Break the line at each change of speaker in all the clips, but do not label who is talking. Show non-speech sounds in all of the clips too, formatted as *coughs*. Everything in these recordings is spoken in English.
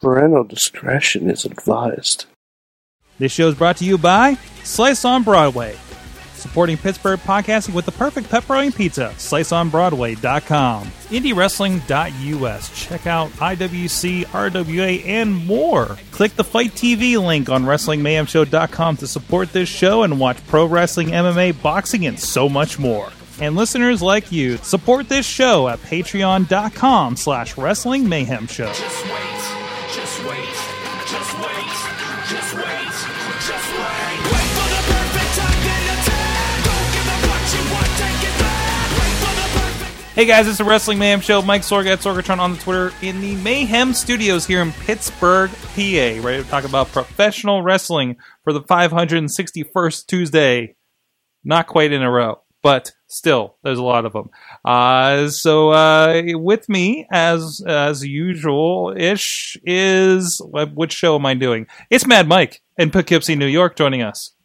Parental discretion is advised.
This show is brought to you by Slice on Broadway, supporting Pittsburgh podcasting with the perfect pepperoni pizza. SliceOnBroadway.com, IndieWrestling.us. Check out IWC, RWA, and more. Click the Fight TV link on WrestlingMayhemShow.com to support this show and watch pro wrestling, MMA, boxing, and so much more. And listeners like you, support this show at patreon.com slash wrestling mayhem show.
Just wait, just wait, just wait, just wait, just wait. Wait for the perfect time then attack. Don't give up what you want, take it back. Wait for the perfect.
Hey guys, it's the Wrestling Mayhem Show. Mike Sorg at Sorgatron on the Twitter in the Mayhem Studios here in Pittsburgh, PA. Ready to talk about professional wrestling for the 561st Tuesday. Not quite in a row, but still, there's a lot of them. Uh, so uh, with me, as as usual, ish is which show am I doing? It's Mad Mike in Poughkeepsie, New York, joining us.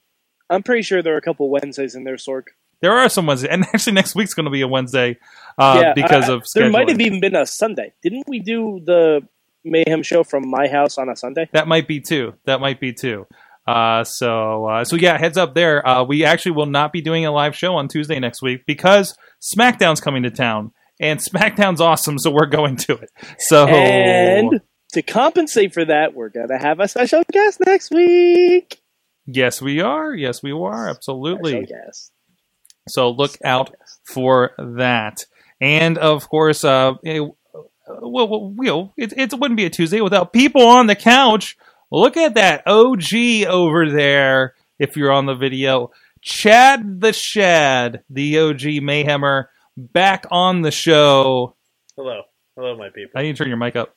I'm pretty sure there are a couple Wednesdays in there, Sork.
There are some Wednesdays, and *laughs* actually next week's going to be a Wednesday uh, because
I- I-
of
there might
scheduling.
have even been a Sunday. Didn't we do the mayhem show from my house on a Sunday?
That might be two. That might be two. Uh, so uh, so yeah, heads up there. Uh, we actually will not be doing a live show on Tuesday next week because SmackDown's coming to town, and *laughs* SmackDown's awesome, so we're going to it. So
And to compensate for that, we're gonna have a special guest next week.
yes, we are. Yes, we are.
Special
Absolutely.
guest.
So look out for that. And of course, uh, it, well, well, you know, it, it wouldn't be a Tuesday without people on the couch. Look at that OG over there. If you're on the video, Chad the Shad, the OG Mayhemmer, back on the show.
Hello. Hello, my people.
I need to turn your mic up.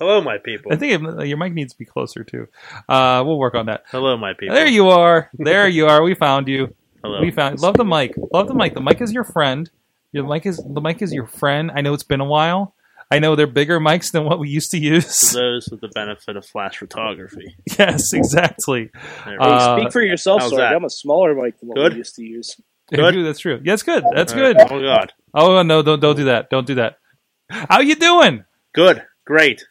Hello, my
*laughs*
people.
I think it- your mic needs to be closer too. Uh, we'll work on that.
Hello, my people.
There you are. There you are. We found you.
Hello.
We found. Love the mic. Love the mic. The mic is your friend. Your mic is the mic is your friend. I know it's been a while. I know they're bigger mics than what we used to
To
use.
those with the benefit of flash photography.
*laughs* yes, exactly.
There we
Hey,
go.
Uh,
speak for yourself,
how's
Sork.
that?
I'm a smaller mic than what
Good?
we used to use.
Good.
Dude, that's true. That's good. That's
All right.
good.
Oh, God.
Oh no, don't don't do that. Don't do that. How you doing?
Good. Great.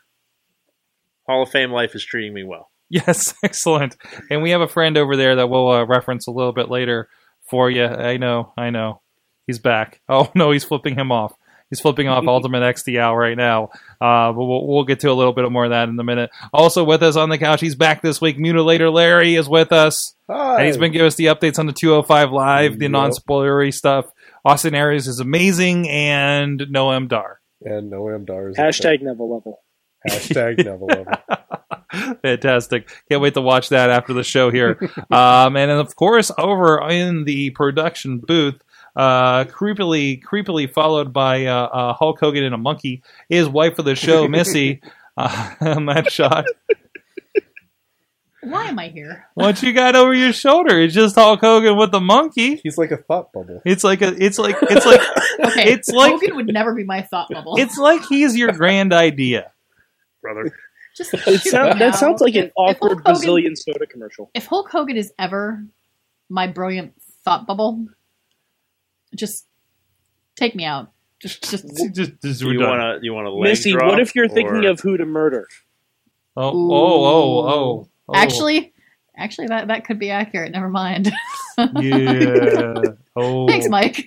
Hall of Fame life is treating me well.
Yes, *laughs* excellent. And we have a friend over there that we'll uh, reference a little bit later for you. I know, I know. He's back. *laughs* Oh no, he's flipping him off. He's flipping off Ultimate XDL right now. Uh, but we'll, we'll get to a little bit more of that in a minute. Also with us on the couch, he's back this week. Mutilator Larry is with us, and he's been giving us the updates on the 205 Live, the
Yep.
non-spoilery stuff. Austin Aries is amazing, and Noam Dar.
And no Amdar is
Hashtag Neville level. *laughs*
hashtag Neville level.
*laughs* Fantastic. Can't wait to watch that after the show
*laughs*
here. um, and of course, over in the production booth, uh, creepily, creepily followed by uh, uh, Hulk Hogan and a monkey, his wife of the
*laughs*
show, Missy, uh, *laughs* on that shot.
Why am I here?
What you got over your shoulder? It's just Hulk Hogan with the monkey.
He's like a thought bubble.
It's like a, it's like, it's like,
Okay,
It's like-
Hogan would never be my thought bubble.
it's like he's your grand idea.
Brother.
*laughs*
just
It
shoot
sound,
him
that
out.
sounds like an
If- if Hulk
awkward
Hogan-
Brazilian soda commercial.
If Hulk Hogan is ever my brilliant thought bubble, just take me out. Just,
*laughs*
just
Just, just
Do you
we're done.
want to you want to leg
Missy,
drop,
what if you're thinking
or-
of who
*laughs*
to murder?
oh, oh, oh, oh, oh.
actually, actually, that that could be accurate. Never mind. *laughs*
yeah. Oh,
Thanks, Mike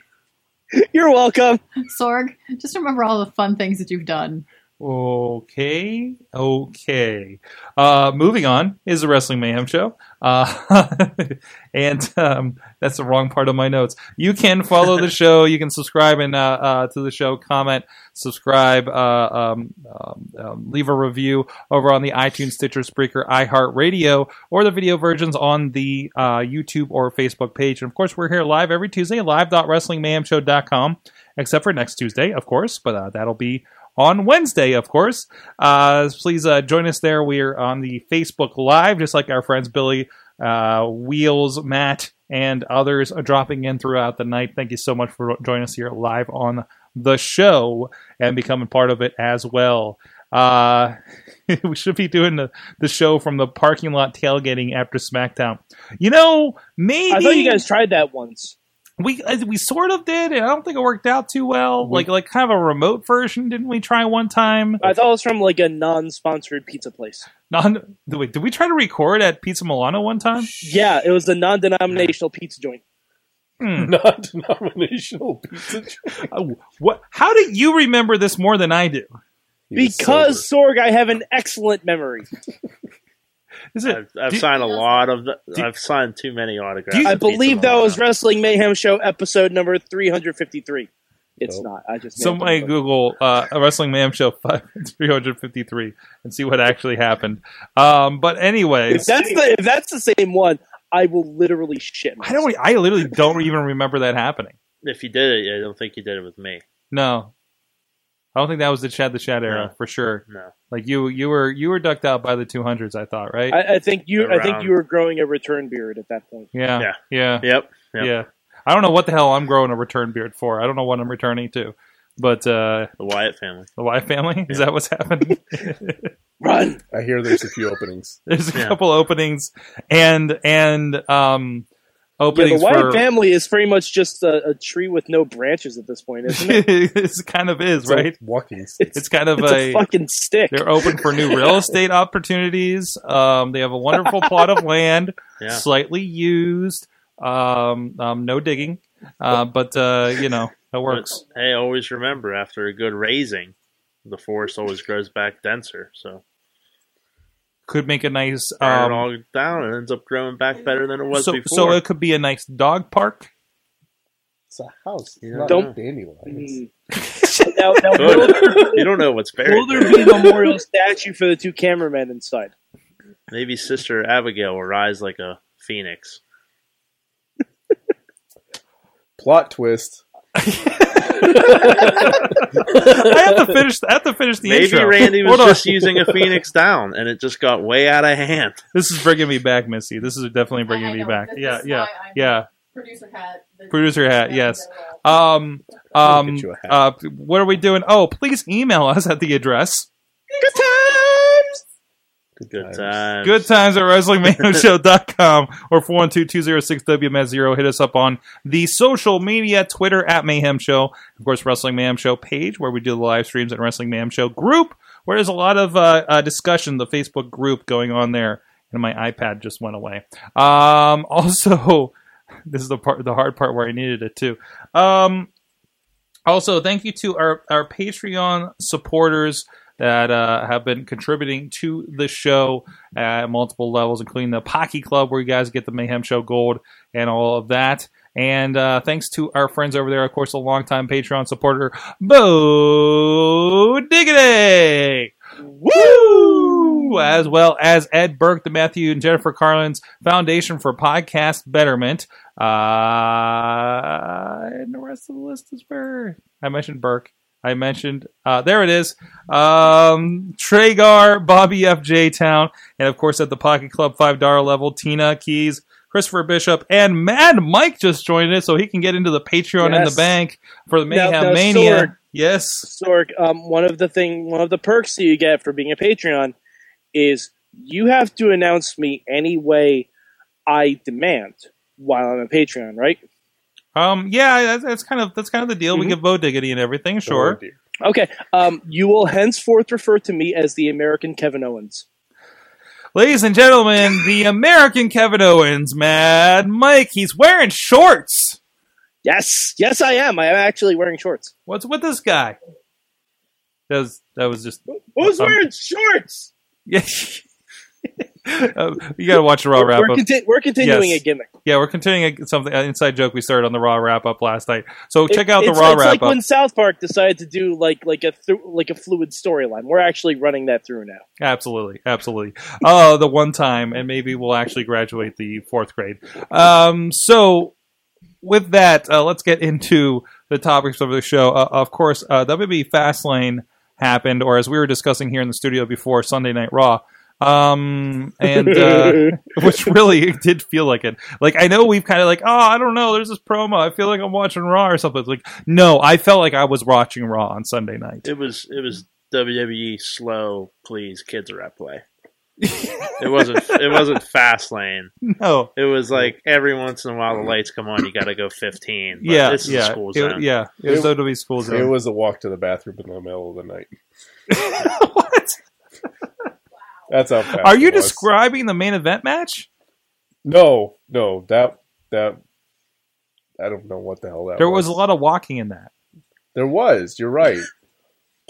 *laughs*
You're welcome.
Sorg. Just remember all the fun things that you've done.
Okay, okay. Uh, moving on is the Wrestling Mayhem Show. Uh, *laughs* and um, that's the wrong part of my notes. You can follow the show. You can subscribe and uh, uh, to the show, comment, subscribe, uh, um, um, um, leave a review over on the iTunes, Stitcher, Spreaker, iHeartRadio, or the video versions on the uh, YouTube or Facebook page. And of course, we're here live every Tuesday, live.wrestlingmayhemshow.com, except for next Tuesday, of course, but uh, that'll be on Wednesday, of course. Uh, please uh, join us there. We are on the Facebook Live, just like our friends Billy, uh, Wheels, Matt, and others are dropping in throughout the night. Thank you so much for joining us here live on the show and becoming part of it as well. Uh, *laughs* we should be doing the, the show from the parking lot tailgating after SmackDown. You know, maybe
I thought you guys tried that once.
we uh, we sort of did, and I don't think it worked out too well. Like like kind of a remote version, didn't we try one time?
I thought it was from like a non-sponsored pizza place.
Non, wait, did we try to record at Pizza Milano one time?
Yeah, it was a non-denominational pizza joint.
Hmm.
Non-denominational pizza. joint.
*laughs* Uh, what? How do you remember this more than I do?
He was
because Sorg, I have an excellent memory.
Is it?
I've, I've
do-
signed a lot of. The,
do-
I've signed too many autographs.
Do you-
at
I
Pizza
believe that
Milano.
was Wrestling Mayhem Show episode number 353. It's
Nope.
not. I just made
Somebody
it up.
Google uh, a Wrestling Mayhem Show *laughs* 5 353 and see what actually happened. Um, but
If
anyways,
that's the if that's the same one, I will literally shit.
I don't. I literally don't even remember that happening.
If you did it, I don't think you did it with me.
No, I don't think that was the Chad the Chad era
No.
for sure.
No.
Like you, you were you were ducked out by the 200s. I thought, right?
I, I think you. I think
Around.
you were growing a return beard at that point.
yeah, yeah,
Yeah.
yeah,
Yep. yep.
I don't know what the hell I'm growing a return beard for. I don't know what I'm returning to. But uh,
The Wyatt family.
the Y family is that what's
*laughs*
happening? *laughs*
Run.
I hear there's a few openings.
There's a
Yeah.
couple openings and and um
Yeah, the
openings
Wyatt
*laughs* for
family is pretty much just a, a tree with no branches at this point, isn't it?
it kind of is
It's
right.
like walking stick.
It's,
*laughs* It's kind of
it's a,
a,
fucking stick.
they're open for new
*laughs*
real estate opportunities. Um, they have a wonderful plot of land,
Yeah.
slightly used, um, um, no digging, uh, but uh, you know it works.
But, hey, always remember after a good raising, the forest always grows back denser. So
Could make a nice
burn it
um,
all down and ends up growing back better than it was
so
before.
so it could be a nice dog park.
It's a house.
Yeah.
not
*laughs*
Don't-
dandelions.
Mm. now, now, will,
Good.
*laughs*
you don't know what's buried.
will
there.
there be a memorial statue for the two cameramen inside?
Maybe Sister Abigail will rise like a phoenix.
Plot twist.
I have to finish. I have to finish the
Maybe
intro. *laughs*
Randy was
Hold on.
just using a
*laughs*
phoenix down, and it just got way out of hand.
This is bringing me back, Missy. This is definitely
I-
bringing
I
me
know.
back.
This
Yeah,
is
yeah,
why I'm-
yeah.
Producer hat. the-
Producer hat,
the-
yes.
the-
Um,
I'll
um,
get you a hat.
uh, what are we doing? Oh, please email us at the address.
Good times.
Good times at WrestlingMayhemShow.com or 412-206-WMS0. Hit us up on the social media, Twitter at Mayhem Show. Of course, Wrestling Mayhem Show page where we do the live streams and Wrestling Mayhem Show group where there's a lot of uh, uh, discussion, the Facebook group going on there. And my iPad just went away. Um, *laughs* also, this is the part, the hard part where I needed it too. Um, also, thank you to our, our Patreon supporters that uh, have been contributing to the show at Uh, multiple levels, including the Pocky Club, where you guys get the Mayhem Show Gold and all of that. And uh, thanks to our friends over there, of course, a longtime Patreon supporter, Bo Diggity! Woo! As well as Ed Burke, the Matthew and Jennifer Carlin's Foundation for Podcast Betterment. Uh, and the rest of the list is where I mentioned Burke. I mentioned, uh, there it is. Um, Tragar, Bobby FJ Town, and of course at the Pocket Club $5 level, Tina Keys, Christopher Bishop, and Mad Mike just joined us so he can get into the Patreon and
Yes.
the bank for the
Now-
Mayhem
now,
Mania.
Sorg.
Yes.
Sorg, um, one of the thing, one of the perks that you get for being a Patreon is you have to announce me any way I demand while I'm a Patreon, right?
Um. Yeah. That's, that's kind of that's kind of the deal. We
Mhm.
give Bo dignity and everything. Sure.
Okay. Um, you will henceforth refer to me as the American Kevin Owens.
Ladies and gentlemen, the American Kevin Owens, Mad Mike. He's wearing shorts.
Yes, yes, I am. I am actually wearing shorts.
What's with this guy? That was that was just. *laughs*
Who's
Um,
wearing shorts?
Yeah. *laughs* Uh, you gotta watch the raw wrap
we're,
up.
conti- we're continuing
Yes.
a gimmick.
yeah, we're continuing a, something an inside joke we started on the raw wrap up last night. So
It-
check out the
it's,
raw
It's
wrap
like
up.
when South Park decided to do like like a th- like a fluid storyline. We're actually running that through now.
Absolutely, absolutely. Oh, the one time, and maybe we'll actually graduate the fourth grade. Um, so, with that, uh, let's get into the topics of the show. Uh, of course, uh, WB Fastlane happened, or as we were discussing here in the studio before Sunday Night Raw, um, and
*laughs*
uh, which really did feel like it. Like I know we've kind of like, oh, I don't know. There's this promo. I feel like I'm watching Raw or something. It's like, no, I felt like I was watching Raw on Sunday night. *laughs* *laughs*
E It was it was WWE slow. Please, kids are at play. It wasn't. it wasn't fast lane.
No.
It was like every once in a while the lights come on, you got to go 15. But
yeah,
this is
yeah,
school
It-
zone.
yeah. It was
It-
OW school zone.
It was a walk to the bathroom in the middle of the night.
*laughs* what?
That's how fast.
Are you
it was.
describing the main event match?
No, no, that that I don't know what the hell that
There
was.
was a lot of walking in that.
There was. You're right.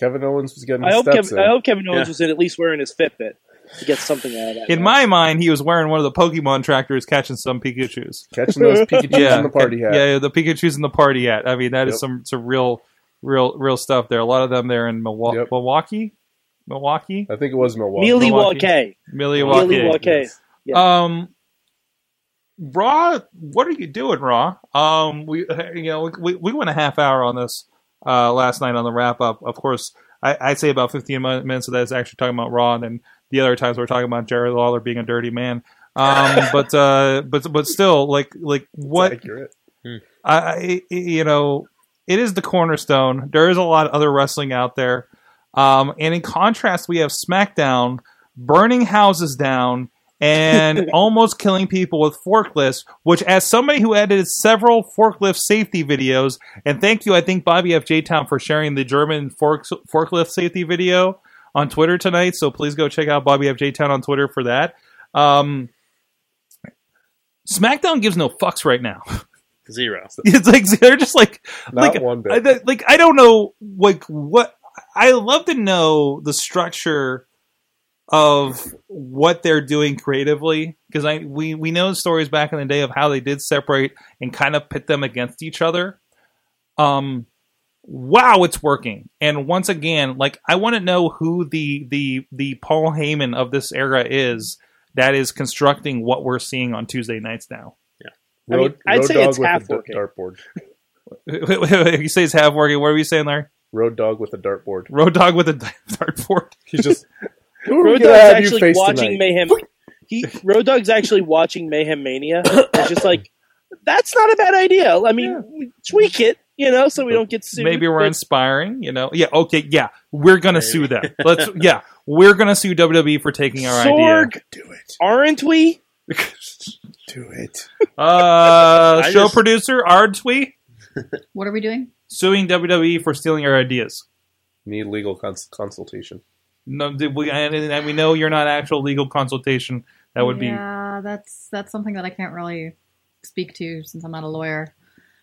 Kevin Owens was getting
I hope,
steps
Kevin,
in.
I hope Kevin Owens
Yeah.
was in at least wearing his Fitbit to get something out of that.
In my mind, he was wearing one of the Pokemon tractors catching some Pikachu's. *laughs*
catching those Pikachu's
yeah,
in the party hat.
Yeah, yeah, the Pikachu's in the party hat. I mean, that is
Yep.
some some real, real, real stuff there. A lot of them there in Milwa-
Yep.
Milwaukee, Milwaukee,
I think it was Milwaukee.
Mealy
Milwaukee.
Walkay.
Milwaukee.
Mealy Walkay.
Um, Raw, what are you doing, Raw? Um, we you know we we went a half hour on this uh, last night on the wrap up. Of course, I, I'd say about fifteen mi- minutes of that is actually talking about Raw, and then the other times we're talking about Jerry Lawler being a dirty man. Um, but uh, but but still, like like what
Accurate.
I, I you know it is the cornerstone. There is a lot of other wrestling out there, um, and in contrast, we have SmackDown burning houses down and almost killing people with forklifts. Which, as somebody who edited several forklift safety videos, and thank you, I think Bobby F J Town for sharing the German fork, forklift safety video on Twitter tonight. So please go check out Bobby F J Town on Twitter for that. Um, SmackDown gives no fucks right now.
Zero.
*laughs* It's like they're just like
Not
Like,
one bit.
I, that- like I don't know like what I love to know the structure of what they're doing creatively because I we we know stories back in the day of how they did separate and kind of pit them against each other. Um wow, it's working. And once again, like I want to know who the the the Paul Heyman of this era is that is constructing what we're seeing on Tuesday nights now. *laughs*
I mean, I'd say
dog
it's
with
half
a
working.
da- dartboard.
you say it's half working. What are you saying there?
Road dog with a dartboard.
Road dog with a *laughs* dartboard.
*laughs*
He's just. Who are we
Road
gonna
Dogg's
have you
actually
face
watching
tonight?
Mayhem. He Road Dogg's actually watching Mayhem Mania. It's just like that's not a bad idea. I mean, we tweak it, you know, so we don't get sued.
Maybe we're
but
inspiring, you know? Yeah, okay, yeah. We're gonna
Maybe.
sue them. Let's yeah. We're gonna sue WWE for taking our idea.
Sorg,
Do it.
aren't we?
Do it.
Uh
I
show
just-
producer, aren't we?
What are we doing?
Suing WWE for stealing our ideas.
Need legal cons- consultation.
No did we and, and we know you're not actual legal consultation. That would
Yeah, that's that's something that I can't really speak to since I'm not a lawyer.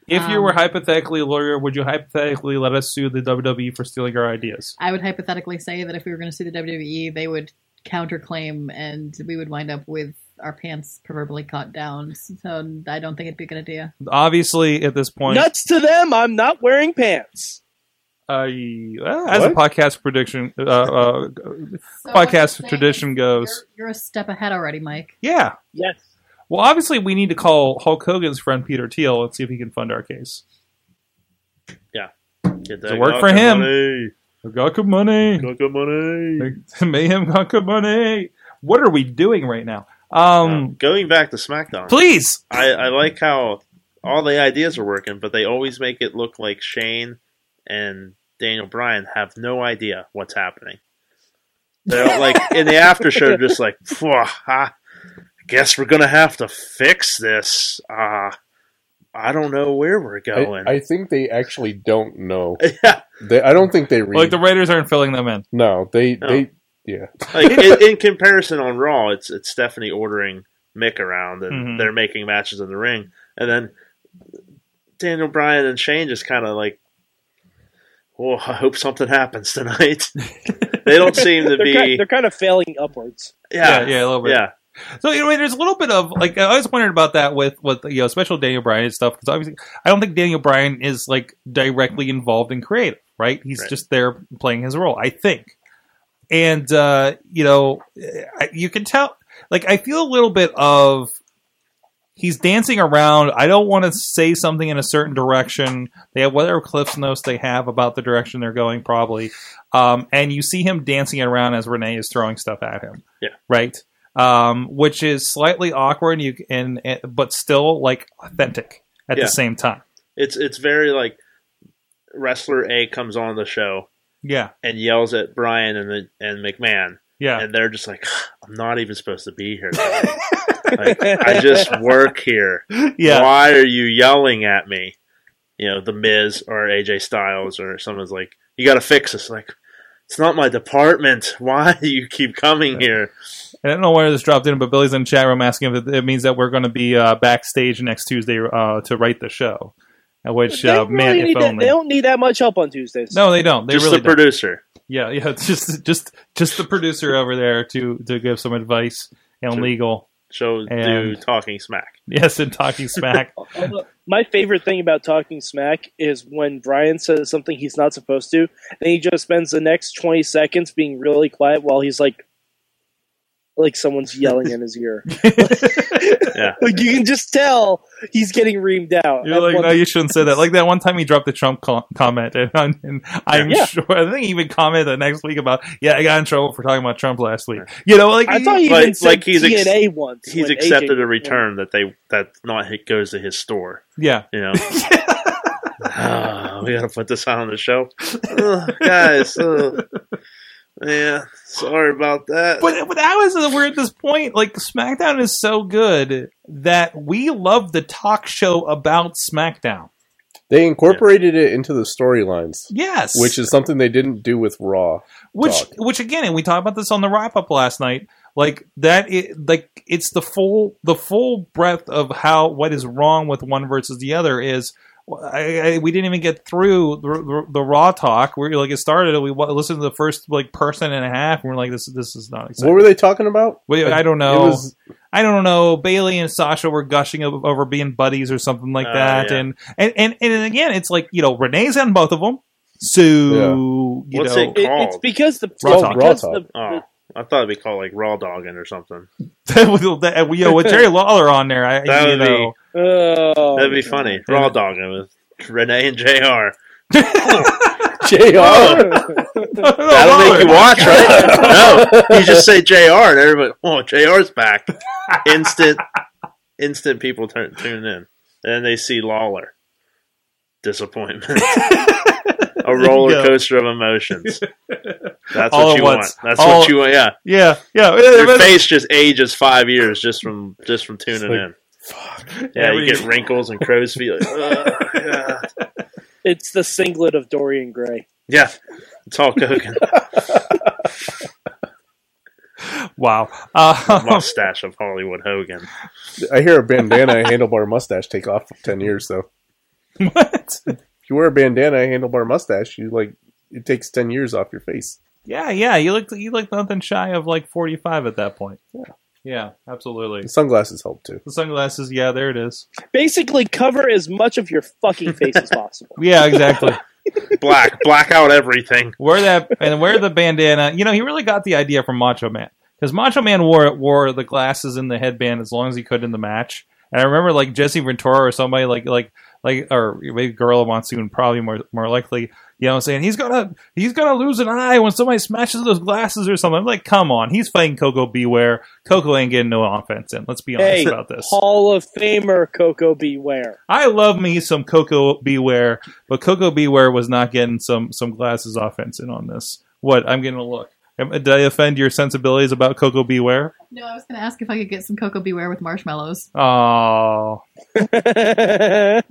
be if you
Um,
were hypothetically a lawyer, would you hypothetically let us sue the WWE for stealing our ideas?
I would hypothetically say that if we were going to sue the WWE, they would counterclaim, and we would wind up with our pants proverbially caught down. So I don't think it'd be a good idea.
Obviously at this point
Nuts to them. I'm not wearing pants.
uh, well, as a podcast prediction uh, uh, podcast tradition goes.
You're, you're a step ahead already, Mike.
Yeah.
Yes.
Well, obviously, we need to call Hulk Hogan's friend Peter Thiel and see if he can fund our case.
Get
it worked for
Gawker
him.
Money.
I got good money.
Gawker
*laughs*
money.
Mayhem got good money. What are we doing right now? Um,
Um, going back to SmackDown,
please.
I, I like how all the ideas are working, but they always make it look like Shane and Daniel Bryan have no idea what's happening. They're like in the after show, just like, "Phew, I guess we're gonna have to fix this. Uh, I don't know where we're
I,
going.
I think they actually don't know.
*laughs* yeah,
They, I don't think they read.
Like the Raiders aren't filling them in.
no, they
No.
they
like in, in comparison on Raw, it's it's Stephanie ordering Mick around, and
Mhm.
they're making matches in the ring, and then Daniel Bryan and Shane just kind of like, "Oh, I hope something happens
*laughs*
tonight." they don't seem to
They're,
be,
kind, they're kind of failing upwards.
yeah,
yeah, a little bit.
yeah.
So anyway, there's a little bit of like I always wondered about that with with you know, especially Daniel Bryan and stuff because obviously I don't think Daniel Bryan is like directly involved in creative, right? He's
Right.
just there playing his role, I think. And uh, you know, I- you can tell. Like I feel a little bit of he's dancing around. I don't want to say something in a certain direction. They have whatever cliff notes they have about the direction they're going, probably. Um, and you see him dancing around as Renee is throwing stuff at him.
Yeah.
Right. Um, which is slightly awkward, you and, and but still like authentic at
Yeah.
the same time.
It's it's very like wrestler A comes on the show
Yeah.
and yells at Bryan and and McMahon,
Yeah.
and they're just like, I'm not even supposed to be
*laughs*
here. tonight." like, I just work here.
yeah.
Why are you yelling at me? You know, the Miz or AJ Styles or someone's like, you got to fix this. Like, it's not my department. *laughs* Why do you keep coming here?
And I don't know where this dropped in, but Billy's in the chat room asking if it, it means that we're going to be uh, backstage next Tuesday uh, to write the show. At which,
They
uh,
really
man,
need
if
that-
only.
they don't need that much help on Tuesdays.
no, they don't. They
just
really
the producer.
don't. Yeah, *laughs* yeah. it's Just, just, just the producer over there to to give some advice and
Sure.
legal. *laughs*
She'll do
And-
talking smack.
Yes, and talking smack.
Although, My favorite thing about talking smack is when Brian says something he's not supposed to, then he just spends the next twenty seconds being really quiet while he's like, like someone's yelling in his
*laughs*
ear. *laughs*
Yeah.
Like you can just tell he's getting reamed out.
You're
At
like,
one-
no, you shouldn't say that. Like that one time he dropped the Trump co- comment, and, I'm- and I'm
Yeah.
sure I think he even commented the next week about, yeah, I got in trouble for talking about Trump last week. You know, like
I thought he
Like-
even said
like he's ex-
TNA once.
He's
when AJ
accepted a
was on.
return that they that not it goes to his store.
yeah,
You know, Ah, we gotta put this on the show, Ugh, guys. ugh. yeah, sorry about that.
but but that was we're at this point. Like SmackDown is so good that we love the talk show about SmackDown.
They incorporated it into the storylines,
Yes,
which is something they didn't do with Raw.
which
Dog.
which again and we talked about this on the wrap up last night like that it, like it's the full the full breadth of how what is wrong with one versus the other is I, I, we didn't even get through the, the, the raw talk we like it started and we wa- listened to the first like person and a half and we're like this this is not
What
exciting
were they talking about?
Wait, I don't know.
It was
I don't know. Bailey and Sasha were gushing o- over being buddies or something like
Oh,
that,
yeah.
and, and and and again, it's like you know Renee's on both of them, so you
What's
know
it
It- it's
Called.
because the
Raw
well,
talk.
because
Raw
the,
talk.
oh, I thought it'd be called like raw dogging or something.
*laughs* that would, that, you know, with Jerry Lawler on there, I,
That
you
would be-
know,
the- oh,
That'd be funny.
Yeah.
Raw dogging with Renee and Jr.
JR.
That'll make
*laughs*
you
Lawler.
watch, right? no, you just say Jr. and everybody. Oh, Jr.'s back. Instant, instant. People turn tune in, and then they see Lawler. Disappointment.
*laughs*
a roller
go.
coaster of emotions. That's
All
what
at once.
you want. That's
All-
what you want. Yeah,
*laughs* Yeah, yeah.
*laughs* your face just ages five years just from just from tuning
like,
in. Yeah, you
we-
get wrinkles and
*laughs*
crow's feet. Like, "Ugh,
Uh,
yeah.
It's the singlet of Dorian Gray.
yeah, it's all Hogan *laughs*
Wow. Uh,
mustache of Hollywood Hogan.
*laughs* I hear a bandana and handlebar mustache take off for ten years though.
what?
If you wear a bandana and handlebar mustache, you like it takes ten years off your face.
Yeah, yeah. You look you look nothing shy of like forty five at that point. Yeah, yeah, absolutely.
The sunglasses help too.
The sunglasses. Yeah, there it is.
Basically, cover as much of your fucking face as possible.
Yeah, exactly.
*laughs*
Black, black out everything.
wear that and wear the bandana. You know, he really got the idea from Macho Man because Macho Man wore wore the glasses and the headband as long as he could in the match. And I remember like Jesse Ventura or somebody like like like or maybe Gorilla Monsoon probably more more likely. You know, saying he's gonna he's gonna lose an eye when somebody smashes those glasses or something. I'm like, come on, he's fighting Coco Beware. Coco ain't getting no offense in. Let's be honest
Hey,
about this.
Hall of Famer
*laughs*
Coco Beware.
I love me some Coco Beware, but Coco Beware was not getting some some glasses offense in on this. What I'm getting a look. Am- Did I offend your sensibilities about Coco Beware?
No, I was going to ask if I could get some cocoa beware with marshmallows.
Oh,
only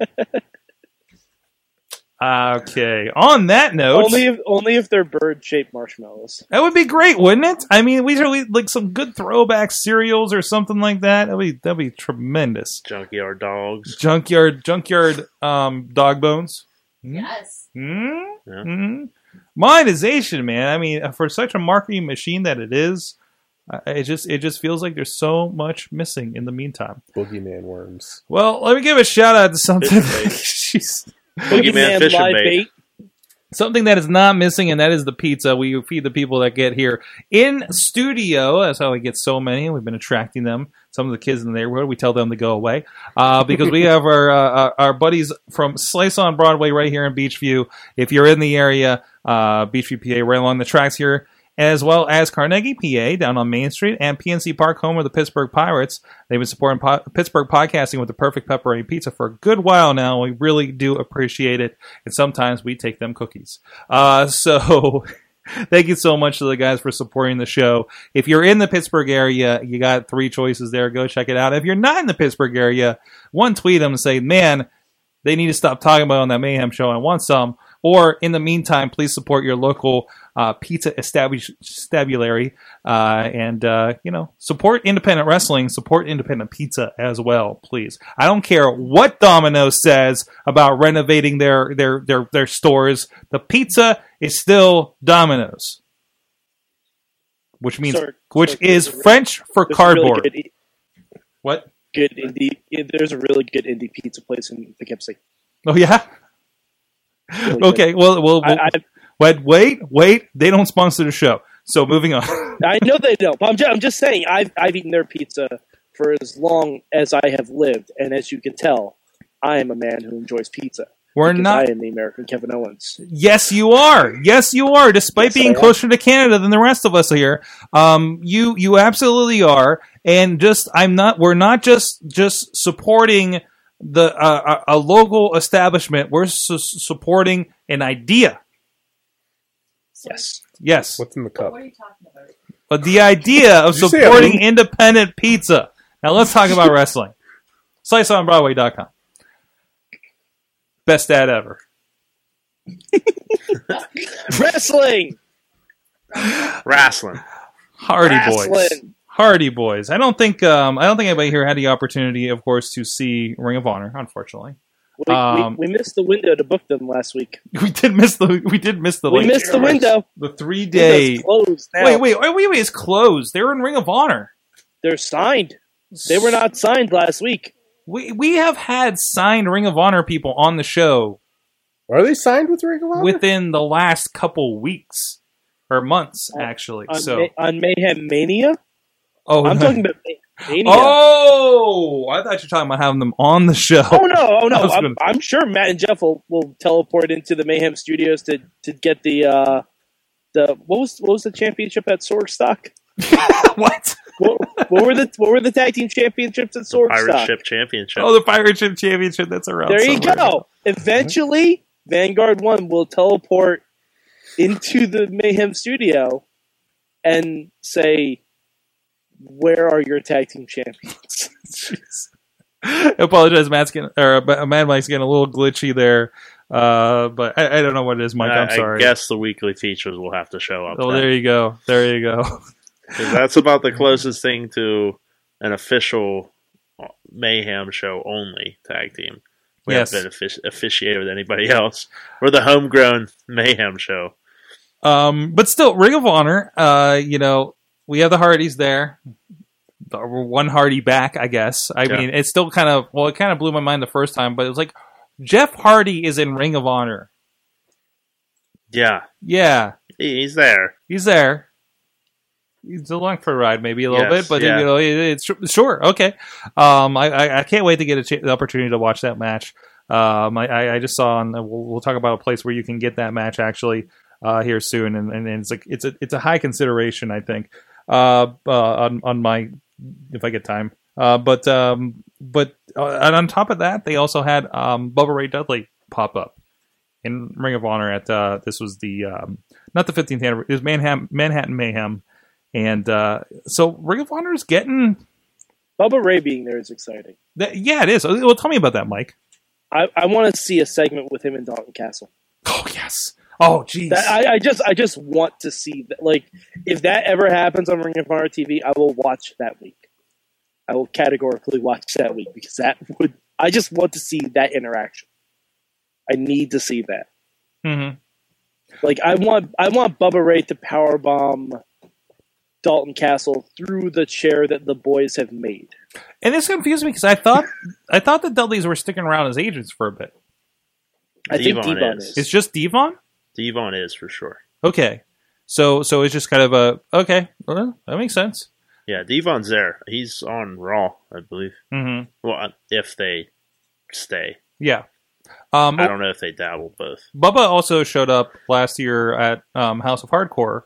okay. On that note,
if, only if they're bird shaped marshmallows.
that would be great, wouldn't it? I mean, we really like some good throwback cereals or something like that. That'd be that'd be tremendous.
Junkyard dogs.
Junkyard, junkyard, um, dog bones.
Hmm? Yes.
Mm?
Yeah.
Mm? Monetization, man. I mean, for such a marketing machine that it is, I- it just it just feels like there's so much missing in the meantime.
Boogeyman worms.
Well, let me give a shout out to something.
Fish bait.
*laughs* Jeez.
Boogeyman fishing
live
bait.
Something that is not missing, and that is the pizza we feed the people that get here in studio. That's how we get so many. We've been attracting them. Some of the kids in the neighborhood, we tell them to go away uh, because we have our, uh, our our buddies from Slice on Broadway right here in Beachview. If you're in the area, uh, Beachview, PA, right along the tracks here, as well as Carnegie, PA, down on Main Street, and PNC Park, home of the Pittsburgh Pirates. They've been supporting po- Pittsburgh podcasting with the perfect pepperoni pizza for a good while now. We really do appreciate it, and sometimes we take them cookies. Uh, *laughs* so Thank you so much to the guys for supporting the show. If you're in the Pittsburgh area, you got three choices there. Go check it out. If you're not in the Pittsburgh area, one tweet them and say, man, they need to stop talking about it on that mayhem show. I want some. Or in the meantime, please support your local uh, pizza establish- stabulary uh, and uh, you know support independent wrestling, support independent pizza as well, please. I don't care what Domino's says about renovating their their their their stores. The pizza is still Domino's, which means
Sir,
which
sir,
is
there's a re-
French for
There's a really
cardboard.
good-
what?
good indie. yeah, There's a really good indie pizza place in Poughkeepsie.
Oh yeah.
Really good.
Okay. Well, we'll, we'll
I,
wait, wait, wait. They don't sponsor the show, so moving on.
I, I know they don't, but I'm just, I'm just saying I've I've eaten their pizza for as long as I have lived, and as you can tell, I am a man who enjoys pizza.
We're
because
not.
I am the American Kevin Owens.
Yes, you are. Yes, you are. Despite
Yes,
being
I am.
closer to Canada than the rest of us here, um, you you absolutely are. And just I'm not. We're not just just supporting the uh, a, a local establishment. We're su- supporting an idea.
Yes.
Yes,
What's in the cup?
What are you talking about?
but the idea of
Did you say
supporting
a-
independent pizza. Now let's talk about wrestling. SliceOnBroadway.com. Best ad ever.
Wrestling.
Wrestling.
Hardy boys.
Wrestling.
Hardy Boys. I don't think um, I don't think anybody here had the opportunity, of course, to see Ring of Honor. Unfortunately, *laughs*
We,
Um,
we, we missed the window to book them last week.
we did miss the we did miss the
We
late-
missed the window.
the three day.
Window's closed now.
Wait, wait, wait, wait, wait! It's closed. They were in Ring of Honor.
They're signed. They were not signed last week.
We we have had signed Ring of Honor people on the show
Are they signed with Ring of Honor? *laughs*
within the last couple weeks or months,
On-
actually.
Oh, On,
So,
May- on Mayhem Mania?
*laughs* oh, *laughs*
I'm
no.
talking about Ma- Mania.
oh, I thought you were talking about having them on the show.
Oh no! Oh no!
I was
I'm,
gonna-
I'm sure Matt and Jeff will, will teleport into the Mayhem Studios to to get the uh, the what was what was the championship at Sorgstock?
what?
*laughs* What, what were the what were the tag team championships at
Pirate
Sorgstock?
Ship Championship.
Oh, the Pirate Ship Championship. That's around.
There you
somewhere.
go. Eventually, Vanguard One will teleport into the Mayhem Studio and say, "Where are your tag team champions?"
Jeez. *laughs* I apologize, Matt's getting, or uh, Mad Mike's getting a little glitchy there, uh, but I, I don't know what it is, Mike.
I,
I'm sorry.
I guess the weekly features will have to show up.
oh,
then.
there you go. There you go. *laughs*
'Cause that's about the closest thing to an official uh, mayhem show only tag team. We
Yes.
haven't been offici- officiated with anybody else. We're the homegrown mayhem show.
Um, but still, Ring of Honor. Uh, you know, we have the Hardys there. The- One Hardy back, I guess. I
Yeah.
mean, it's still kind of well, it kind of blew my mind the first time, but it was like Jeff Hardy is in Ring of Honor.
Yeah,
Yeah,
he- he's there.
he's there. He's along for a ride, maybe a little
Yes,
bit, but
yeah.
you know, it, it's sure okay. Um, I, I, I can't wait to get a ch- the opportunity to watch that match. Um, I- I, I just saw, and we'll, we'll talk about a place where you can get that match actually uh, here soon, and, and, and it's like it's a it's a high consideration, I think, uh, uh, on on my if I get time. Uh, but um, but uh, and on top of that, they also had um, Bubba Ray Dudley pop up in Ring of Honor at uh, this was the um, not the 15th anniversary. It was Manhattan, Manhattan Mayhem, and uh, so Ring of Honor is getting.
Bubba Ray being there is exciting.
That, yeah, it is. Oh, Well, tell me about that, Mike.
I, I want to see a segment with him and Dalton Castle.
Oh yes. Oh jeez.
That, I, I just I just want to see that. Like if that ever happens on Ring of Honor TV, I will watch that week. I will categorically watch that week because that would I just want to see that interaction. I need to see that.
Mhm.
Like I want I want Bubba Ray to powerbomb Dalton Castle through the chair that the boys have made.
And this confused me because I thought I thought the Dudleys were sticking around as agents for a bit.
I think
Devon
Devon
is.
is.
It's just Devon.
Devon is for sure.
Okay. So so it's just kind of a okay. well, that makes sense.
Yeah, Devon's there. He's on Raw, I believe.
hmm
Well, uh, if they stay,
Yeah. Um,
I don't know if they dabble both.
Bubba also showed up last year at um, House of Hardcore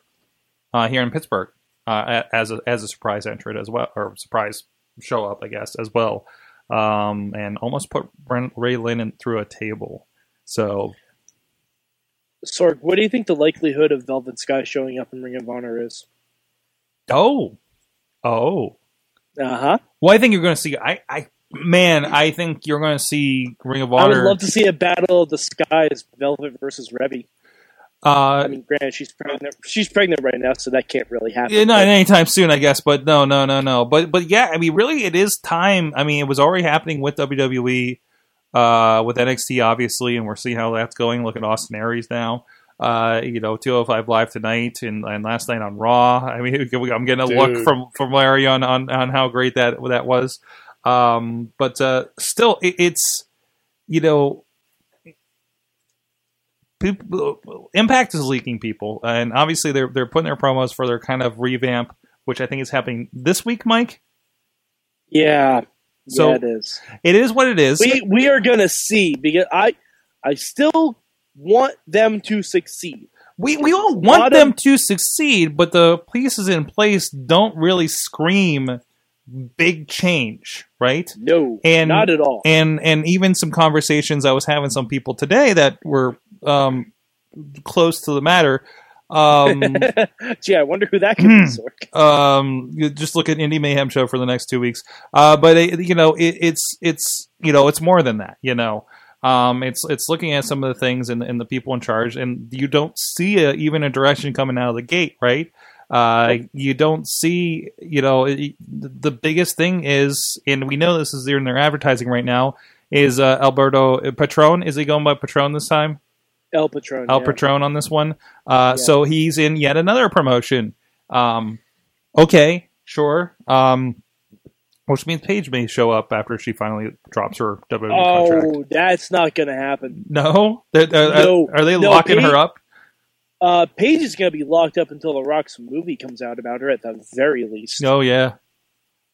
uh, here in Pittsburgh uh, a- as a, as a surprise entrant as well, or surprise show up, I guess, as well, um, and almost put Ren- Ray Lennon through a table. So
Sorg, what do you think the likelihood of Velvet Sky showing up in Ring of Honor is?
Oh, oh.
Uh huh.
Well, I think you're going to see. I, I, man, I think you're going to see Ring of
I would
Honor.
love to see a battle of the skies, Velvet versus Revy.
uh,
I mean, granted, she's pregnant. She's pregnant right now, so that can't really happen.
Yeah, not
but
anytime soon, I guess. But no, no, no, no. But but yeah, I mean, really, it is time. I mean, it was already happening with WWE, uh, with NXT, obviously, and we're seeing how that's going. Look at Austin Aries now. Uh, you know, 205 Live tonight and, and last night on Raw. I mean, *laughs* I'm getting a look
Dude.
from from Larry on on, on how great that that was. Um, but uh, still, it, it's you know, people, Impact is leaking people, and obviously they're they're putting their promos for their kind of revamp, which I think is happening this week, Mike.
yeah,
So-
yeah, it is.
It is what it is.
We we are gonna see because I I still want them to succeed.
we, we all
Lot
want
of-
them to succeed, but the pieces in place don't really scream big change, right?
No,
And-
not at all.
and and even some conversations I was having some people today that were um, close to the matter.
*laughs*
Um,
Gee, I wonder who that could
Hmm.
be. Sork.
um, you just look at Indie Mayhem show for the next two weeks. Uh, but it, you know, it, it's it's you know, it's more than that. You know, um, it's it's looking at some of the things and and the people in charge, and you don't see a, even a direction coming out of the gate, right? Uh, you don't see, you know, it, the biggest thing is, and we know this is in their advertising right now, is uh, Alberto Patron. Is he going by Patron this time?
El Patron.
Al
yeah.
Patron on this one. Uh,
Yeah.
So he's in yet another promotion. Um, okay, sure. Um, which means Paige may show up after she finally drops her WWE contract.
Oh, that's not gonna happen.
No, They're- they're- are
No.
are they
No,
locking
Paige-
her up?
Uh, Paige is gonna be locked up until the Rock's movie comes out about her at the very least.
Oh yeah.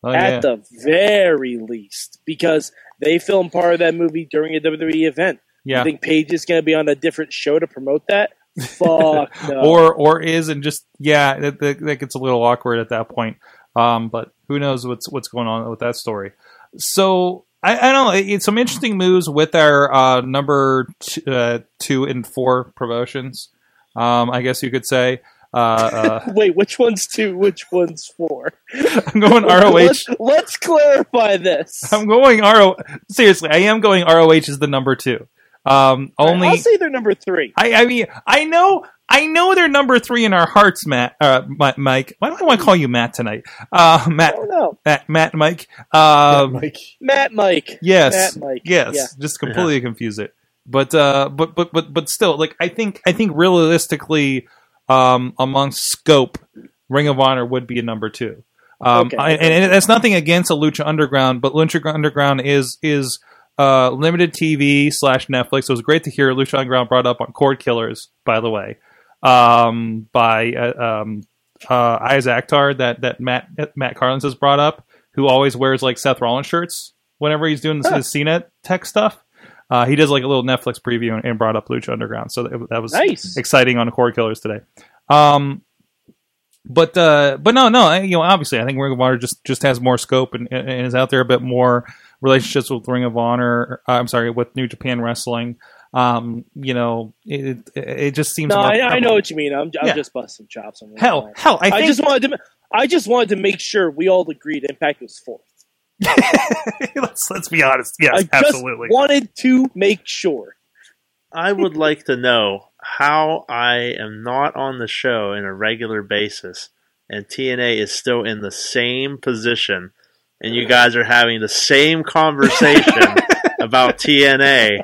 Oh
at
yeah.
the very least, because they filmed part of that movie during a WWE event. I
yeah.
think Paige is going to be on a different show to promote that.
*laughs*
Fuck no.
Or or is and just yeah, that, that, that gets a little awkward at that point. Um, but who knows what's what's going on with that story? So I, I don't know. It's some interesting moves with our uh, number t- uh, two and four promotions. Um, I guess you could say. Uh,
*laughs*
uh,
Wait, which one's two? Which one's
*laughs*
four?
I'm going ROH.
Let's, let's clarify this.
I'm going ROH. Seriously, I am going ROH is the number two. Um, only
I'll say they're number three.
I, I mean, I know, I know they're number three in our hearts, Matt, uh, Mi- Mike. Why do I want to call you Matt tonight? Uh,
I
Matt,
don't know.
Matt, Matt, Mike. Um,
Mike.
Matt Mike.
Yes,
Matt Mike.
yes,
Yeah.
just completely confuse it. But uh, but but but but still, like I think I think realistically, um, among scope, Ring of Honor would be a number two. Um,
Okay.
I- and, and that's nothing against a Lucha Underground, but Lucha Underground is is uh, limited TV slash Netflix. So it was great to hear Lucha Underground brought up on Cord Killers, by the way, um, by uh, um, uh, Isaac Actar that that Matt Matt Carlins has brought up, who always wears like Seth Rollins shirts whenever he's doing this,
Huh.
his CNET tech stuff. Uh, he does like a little Netflix preview and, and brought up Lucha Underground, so that, that was
Nice.
exciting on Core Killers today. Um, but uh, but no, no, I- you know, obviously, I think Ring of Honor just just has more scope and, and and is out there a bit more relationships with Ring of Honor. Uh, I'm sorry, with New Japan Wrestling. Um, you know, it it, it just seems.
No,
more
I, I know
prevalent.
what you mean. I'm, I'm
Yeah.
just busting chops. On Ring of
Hell,
Honor.
hell, I,
I,
think,
just wanted to. I just wanted to make sure we all agreed Impact was fourth.
*laughs* let's let's be honest. Yes,
I just
absolutely.
wanted to make sure.
I would
*laughs*
like to know how I am not on the show in a regular basis and TNA is still in the same position and you guys are having the
*laughs*
same conversation about TNA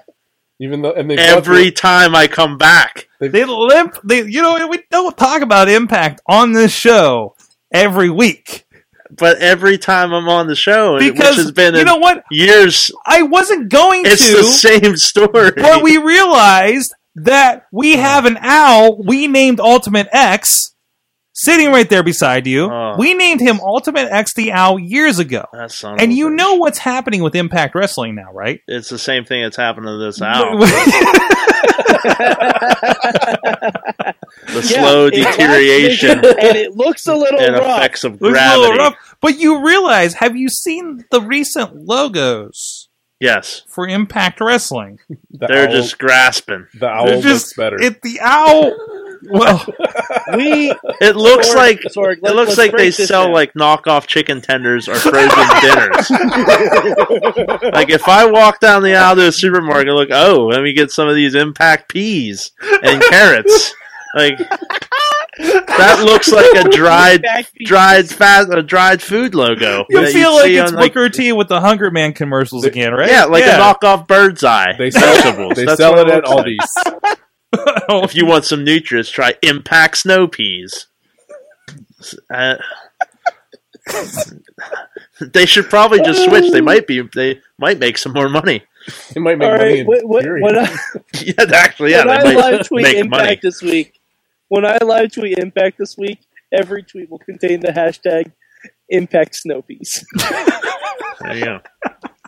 Even though and they
every time I come back.
They limp. They, you know, we don't talk about impact on this show every week
But every time I'm on the show, and-
because
which has been
you
in
know what?
years,
I wasn't going
it's
to,
the same story.
but we realized that we have an owl we named Ultimate X sitting right there beside you.
Oh.
We named him Ultimate X the owl years ago,
That son of
and
a
you
bitch.
know what's happening with Impact Wrestling now, right?
it's the same thing that's happened to this
*laughs*
owl. the
Yeah,
slow
it lacks *laughs*
deterioration
vision, and it looks a little
and
rough.
effects of
Looks a little
gravity.
rough. But you realize, have you seen the recent logos
Yes,
for Impact Wrestling.
The
they're
owl,
just
*laughs*
grasping.
the owl
They're
looks
just-
better.
It the owl. Well,
We
It looks
Sorg,
like
Sorg,
it
let-
looks
let's
like they
break this
sell
down.
like knockoff chicken
*laughs*
tenders or frozen dinners. like if I walk down the aisle to a supermarket, look, oh, let me get some of these impact peas and carrots. like that looks like a dried
back
*laughs* dried fat a dried food logo.
you
that you'd
feel like
see
it's
on, like-
Booker T with the Hunger Man commercials again, right?
yeah, like
Yeah.
a knockoff bird's eye.
they sell,
vegetables.
they
That's
sell
what
it at
looks like.
Aldi's. *laughs*
Oh,
If you want some nutrients, try Impact Snow Peas. Uh, they should probably just switch. They might be. They might make some more money. *laughs*
They might make
All
money
right,
in
what, what,
Fury.
when I,
yeah, actually, *laughs* yeah,
when I
they
live
might
tweet
make
Impact
money.
this week, when I live tweet Impact this week, every tweet will contain the hashtag Impact Snowpiece.
There you go.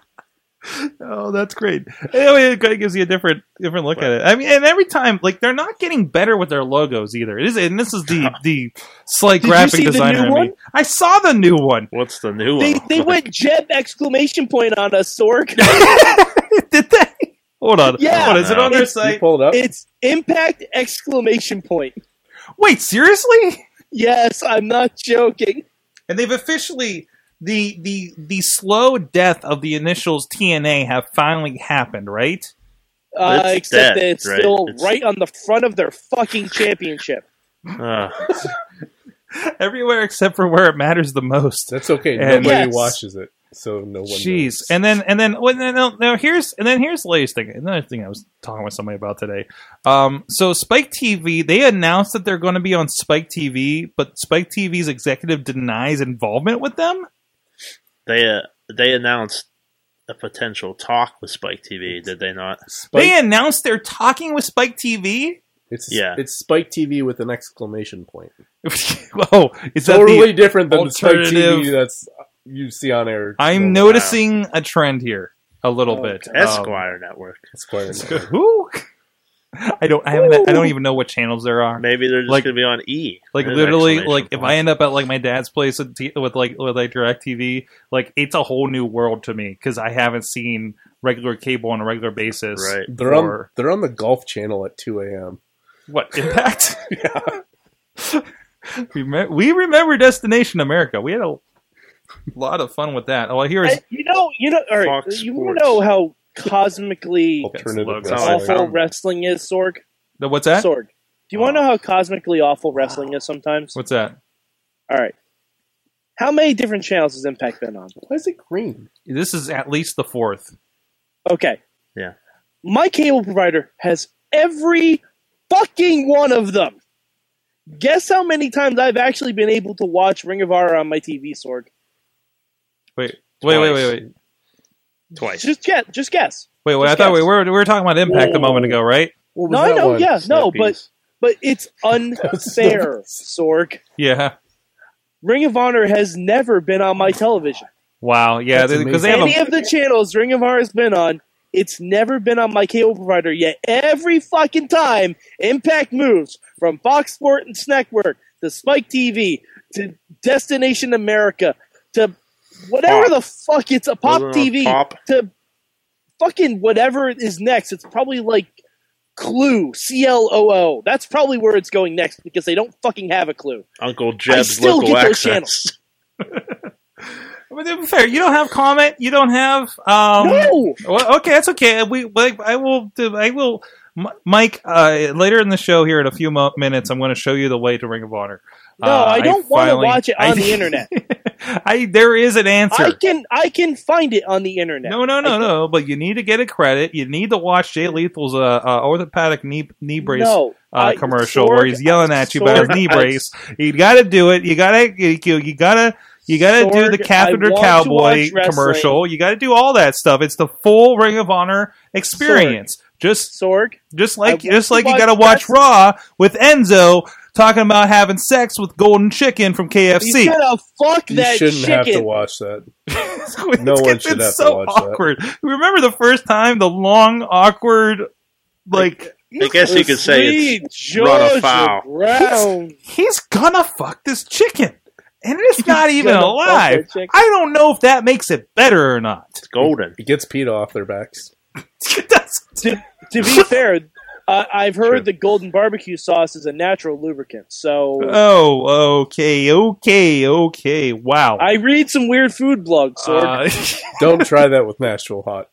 *laughs* oh, that's great. Anyway, it kinda gives you a different different look at it. I mean, and every time, like they're not getting better with their logos either. It is, and this is the the slight
Did you
graphic
see the
designer.
new
in me.
one?
I saw the new one. *laughs*
What's the new
They,
one?
they went Jeb exclamation point on us,
*laughs*
Sorg.
Did they? Hold on.
Yeah.
Hold on, Is it on their
You
site?
pull it up.
It's Impact exclamation point.
Wait, seriously?
Yes, I'm not joking.
and they've officially the the the slow death of the initials TNA have finally happened, right?
Uh,
It's
except
dead,
that it's
right?
still
It's-
right on the front of their fucking championship.
*laughs* Uh,
Everywhere except for where it matters the
*laughs*
most.
That's okay.
And-
Nobody
Yes.
watches it, so no one.
Jeez,
knows.
and then and then well, no, no, no, here's and then here's the latest thing. Another thing I was talking with somebody about today. Um, so Spike TV, they announced that they're going to be on Spike TV, but Spike TV's executive denies involvement with them.
they uh, they announced a potential talk with Spike TV. Did they not?
Spike,
They announced they're talking with Spike *laughs* TV.
it's
Yeah.
it's Spike TV with an exclamation point.
Whoa, Oh, is that the
totally different than the Spike
alternative-
TV that's uh, you see on air.
I'm
no
noticing a trend here a little
Oh,
bit. Um,
Esquire Network.
Who? *laughs* I don't. I, haven't, I don't even know what channels there are.
Maybe they're just
Like-
going to be on E.
Like
There's
literally,
exclamation
like if I
points.
end up at like my dad's place with, t- with like with like Directv, like it's a whole new world to me because I haven't seen regular cable on a regular basis.
Right.
They're on
for-
they're on the golf channel at 2 a.m.
What impact? *laughs* we, me- we remember Destination America. We had a lot of fun with that. Oh, Well, here's
I- you know, you know, all right,
Fox
you
Sports. Oh,
know how cosmically
Alternative.
It's
logo.
wrestling.
awful wrestling is, Sorg.
the what's that?
Sorg, do you want to know how cosmically awful wrestling is sometimes?
What's that?
All right, how many different channels has Impact been on?
Why is it green?
This is at least the fourth.
Okay,
Yeah.
my cable provider has every fucking one of them. Guess how many times I've actually been able to watch Ring of Honor on my TV, Sorg?
Wait, wait, wait, wait, wait.
twice.
Just guess. Just guess.
Wait, wait. I
Just
thought we
guess.
were we were talking about impact a moment ago, right?
What was
No, I
that
know,
one?
yeah, no,
Snappies.
but but
*laughs*
it's unfair, Sorg.
Yeah.
Ring of Honor has never been on my television.
Wow. Yeah.
That's
Because they have
Any
a,
of the channels Ring of Honor has been on, it's never been on my cable provider yet. Every fucking time Impact moves from Fox Sport and Network to Spike TV to Destination America to whatever
Pop.
the fuck it's a pop
Wasn't it on
TV
Pop?
to fucking whatever is next. It's probably like Clue, C L O O. That's probably where it's going next because they don't fucking have a clue.
Uncle Jeb's
still
local
get those
accents.
but to be fair. You don't have comment. You don't have. Um,
no,
Well, okay, that's okay. We like. I will. I will. M- Mike, uh, later in the show here in a few mo- minutes, I'm going to show you the way to Ring of Honor.
no,
Uh,
I don't want to
finally-
watch it on
I- *laughs*
the internet.
I there is an answer.
I can I can find it on the internet.
No, no, no,
I-
no. But you need to get a credit. You need to watch Jay Lethal's uh, uh, orthopedic knee knee brace
No,
uh,
I-
commercial
Sorg,
where he's yelling at you about his
Sorg,
knee
I-
brace. You got to do it. You got to you, you got to you got to do
Sorg,
the
I
catheter
want to
cowboy
watch wrestling.
commercial. You got to do all that stuff. It's the full Ring of Honor experience. Just
Sorg.
just like
want
just
to
like you
watch
got to watch
wrestling.
Raw with Enzo talking about having sex with Golden Chicken from
You
KFC. *laughs*
*laughs* should have fuck
you
that
shouldn't have to
chicken.
watch that.
It's-
No one should
it's
have to
so
watch that.
awkward. Remember the first time the long awkward like
I guess you could say it's
Sweet
run
Georgia
afoul.
Brown.
he's gonna fuck this chicken. and
*laughs*
it's not even
Got no
alive.
welfare check.
I don't know if that makes it better or not. *laughs*
It's golden.
He gets peed off their backs.
It doesn't.
To
*laughs*
be fair, uh, I've heard
True.
the golden barbecue sauce is a natural lubricant. So
Oh, okay, okay, okay. Wow.
I read some weird food blogs. So
Uh,
Don't try that with Nashville hot.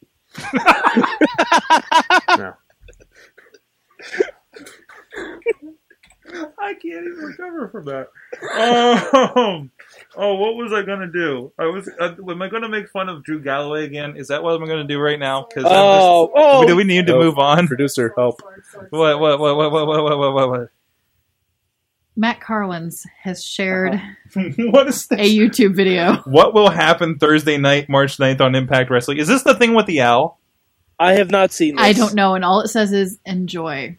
No.
*laughs* I can't even recover from that. Um, oh, what was I gonna do? I was. Uh, am I gonna make fun of Drew Galloway again? Is that what I'm gonna do right now? 'Cause I'm just-
oh, oh,
do we need to
Nope.
move *laughs* on?
Producer, help.
What? What? What? What? What? What? What? What? What?
Matt Carlins has shared
what is
a
this?
YouTube *laughs* video.
What will happen Thursday night, March 9th on Impact Wrestling? Is this the thing with the owl?
I have not seen this.
I don't know, and all it says is enjoy.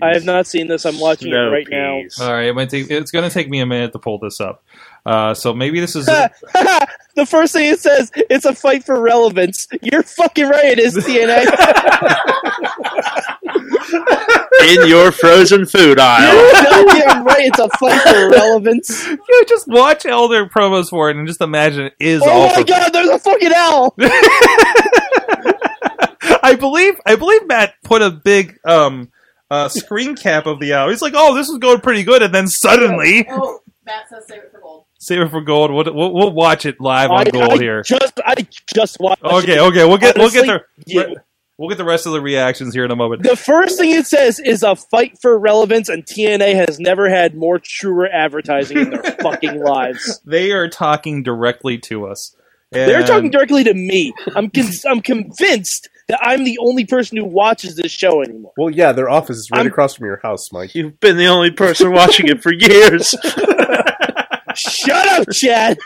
I have not seen this. I'm watching
Snow
it right now.
peas.
All right, it might take, it's going to take me a minute to pull this up. Uh, so maybe
*laughs*
this is.
the first thing it says, it's a fight for relevance. You're fucking right, it is
*laughs*
TNA.
In your frozen
*laughs*
food aisle.
*laughs*
Goddamn right, it's a fight for relevance.
you just watch Elder promos for it and just imagine it is all.
Oh my
for-
god, there's a fucking owl!
*laughs* I believe I believe Matt put a big um, uh, screen cap of the owl. He's like, "Oh, this is going pretty good," and then suddenly,
Oh, Matt says save it for gold.
save it for gold. We'll, we'll, we'll watch it live on
I,
gold
I
here.
just, I just watched
Okay,
it.
okay, we'll get we'll
Honestly,
get the
yeah.
we'll get the rest of the reactions here in a moment.
The first thing it says is a fight for relevance, and TNA has never had more truer advertising
*laughs*
in their fucking lives.
They are talking directly to us. And
They're talking directly to me. I'm, con- I'm convinced that I'm the only person who watches this show anymore.
Well, yeah, their office is right
I'm-
across from your house, Mike.
You've been the only person watching it for years.
Shut up, Chad!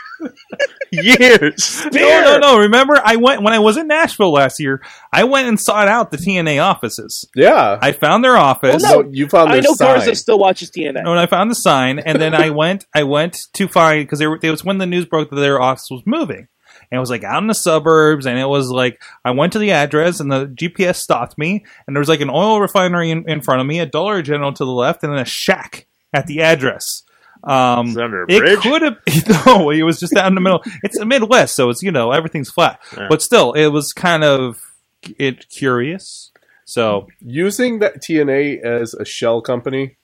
years.
Beer!
No, no, no. Remember, I went when I was in Nashville last year. I went and sought out the TNA offices.
Yeah.
I found their office.
Well, no.
So you found
I
their
know
sign.
Garza still watches TNA.
and I found the sign, and then I went. I went to find because it was when the news broke that their office was moving, and it was like out in the suburbs. And it was like I went to the address, and the GPS stopped me, and there was like an oil refinery in, in front of me, a Dollar General to the left, and then a shack at the address. Um,
It's under a
it
bridge?
could have *laughs* no. It was just out in the middle. It's the Midwest, so it's you know everything's flat.
Yeah.
But still, it was kind of it curious. So
Using that TNA as a shell company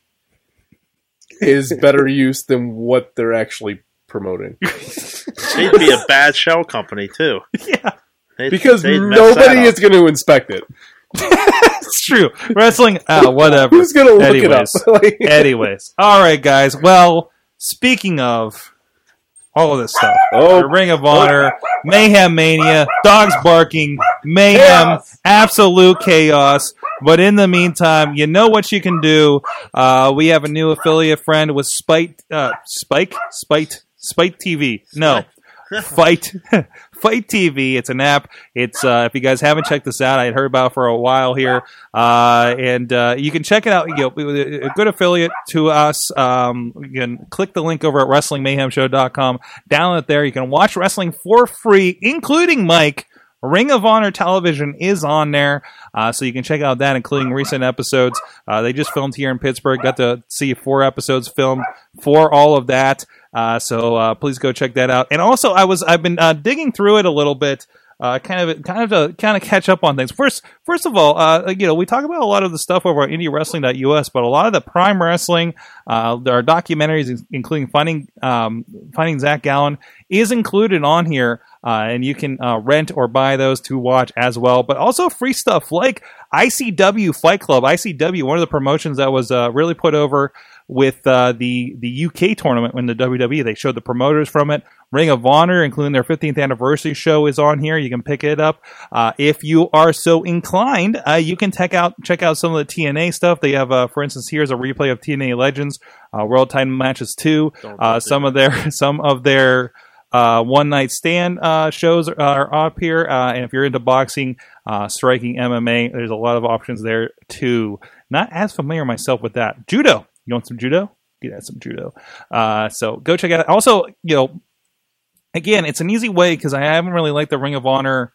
is
*laughs*
better use than what they're actually promoting.
They'd be
*laughs*
a bad shell company too.
yeah,
They'd-
Because
they'd mess that
nobody
up.
is going to inspect it.
it's true. Wrestling,
*laughs*
uh, whatever.
Who's going to look
Anyways.
it up? *laughs* Like-
Anyways, all right, guys. Well, speaking of all of this stuff, the
oh,
Ring of Honor, Mayhem Mania, dogs barking, mayhem, absolute chaos. But in the meantime, you know what you can do. Uh, we have a new affiliate friend with Spite, uh, Spike, Spite, Spite TV. No, Fight, *laughs* Fight TV. It's an app. It's uh, if you guys haven't checked this out, I had heard about it for a while here, uh, and uh, you can check it out. You know, a good affiliate to us. Um, you can click the link over at WrestlingMayhemShow.com. Download it there. You can watch wrestling for free, including Mike. Ring of Honor Television is on there, uh, so you can check out that, including recent episodes. Uh, they just filmed here in Pittsburgh. Got to see four episodes filmed for all of that. Uh, so uh, please go check that out. And also, I was I've been uh, digging through it a little bit, uh, kind of kind of to kind of catch up on things. First, first of all, uh, you know we talk about a lot of the stuff over at IndieWrestling.us, but a lot of the Prime Wrestling, uh, there are documentaries, including finding um, finding Zach Gallen, is included on here. Uh, and you can uh, rent or buy those to watch as well, but also free stuff like ICW Fight Club. ICW, one of the promotions that was uh, really put over with uh, the the UK tournament in the WWE. They showed the promoters from it. Ring of Honor, including their 15th anniversary show, is on here. You can pick it up uh, if you are so inclined. Uh, you can check out check out some of the TNA stuff. They have, uh, for instance, here's a replay of TNA Legends uh, World Title Matches Two. Uh, some of their *laughs* some of their uh, one night stand uh, shows are, are up here, uh, and if you're into boxing, uh, striking, MMA, there's a lot of options there too. Not as familiar myself with that. Judo, you want some judo? Get at some judo. Uh, so go check out. Also, you know, again, it's an easy way because I haven't really liked the Ring of Honor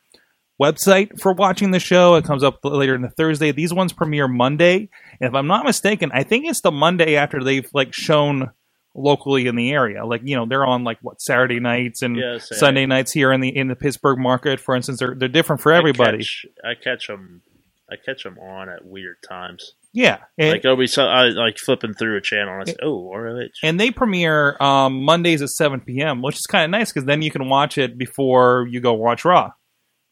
website for watching the show. It comes up later in the Thursday. These ones premiere Monday, and if I'm not mistaken, I think it's the Monday after they've like shown locally in the area. Like you know, they're on like what Saturday nights and
Yeah, Saturday.
Sunday nights here in the in the Pittsburgh market. For instance, they're they're different for
I
everybody.
catch, I catch 'em- I catch 'em on at weird times.
Yeah, and,
like I'll be so, I, like flipping through a channel and I say, "Oh, ROH."
and uh, they premiere um, Mondays at seven p.m., which is kind of nice because then you can watch it before you go watch Raw.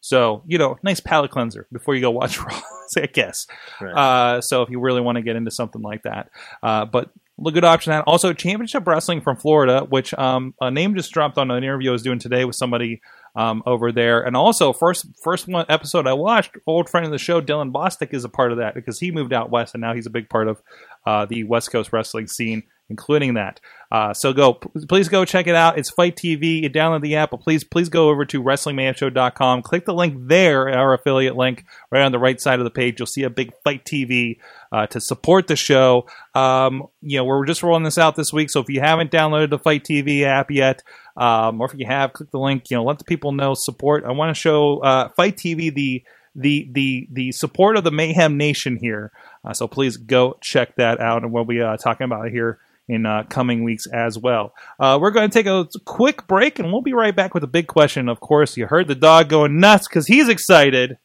So you know, nice palate cleanser before you go watch *laughs* Raw. I guess.
Right.
Uh, so if you really want to get into something like that, uh, but a good option. That also Championship Wrestling from Florida, which um, a name just dropped on an interview I was doing today with somebody um, over there, and also first first one episode I watched, old friend of the show Dylan Bostic is a part of that because he moved out west and now he's a big part of uh, the West Coast wrestling scene. Including that, uh, so go. p- Please go check it out. It's Fight TV. You download the app, but please, please go over to WrestlingMayhemShow.com. Click the link there, our affiliate link, right on the right side of the page. You'll see a big Fight TV uh, to support the show. Um, you know, we're just rolling this out this week, so if you haven't downloaded the Fight TV app yet, um, or if you have, click the link. You know, let the people know support. I want to show uh, Fight TV the the the the support of the Mayhem Nation here. Uh, so please go check that out, and we'll be uh, talking about it here in uh, coming weeks as well. Uh, we're going to take a quick break, and we'll be right back with a big question. Of course, you heard the dog going nuts because he's excited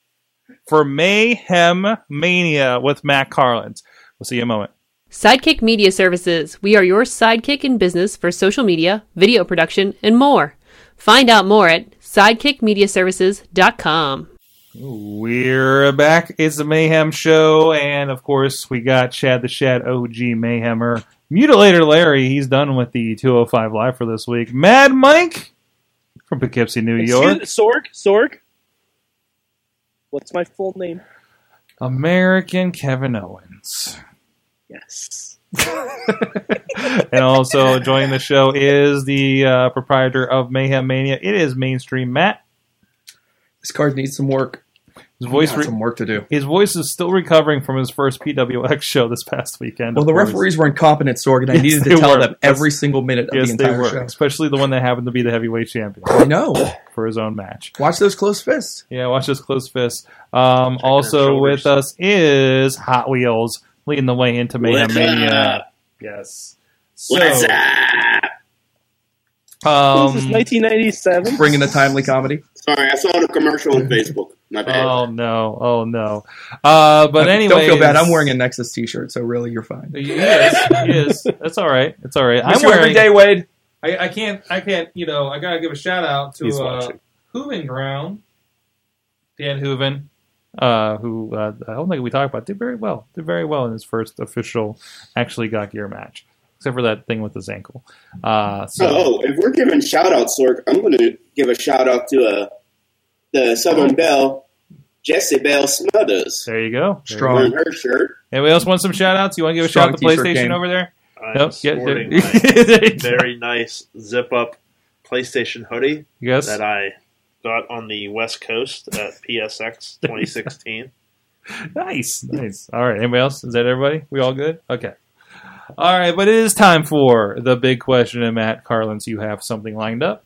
for Mayhem Mania with Matt Carlins. We'll see you in a moment.
Sidekick Media Services. We are your sidekick in business for social media, video production, and more. Find out more at sidekickmediaservices.com.
We're back. It's the Mayhem Show, and of course, we got Chad the Shad, OG Mayhemmer, Mutilator Larry. He's done with the 205 Live for this week. Mad Mike from Poughkeepsie, New York.
Excuse- Sorg? Sorg? What's my full name?
American Kevin Owens.
Yes.
and also joining the show is the uh, proprietor of Mayhem Mania. It is Mainstream Matt.
This card needs some work.
His voice,
Got
re-
some work to do.
his voice is still recovering from his first PWX show this past weekend.
Well,
of
the
course.
referees were incompetent, Sorg, and I
Yes,
needed
they
to tell
were.
them every single minute of
Yes,
the
they
entire
were,
show.
especially the one that happened to be the heavyweight champion
I know.
for his own match.
Watch those close fists.
Yeah, watch this close fist. Um,
their
also
shoulders.
with us is Hot Wheels leading the way into Mayhem
What's
Mania.
up?
*laughs* Yes.
What's
So,
Ah,
What is this,
um,
1997?
Bringing the timely comedy.
sorry, I saw the commercial on Facebook. My bad.
oh no, oh no. Uh, but anyway,
don't feel bad. I'm wearing a Nexus T-shirt, so really, you're fine.
Yes, yes, that's all right. That's all right. I'm
Miss you
wearing.
every day, Wade.
I, I can't. I can't. You know, I gotta give a shout out to
He's
uh,
watching.
Hooven Ground, Dan Hooven, uh, who uh, I don't think we talked about. Did very well. Did very well in his first official, actually got gear match, except for that thing with his ankle. Uh, so.
Oh, if we're giving shout outs, Sork, I'm going to give a shout out to uh, the Southern Belle, Jessie Belle Smothers.
There you go. There you go.
Strong.
Wearing her shirt.
Anybody else want some shout outs? You want to give a
Strong
shout out to
t-shirt
PlayStation
game.
over there?
I'm
Nope. Yeah, *laughs*
sporting
there-
my
there you go.
very nice zip up
*laughs*
PlayStation hoodie
Yes.
that I got on the West Coast
*laughs*
at PSX 2016.
Nice, nice. All right. Anybody else? Is that everybody? We all good? Okay. All right, but it is time for the big question. And Matt Carlins, you have something lined up.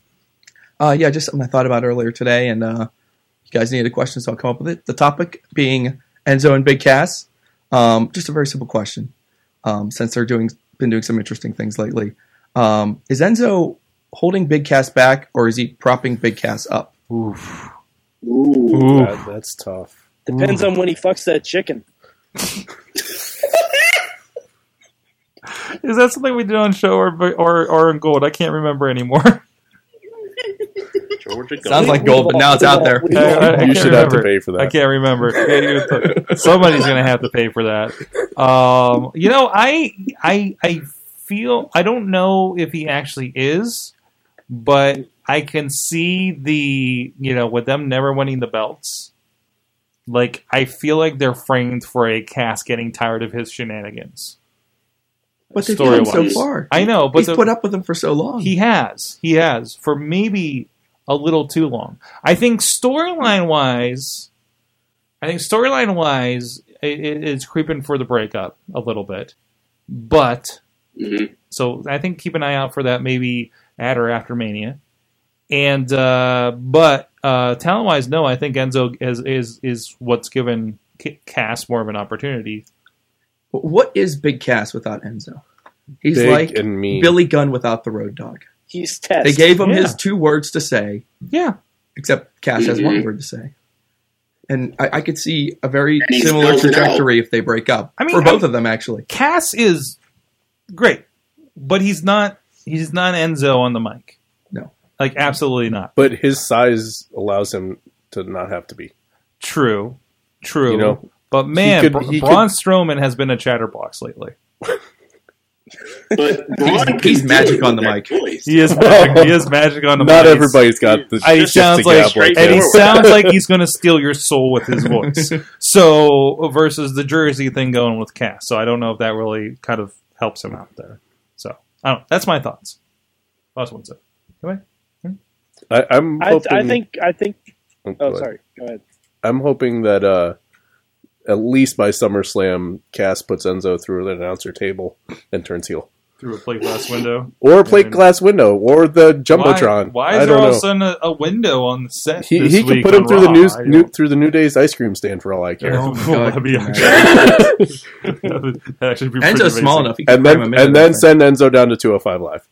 Uh, yeah, just something I thought about earlier today, and uh, you guys needed a question, so I'll come up with it. The topic being Enzo and Big Cass. Um, just a very simple question, um, since they're doing been doing some interesting things lately. Um, is Enzo holding Big Cass back, or is he propping Big Cass up?
Ooh.
That, that's tough.
Depends on when he fucks that chicken.
Is that something we did on show or or or in gold? I can't remember anymore. *laughs*
Georgia
Sounds
Gold.
like gold, but now it's out there.
*laughs* I- I- I
You
can't
should have to
remember.
pay for that.
I can't remember. *laughs* Yeah, you- Somebody's gonna have to pay for that. Um, you know, I I I feel I don't know if he actually is, but I can see the you know with them never winning the belts. Like I feel like they're framed for a cast getting tired of his shenanigans.
But they've gone so
Story-wise.
far.
I know, but
He's
the-
put up with them for so long.
he has. He has for maybe a little too long. I think storyline wise, I think storyline wise, it, it- it's creeping for the breakup a little bit. But
Mhm.
so I think keep an eye out for that maybe at or after Mania. And uh, but uh, talent wise, no, I think Enzo is is is what's given K- Cass more of an opportunity.
what is Big Cass without Enzo? He's
Big
like
and mean.
Billy Gunn without the road dog.
He's test.
They gave him
Yeah.
his two words to say,
Yeah.
except Cass has one
Mhm.
word to say. And I, I could see a very
And he's
similar
built it out.
trajectory if they break up.
I mean,
for
I-
both of them, actually.
Cass is great, but he's not. He's not Enzo on the mic.
No.
Like absolutely not.
But his size allows him to not have to be.
True. True.
You know,
but man,
could-
Br-
he
Braun Strowman has been a chatterbox lately.
But
He's-
Braun
he's
can
magic
do
on the
that
mic.
voice.
He
*laughs*
is magic. he is magic on the
Not
mic.
everybody's got the
I- he
shit
sounds
to
like-
gab
straight
that.
and he
*laughs*
Forward.
sounds like he's going to steal your soul with his voice. so versus the Jersey thing going with Cass. So I don't know if that really kind of helps him out there. So I don't. That's my thoughts. Last one, so.
I, I'm
I,
hoping,
I think. I think.
oh, go
Oh,
ahead.
sorry. Go ahead.
I'm hoping that uh, at least by SummerSlam, Cass puts Enzo through an announcer table and turns heel,
Through a plate glass
*laughs*
window.
or a plate
And-
glass window, or the jumbotron.
Why, why
I
is there
don't
all of
know.
a sudden a, a window on the set?
he,
this
he could
week
put him
on
through the
Raw?
news
I don't-
new, through the New Day's ice cream stand for all I care.
Oh,
Oh
*laughs*
my God.
that'd be actually- that'd actually be pretty
Enzo's small
amazing.
enough. He could
And
cram
then
him into
and
that
then
thing.
send Enzo down to 205 Live.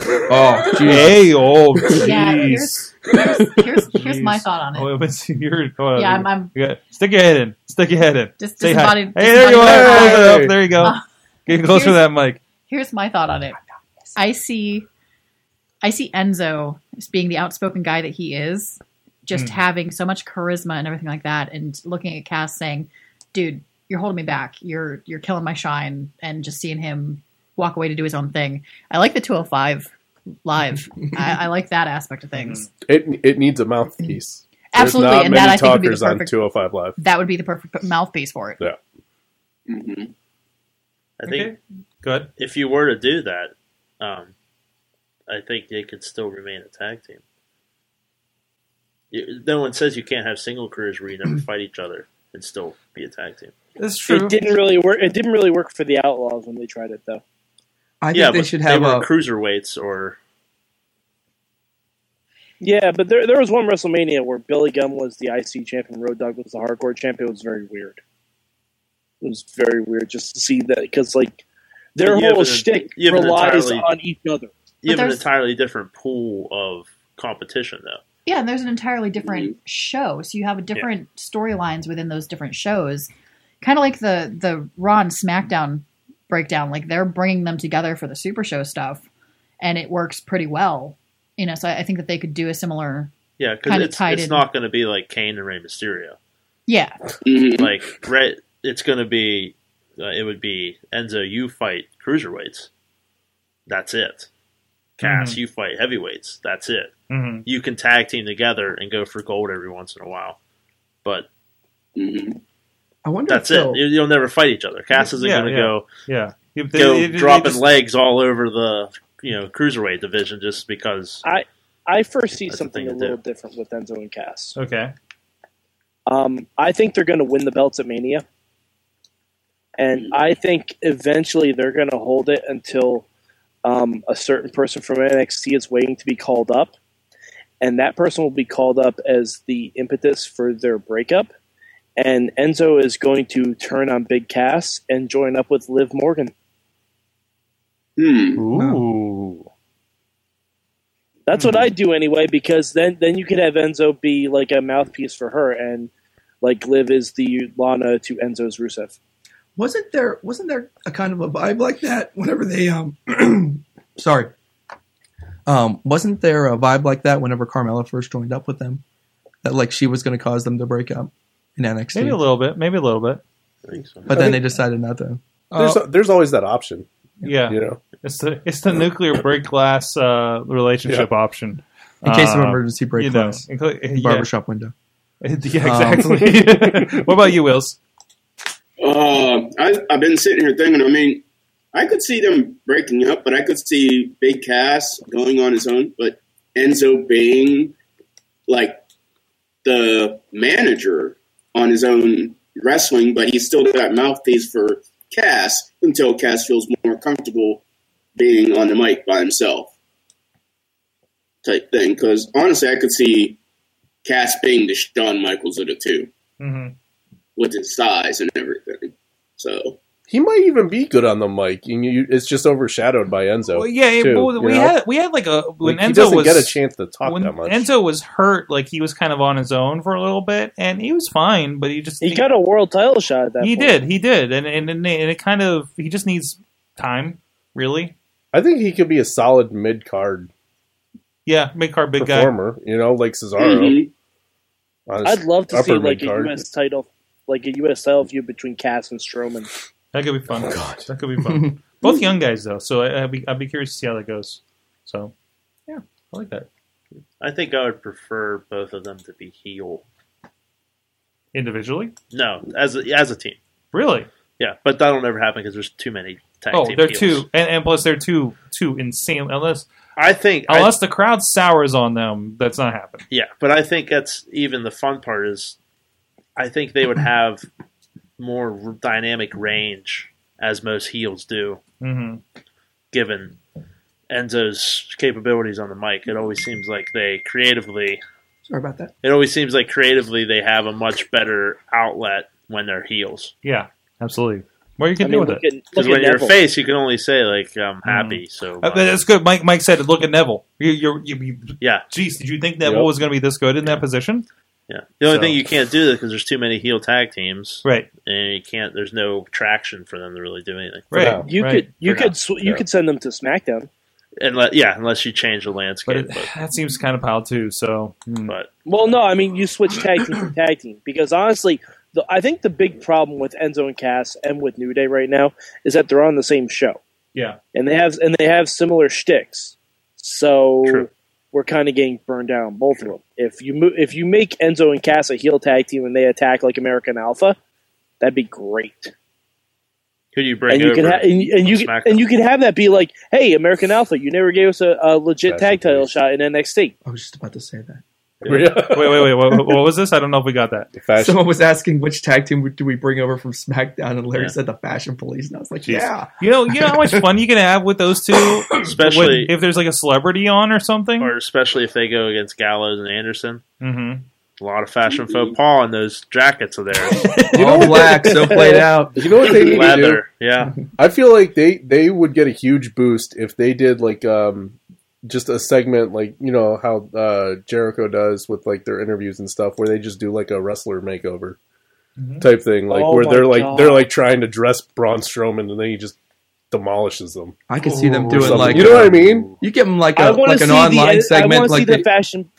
Oh, geez.
Hey, oh,
*laughs* Yeah,
jeez.
here's- Here's, here's, here's my
Jeez.
thought on it.
Oh, it's- you're, hold on.
Yeah, I'm, I'm
You got- stick your head in. Stick your head in.
just
Say hi.
disembodied.
Hey, there you
disembodied
are.
voice.
Close it up. There you go.
Uh,
Getting closer to that mic.
here's my thought on it. I see, I see Enzo as being the outspoken guy that he is, just
Hmm.
having so much charisma and everything like that, and looking at Cass saying, "Dude, you're holding me back. You're you're killing my shine," and just seeing him walk away to do his own thing. I like the 205
*laughs*
live. I, I like that aspect of things.
Hmm.
It it needs a mouthpiece.
Absolutely,
There's not
and
many
that I think would be the
talkers on
perfect.
205 Live.
that would be the perfect mouthpiece for it.
Mhm.
I think
Go ahead.
if you were to do that, um, I think they could still remain a tag team. You, no one says you can't have single careers where you
Hmm.
never fight each other and still be a tag team.
That's true.
It didn't really work. It didn't really work for the Outlaws when they tried it, though.
I think
yeah,
they
but
should have
they were
a.
cruiserweights or
Yeah, but there there was one WrestleMania where Billy Gunn was the IC champion, Road Dogg was the Hardcore champion. It was very weird. It was very weird just to see that because like their
You have
whole
an-
shtick
you have an
relies
entirely-
on each other.
you
But
have an
there's-
entirely different pool of competition though.
Yeah, and there's an entirely different
Mm-hmm.
show, so you have a different storylines within those different shows. Kind of like the the Raw and SmackDown breakdown, like they're bringing them together for the Super Show stuff, and it works pretty well. You know, so I I think that they could do a similar.
Yeah, because
Kinda
it's,
tied
it's
in.
not going to be like Kane and Rey Mysterio.
Yeah,
Mhm.
Like, Rey, it's going to be, uh, it would be Enzo, you fight cruiserweights. That's it. Cass,
Mm-hmm.
you fight heavyweights. That's it.
Mhm.
You can tag team together and go for gold every once in a while. But
Mhm.
I wonder
that's
if they'll-
it. You, you'll never fight each other. Cass isn't
Yeah,
going to
yeah.
go,
Yeah. If they-
go
they- they
dropping
just-
legs all over the, you know, cruiserweight division just because.
I foresee
That's the
something
thing
a
to
little
do.
different with Enzo and Cass.
Okay.
Um, I think they're going to win the belts at Mania, and I think eventually they're going to hold it until um, a certain person from NXT is waiting to be called up, and that person will be called up as the impetus for their breakup. And Enzo is going to turn on Big Cass and join up with Liv Morgan.
Hmm.
Ooh.
That's what
Hmm.
I do anyway, because then then you could have Enzo be like a mouthpiece for her, and like Liv is the Lana to Enzo's Rusev.
wasn't there wasn't there a kind of a vibe like that whenever they um *clears throat* sorry um wasn't there a vibe like that whenever Carmella first joined up with them that like she was going to cause them to break up in NXT
Maybe a little bit. Maybe a little bit.
I think so.
but then they decided not to
There's
Uh,
there's always that option,
yeah.
you know.
It's the it's the nuclear break glass uh, relationship option.
in case
Uh,
of emergency break
you know,
glass
inclu- *laughs* yeah.
barbershop Um, window
Yeah,
*laughs*
exactly. *laughs* what about you, Wills?
Uh, I, I've been sitting here thinking. I mean, I could see them breaking up, but I could see Big Cass going on his own, but Enzo being like the manager on his own wrestling, but he's still got mouthpiece for Cass until Cass feels more comfortable being on the mic by himself type thing. Because honestly, I could see Cass being the Shawn Michaels of the two
Mm-hmm.
*laughs*
with his size and everything. So
He might even be good on the mic. and you, it's just overshadowed by Enzo.
Well, yeah,
too,
but
you
we
know?
had we had like a when
Like, he
Enzo
doesn't
was
get a chance to talk
when
that much.
Enzo was hurt, like he was kind of on his own for a little bit, and he was fine, but he just
He got a world title shot at that.
he
point.
did he did, and and and it kind of he just needs time, really.
I think he could be a solid mid card
Yeah, make our big guy.
performer. You know, like Cesaro.
Mhm.
Honest-
I'd love to
upper
see like
mid-card.
a U.S. title, like a U.S. title feud between Cass and Strowman.
That could be fun.
Oh,
That could be
*laughs*
fun. Both young guys though, so I, I'd be I'd be curious to see how that goes. So yeah, I like that
I think I would prefer both of them to be heel.
individually.
No, as a, as a team.
Really?
Yeah, but that'll never happen because there's too many tag
Oh,
team
they're
heels.
two, and, and plus they're two two insane. Unless
I think. I-
unless the crowd sours on them, that's not happening.
yeah, but I think that's even the fun part is I think they would have more r- dynamic range as most heels do,
hmm
given Enzo's capabilities on the mic. It always seems like they creatively.
Sorry about that.
It always seems like creatively they have a much better outlet when they're heels.
Yeah, absolutely. What you
I
can do
mean,
with
look
it?
at, look
Because
at
when you're a
Neville.
face, you can only say like
Mm.
"I'm happy." So
Uh,
uh,
but that's good. Mike Mike said, "Look at Neville. You, you're, you, you,
yeah,
geez, did you think Neville
Yep.
was going to be this good in that position?
yeah. The only
So-
thing you can't do that because there's too many heel tag teams,
Right,
and you can't. There's no traction for them to really do anything.
right.
now.
You
right.
could you
For now.
could sw- you
Yeah.
could send them to SmackDown.
Unless, yeah, unless you change the
but
landscape.
it,
But,
that seems kind of piled too. So hmm.
but
Well, no, I mean you switch tag team to tag team because honestly, the, I think the big problem with Enzo and Cass and with New Day right now is that they're on the same show
yeah,
and they have and they have similar shticks. So
True.
we're kind of getting burned down both of them. If you mo- if you make Enzo and Cass a heel tag team and they attack like American Alpha, that'd be great.
who do you bring
and you
over?
can ha- and, and you can,
SmackDown.
and you can have that be like, hey, American Alpha, you never gave us a, a legit
That's
tag title
amazing.
shot in NXT.
I was just about to say that.
*laughs*
wait, wait, wait. What, what was this? I don't know if we got that. *laughs*
Fashion.
Someone was asking which tag team do we bring over from SmackDown, and Larry
Yeah.
said the Fashion Police, and I was like,
Jeez.
yeah.
You know, you know how much fun you can have with those two,
Especially-
when- if there's like a celebrity on or something.
or especially if they go against Gallows and Anderson.
hmm
A lot of fashion faux pas in those jackets
*laughs*
of theirs.
All black, so played out.
You know what they need to do?
Leather. Yeah.
I feel like they they would get a huge boost if they did like um just a segment like you know how uh Jericho does with like their interviews and stuff where they just do like a wrestler makeover
Mhm.
type thing like
Oh
where
my
they're like
God.
they're like trying to dress Braun Strowman and then he just demolishes them.
I could see them
or
doing
something.
like
you know what I mean?
You give them like
I
a
want
like
to
an
see
online
the, I
segment,
want to see
like
the
they-
fashion.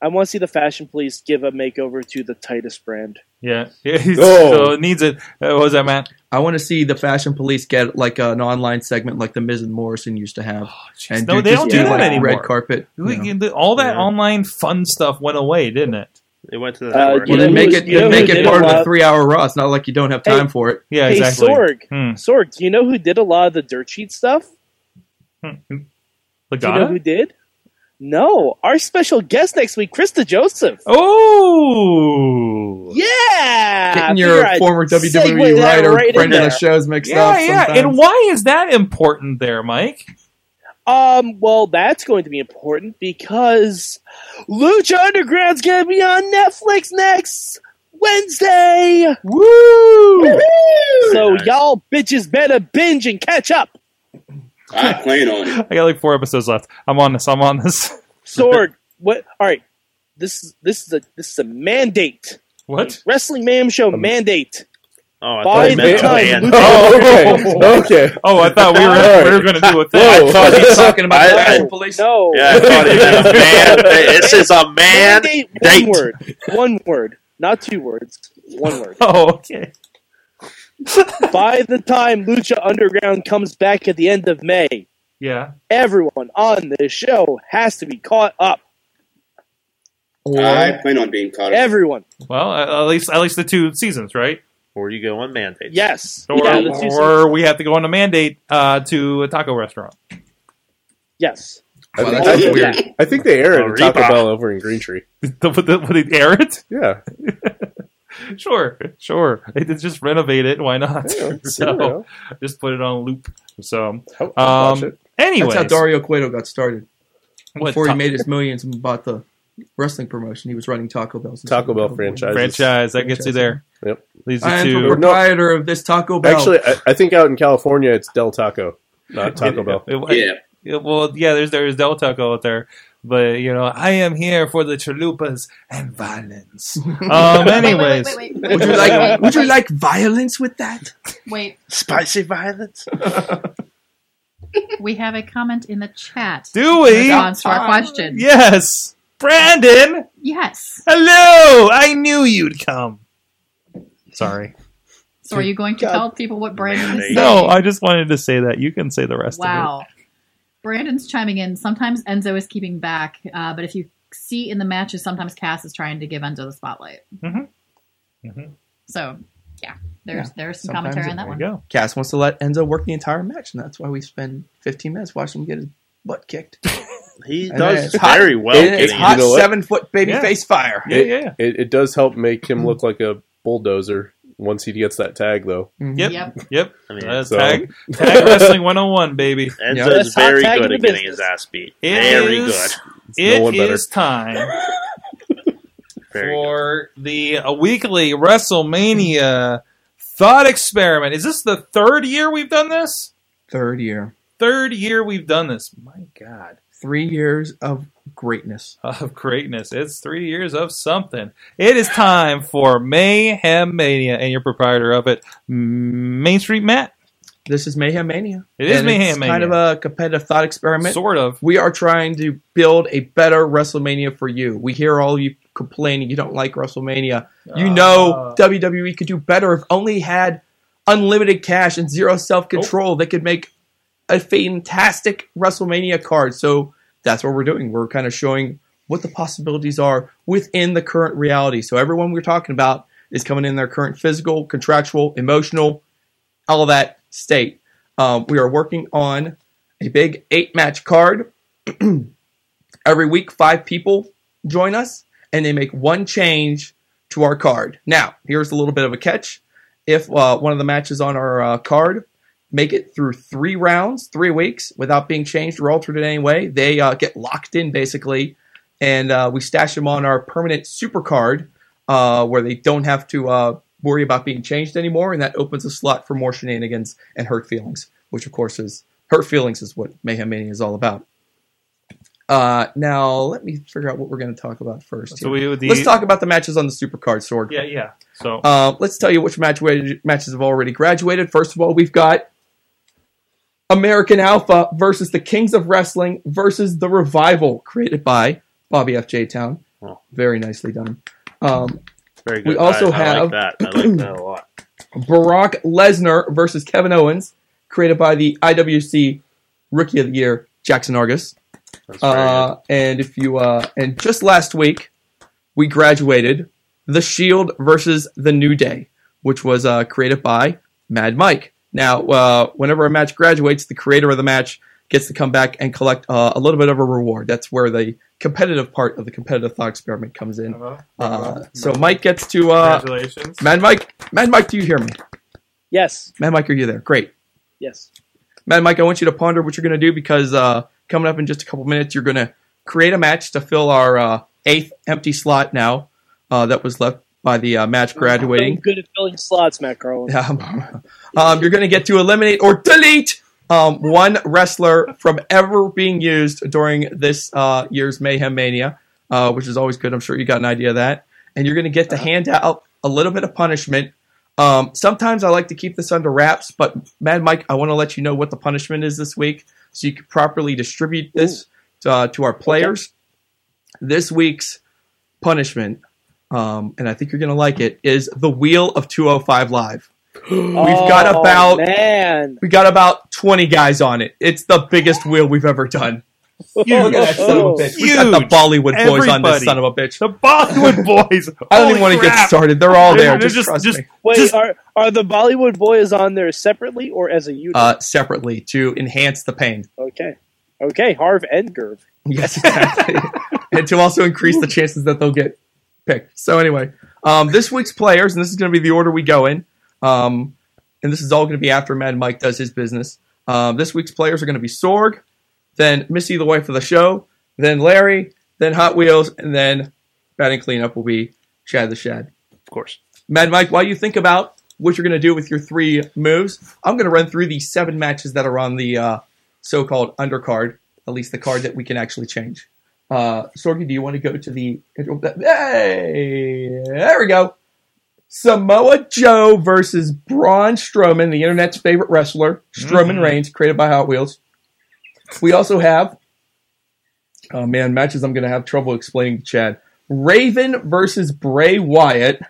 I want to see the fashion police give a makeover to the Titus brand.
Yeah, *laughs* yeah. he's-
Oh.
So it needs it. Uh, what was that, Matt?
I want to see the Fashion Police get like an online segment, like the Miz and Morrison used to have, and
Oh, no,
do-
they
just
don't
do
do that
like
anymore.
red carpet. you
We-
know.
you- All that
Yeah.
online fun stuff went away, didn't it?
They went to the
Uh,
network.
you
Well, then
know
make
who's-
it
you know
make
who
it
did
part
a
of the
lot-
three hour Raw. It's not like you don't have time
Hey.
for it.
Yeah,
hey,
exactly.
Sorg,
Hmm.
Sorg, do you know who did a lot of the dirt sheet stuff? Do you know
Lagana?
who did? No, our special guest next week, Krista Joseph.
Oh,
Yeah,
Getting
Figure
your
I'd
former
segue
WWE
that
writer
right in
friend of the
there.
shows mixed
yeah,
up.
yeah.
sometimes.
And why is that important there, Mike?
Um, well, that's going to be important because Lucha Underground's going to be on Netflix next Wednesday.
*laughs* Woo!
So
nice.
y'all bitches better binge and catch up.
I plan on it.
I got like four episodes left. I'm on this. I'm on this. *laughs*
*laughs*
Sword, what? All right, this is this is a this is a mandate.
What?
Wrestling Mayhem Show mandate.
Oh, Um, I thought
By
you
the
meant
time
*laughs* man.
Lucha
Oh, okay. Okay.
Oh, I thought we were we were going to do a thing.
Whoa.
thought
He's talking about the
I-
Fashion Police.
No,
Yeah, I thought you meant a man.
*laughs*
This is a man.
mandate. One
date.
word. One word. Not two words. One word.
Oh, okay.
By the time Lucha Underground comes back at the end of May,
Yeah.
everyone on this show has to be caught up.
I plan on being caught up.
Everyone.
Well, uh, at least at least the two seasons, right?
Or you go on mandate.
Yes.
Or,
Yeah, the two
or we have to go on a mandate uh, to a taco restaurant. *laughs*
Yes.
I
Wow,
think,
that's
I,
weird.
I think they air it at Taco
Arriba.
Bell over in Green Tree.
Would the, would they air it?
*laughs*
Yeah.
Sure, sure. They could just renovate it. Why not? *laughs*
Yeah,
so
you know.
just put it on loop. So
I'll- I'll watch
um,
it.
anyway,
That's how Dario Cueto got started. Before he made his millions and bought the wrestling promotion. He was running Taco Bell's
Taco
Oh,
Bell franchise.
Franchise that gets you there.
Yep.
Leads
I am
you
the
to.
proprietor of this Taco Bell.
Actually, I, I think out in California it's Del Taco, not Taco Bell.
It-
Yeah.
Yeah, well, yeah, there's there's Del Taco out there, but you know, I am here for the chalupas and violence. Um, anyways,
Wait, wait, wait, wait,
would you like would you like violence with that?
wait,
Spicy violence.
wait, we have a comment in the chat.
do
in
we?
response
Ah,
to our question.
Yes, Brandon.
Yes.
Hello, I knew you'd come. Sorry.
So are you going to tell people what Brandon is?
No, I just wanted to say that. You can say the rest of
Wow. Brandon's chiming in. Sometimes Enzo is keeping back, uh, but if you see in the matches, sometimes Cass is trying to give Enzo the spotlight.
Mhm. Mhm.
So, yeah, there's
Yeah,
there's some
sometimes
commentary
it-
on
it.
that
There
one.
you go.
Cass wants to let Enzo work the entire match, and that's why we spend 15 minutes watching him get his butt kicked.
He
And
does
it's hot.
very well.
It-
getting
Oh, it's
it.
hot
You know what?
seven foot baby
Yeah.
face fire.
Yeah, yeah, yeah.
It, it does help make
Mm-hmm.
him look like a bulldozer once he gets that tag, though.
Mhm.
Yep,
Yep.
yep.
I mean,
That's
So-
tag, tag wrestling 101, baby.
Yeah.
Enzo's
Best hot
very
tag
good
in
at
the
getting his
business.
ass beat.
It
very
is-
good.
It
No one better.
is time
Very good.
for the uh, weekly WrestleMania thought experiment. Is this the third year we've done this?
Third year,
Third year we've done this. My God.
three years of greatness.
Of greatness. It's three years of something. It is time for Mayhem Mania and your proprietor of it, Main Street Matt.
This is Mayhem Mania.
It is
And
Mayhem
it's Kind of
Mania.
a competitive thought experiment.
Sort of.
we are trying to build a better WrestleMania for you. We hear all of you complaining you don't like WrestleMania. You know
Uh.
WWE could do better if only had unlimited cash and zero self control. They could make a fantastic WrestleMania card. So that's what we're doing. We're kind of showing what the possibilities are within the current reality. So everyone we're talking about is coming in their current physical, contractual, emotional, all of that state. Um, we are working on a big eight match card. Every week, five people join us and they make one change to our card. Now, here's a little bit of a catch. If uh, one of the matches on our uh, card make it through three rounds, three weeks, without being changed or altered in any way, they uh, get locked in basically. And uh, we stash them on our permanent super card uh, where they don't have to uh, worry about being changed anymore. And that opens a slot for more shenanigans and hurt feelings, which, of course, is hurt feelings is what Mayhem Mania is all about. Uh, now, let me figure out what we're going to talk about first.
So
here.
we, the,
Let's talk about the matches on the supercard sword.
Yeah, yeah. So
Uh, let's tell you which match matches have already graduated. First of all, we've got American Alpha versus the Kings of Wrestling versus the Revival, created by Bobby F. J. Town.
Wow.
Very nicely done. Um,
Very good.
we also
I,
have-
I like that. I like that a lot.
Barack Lesnar versus Kevin Owens, created by the IWC Rookie of the Year Jackson
That's very
Argus. *clears throat* Uh, and if you uh, and just last week we graduated the Shield versus the New Day, which was uh, created by Mad Mike. Now, uh, whenever a match graduates, the creator of the match gets to come back and collect uh, a little bit of a reward. That's where the competitive part of the competitive thought experiment comes in. Uh, so Mike gets to uh,
Oh congratulations.
Mad Mike. Mad Mike, do you hear me?
Yes,
Mad Mike, are you there? Great.
yes.
Matt, Mike, I want you to ponder what you're going to do because uh, coming up in just a couple minutes, you're going to create a match to fill our uh, eighth empty slot now uh, that was left by the uh, match
So
graduating.
good at filling slots, Matt Carlin.
Um, um, you're going to get to eliminate or delete um, one wrestler from ever being used during this uh, year's Mayhem Mania, uh, which is always good. I'm sure you got an idea of that. And you're going to get to hand out a little bit of punishment. Um, sometimes I like to keep this under wraps, but Mad Mike, I want to let you know what the punishment is this week so you can properly distribute this uh, to our players. This week's punishment, um, and I think you're going to like it, is the Wheel of 205 Live. *gasps*
Oh,
got about-
man.
We got about 20 guys on it. It's the biggest wheel we've ever done. *laughs* Look at that son of a bitch. We got the
Oh, Huge.
Bollywood boys on this
Everybody.
son of a bitch.
The
*laughs*
Bollywood boys.
I don't
Holy
even want to get
crap.
started. They're all there.
They're
Just,
just-
trust
just-
me.
Wait,
Just-
are are the Bollywood boys on there separately or as a unit?
Uh, separately to enhance the pain.
okay, okay. Harv and Gerv.
Yes, exactly. *laughs* and to also increase the chances that they'll get picked. So anyway, um, this week's players, and this is going to be the order we go in, um, and this is all going to be after Mad Mike does his business. Um, this week's players are going to be Sorg, then Missy, the wife of the show, then Larry, then Hot Wheels, and then batting cleanup will be Chad the Shad.
of course.
Mad Mike, while you think about what you're going to do with your three moves, I'm going to run through the seven matches that are on the uh, so-called undercard, at least the card that we can actually change. Uh, Sorgi, do you want to go to the? Hey, there we go. Samoa Joe versus Braun Strowman, the internet's favorite wrestler, Strowman Reigns, created by Hot Wheels. We also have, oh man, matches I'm going to have trouble explaining to Chad. Raven versus Bray Wyatt,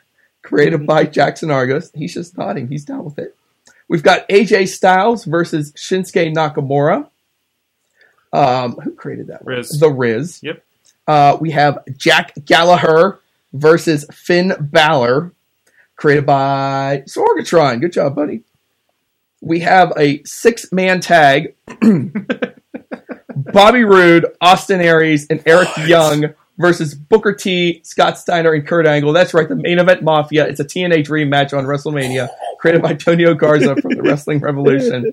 created by Jackson Argos. He's just nodding. He's down with it. We've got AJ Styles versus Shinsuke Nakamura. Um, who created that? one?
Riz.
The Riz.
Yep.
Uh, we have Jack Gallagher versus Finn Balor, created by Sorgatron. Good job, buddy. We have a six man tag Bobby Roode, Austin Aries, and Eric Young versus Booker T, Scott Steiner, and Kurt Angle. That's right, the main event Mafia. It's a TNA dream match on WrestleMania, created by Antonio Garza from the Wrestling *laughs* Revolution.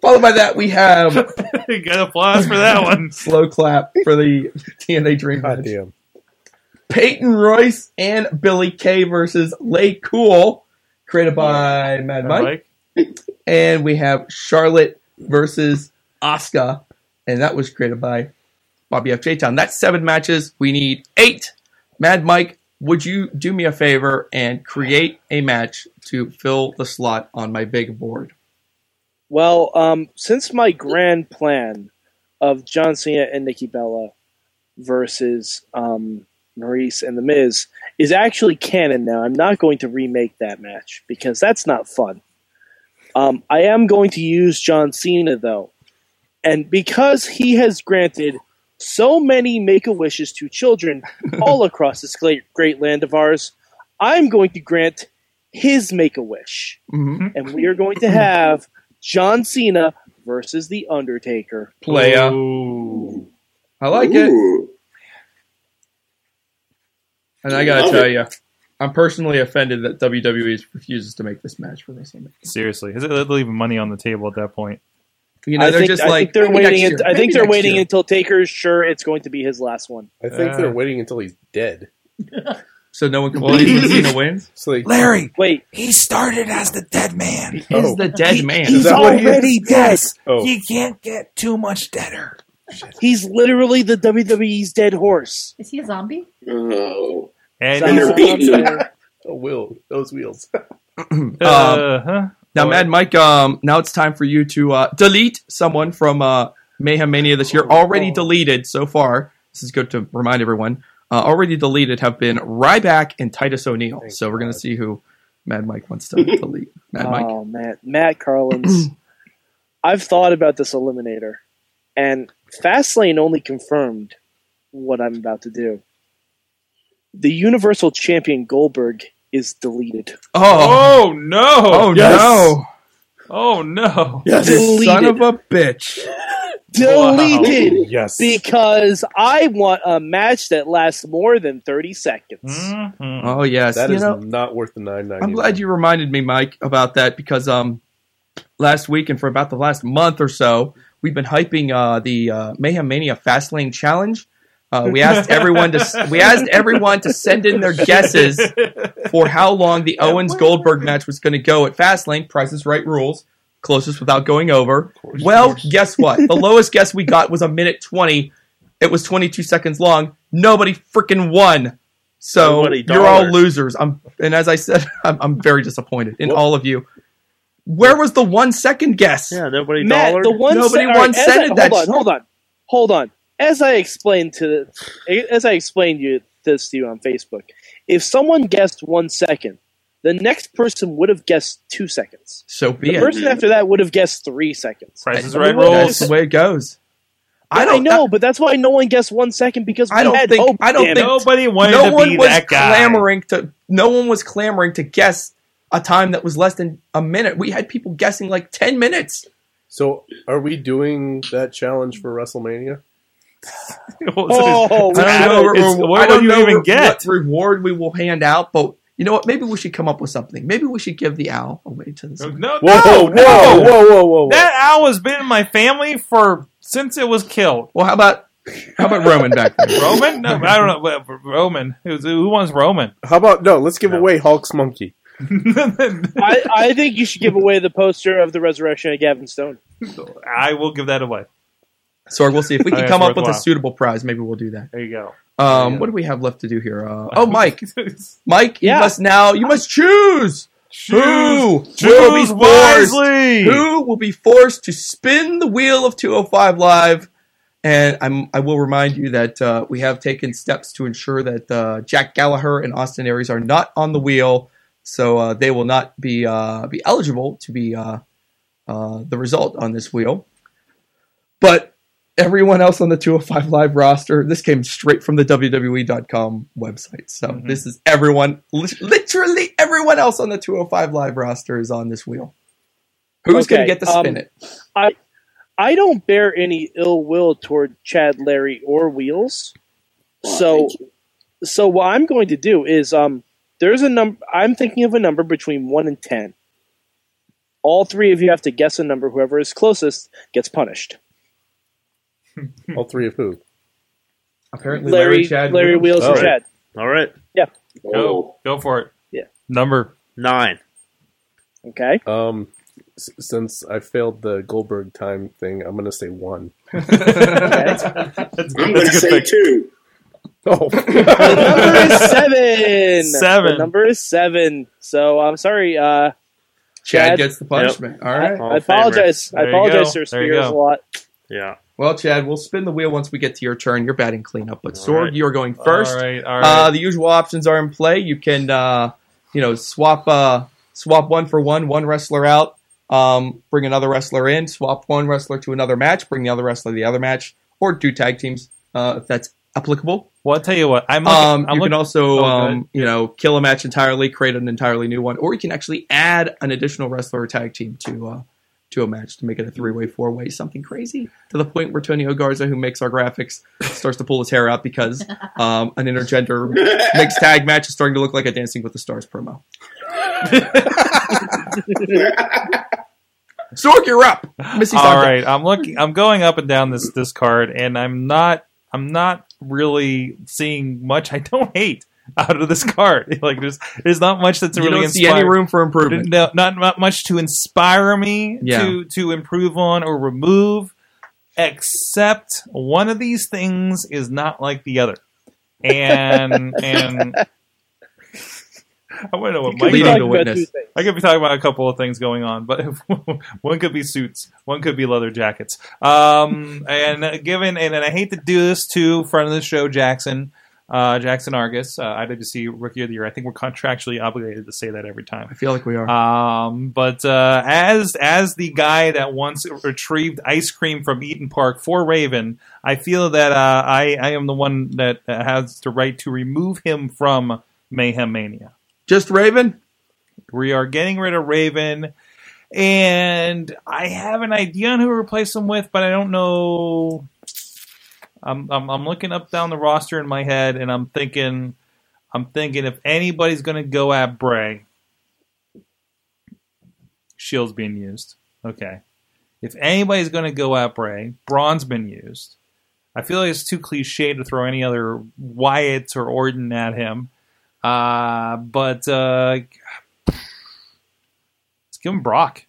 Followed by that, we have
*laughs* you got applause for that
*laughs*
one.
slow clap for the TNA Dream
God
Match.
damn.
Peyton Royce and Billy Kay versus Lay Cool, created by Mad Mike.
Mike.
And we have Charlotte versus Asuka, and that was created by Bobby F. J. Town. That's seven matches. We need eight. Mad Mike, would you do me a favor and create a match to fill the slot on my big board?
Well, um, since my grand plan of John Cena and Nikki Bella versus um, Maurice and The Miz is actually canon now, I'm not going to remake that match because that's not fun. Um, I am going to use John Cena, though. And because he has granted so many make a wishes to children all across this great, great land of ours, I'm going to grant his make a wish
Mm-hmm.
and we are going to have John Cena versus The Undertaker.
Playa.
Ooh.
I like it.
Ooh.
And I gotta
Love
tell
it.
you, I'm personally offended that WWE refuses to make this match for WrestleMania.
Seriously, they're leaving money on the table at that point.
You know,
I,
they're
think,
just
I think
like
they're
"Maybe
waiting.
next year,
in- I
maybe
think they're
next
waiting
year."
until Taker's sure it's going to be his last one.
I think
Uh.
they're waiting until he's dead.
so no one complains when
*laughs*
Cena wins.
It's like,
Larry,
Wait,
he started as the dead man.
He's
Oh.
the dead man.
*laughs*
Is
He's
that what he
already dead.
Oh.
He can't get too much deader.
he's literally the WWE's dead horse.
Is he a zombie?
Oh.
And
And they're
he's-
beating him.
oh, Will, those
*laughs*
wheels.
Um,
uh, huh?
now,
Or-
Mad Mike, um, now it's time for you to uh, delete someone from uh, Mayhem Mania this year.
Oh.
Already deleted so far. This is good to remind everyone. Uh, already deleted have been Ryback and Titus O'Neil.
Thank
So we're gonna
God.
see who Mad Mike wants to *laughs* delete.
*laughs*
Mad Mike,
Oh, Matt, Matt Carlins. *clears throat* I've thought about this eliminator, and Fastlane only confirmed what I'm about to do. The Universal Champion Goldberg is deleted.
oh,
Oh no!
oh,
yeah.
no,
Oh no!
Yes.
Deleted.
son of a bitch.
deleted.
Yes.
because I want a match that lasts more than 30 seconds.
Mhm.
Oh yes,
That
You
is
know-
not worth the nine ninety.
I'm glad you reminded me, Mike, about that because um, last week and for about the last month or so, we've been hyping uh, the uh, Mayhem Mania Fastlane Challenge. Uh, we asked everyone to we asked everyone to send in their guesses for how long the Owens Goldberg match was going to go at Fastlane. Price is Right rules, closest without going over. Well, guess what? The *laughs* lowest guess we got was a minute twenty. It was twenty two seconds long. Nobody freaking won. So
Nobody
you're all
dollars.
losers. I'm, and as I said, *laughs* I'm, I'm very disappointed in
Well-
all of you. Where was the one second guess?
Yeah, nobody
Matt,
dollar.
the one
Nobody
se- all
once
as
said
I-
it,
Hold
that's-
on, hold on, hold on. As I explained to as I explained you this to you on Facebook, if someone guessed one second, the next person would have guessed two seconds.
So
The
be it.
person after that would have guessed three seconds.
Price is
I-
right
That's
rules.
the way it goes.
Yeah,
I don't
know, but that's why no one guessed one second because we
I don't
had
think-
hope,
I don't
damn
think-
it.
Nobody wanted
No
to
one
be
was
that guy. *laughs*
clamoring to. No one was clamoring to guess a time that was less than a minute. We had people guessing like ten minutes.
So, are we doing that challenge for WrestleMania?
Oh, we
*laughs* I don't know.
should.
re-
It's-
re-
what
I don't
will you
know
even
re-
get?
what reward we will hand out, but you know what? Maybe we should come up with something. Maybe we should give the owl away to this.
No,
Whoa,
no,
Oh,
whoa,
no.
whoa, whoa, whoa, whoa!
That owl has been in my family for since it was killed.
Well, how about How about Roman back there?
Roman? No, I don't know. Well, Roman. Who's, who wants Roman? *laughs*
How about no? Let's give
No.
away Hulk's monkey.
I, I think you should give away the poster of the resurrection of Gavin Stone.
I will give that away.
Sorg, we'll
*laughs*
see if we can
That's
come up with a
worthwhile.
suitable prize. Maybe we'll do that.
There you go.
Um,
Yeah.
What do we have left to do here? Uh, oh, Mike,
*laughs* choose,
Mike,
Yeah.
you must now. You must choose who will be
choose
forced.
wisely.
Who will be forced to spin the wheel of 205 Live? And I'm, I will remind you that uh, we have taken steps to ensure that uh, Jack Gallagher and Austin Aries are not on the wheel, so uh, they will not be uh, be eligible to be uh, uh, the result on this wheel. But everyone else on the 205 Live roster, this came straight from the WWE.com website. So
Mhm.
this is everyone, lit- literally everyone else on the 205 Live roster is on this wheel. Who's going
Okay,
to get to spin
um,
it?
I don't bear any ill will toward Chad, Larry, or Wheels.
*laughs*
So, so what I'm going to do is, um, there's a number. I'm thinking of a number between one and ten. All three of you have to guess a number. Whoever is closest gets punished.
All three of who?
Apparently,
Larry, Larry, Wheels, and
All right.
Chad.
All right,
Go,
Oh,
go for it.
Yeah.
Number.
nine.
*laughs* Okay.
Um, s- since I failed the Goldberg time thing, I'm gonna say
*laughs*
one.
That's,
I'm going to say two. *laughs*
Oh, *laughs*
The number
*laughs*
is seven.
Seven.
The number is seven. So I'm sorry. Uh,
Chad
Chad.
gets the punishment. All right.
Hall
I
of Famer.
apologize. I
There you go.
apologize, sir.
There you
Spears
go.
a lot.
Yeah.
Well, Chad, we'll spin the wheel once we get to your turn. You're batting cleanup, but
All
Sorg,
right.
you are going first.
All right. All right.
Uh, the usual options are in play. You can, uh, you know, swap uh, swap one for one, one wrestler out, um, bring another wrestler in, swap one wrestler to another match, bring the other wrestler to the other match, or do tag teams uh, if that's applicable.
well, I'll tell you what. I'm looking.
Um,
I'm
you
looking
can also,
oh, go ahead.
um, you know, kill a match entirely, create an entirely new one, or you can actually add an additional wrestler or tag team to uh, to a match to make it a three way, four way, something crazy to the point where Tony Garza, who makes our graphics, starts to pull his hair
*laughs*
out because um, an intergender mixed tag match is starting to look like a Dancing with the Stars promo. Sork, you're up, Missy.
All right, I'm looking. I'm going up and down this this card, and I'm not. I'm not really seeing much. I don't hate out of this *laughs* card. Like there's there's not much that's
You
really
don't see
inspiring.
any room for improvement.
No, not not much to inspire me
Yeah.
to to improve on or remove, except one of these things is not like the other, and and I want to know what
Could
Mike.
be
thought.
Leading
talking
the
about
witness.
two things.
I could be talking about a couple of things going on, but *laughs* one could be suits, one could be leather jackets. Um, and uh, given, and, and I hate to do this to front of the show, Jackson, uh, Jackson Argus, uh, IWC Rookie of the Year. I think we're contractually obligated to say that every
I
time.
feel like we are.
Um, but uh, as as the guy that once retrieved ice cream from Eaton Park for Raven, I feel that uh, I I am the one that has the right to remove him from Mayhem Mania.
Just Raven.
We are getting rid of Raven, and I have an idea on who to replace him with, but I don't know. I'm, I'm I'm looking up down the roster in my head, and I'm thinking, I'm thinking if anybody's going to go at Bray, Shield's being used. Okay, if anybody's going to go at Bray, Braun's been used. I feel like it's too cliche to throw any other Wyatt or Orton at him. Uh, but uh, Let's give him Brock.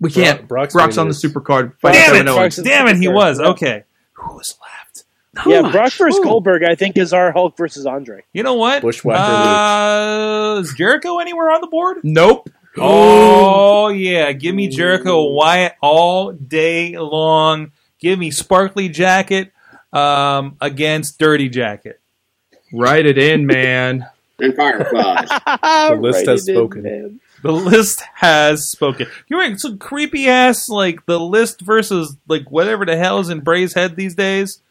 We can't.
Brock's,
Brock's
name
on the
is-
super card.
Damn it!
oh
Brock's-
Damn it, he
Yeah.
was. Okay. Who was left?
Yeah, Brock versus Goldberg, I think, is our Hulk versus Andre.
You know what?
Bushwhacker
Uh, is Jericho anywhere on the board?
Nope.
Oh, yeah. Give me Jericho Wyatt all day long. Give me Sparkly Jacket um, against Dirty Jacket.
Write it in, man.
And Fireflies.
the
list has spoken.
The list has spoken. You're right. Some creepy ass, like, the list versus, like, whatever the hell is in Bray's head these days.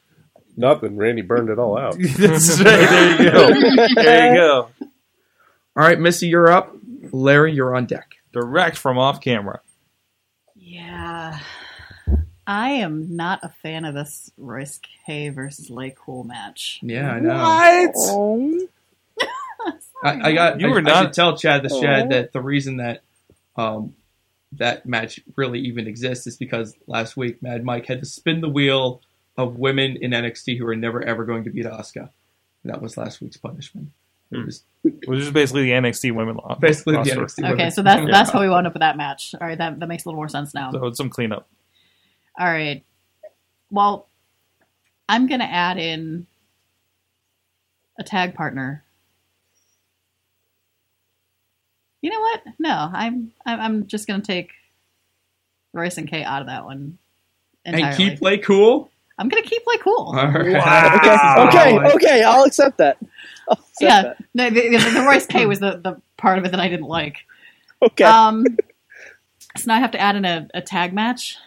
*laughs*
Nothing. Randy burned it all
*laughs*
out.
That's right. There you go. There you go.
All right, Missy, you're up. Larry, you're on deck.
Direct from off camera.
Yeah. I am not a fan of this Royce K versus Lay Cool match. *laughs*
Yeah, I
What?
I, I got.
You
I,
were
I
not-
should tell Chad the Shad
Oh.
that the reason that um, that match really even exists is because last week Mad Mike had to spin the wheel of women in NXT who are never ever going to beat Asuka. And that was last week's punishment. It
Hmm.
was
which is basically the NXT women law.
basically the
roster.
NXT.
Okay,
*laughs* women.
so that's
Yeah.
that's how we wound up with that match. All right, that that makes a little more sense now.
So it's some cleanup.
All right. Well, I'm gonna add in a tag partner. You know what? No, I'm I'm, I'm just gonna take Royce and Kay out of that one entirely.
and keep play cool.
I'm gonna keep like cool.
All *laughs* right.
Wow.
Okay, okay, I'll accept that. I'll accept
Ah. yeah,
that.
no, the, the, the Royce K was the, the part of it that I didn't like.
Okay.
Um, so now I have to add in a, a tag match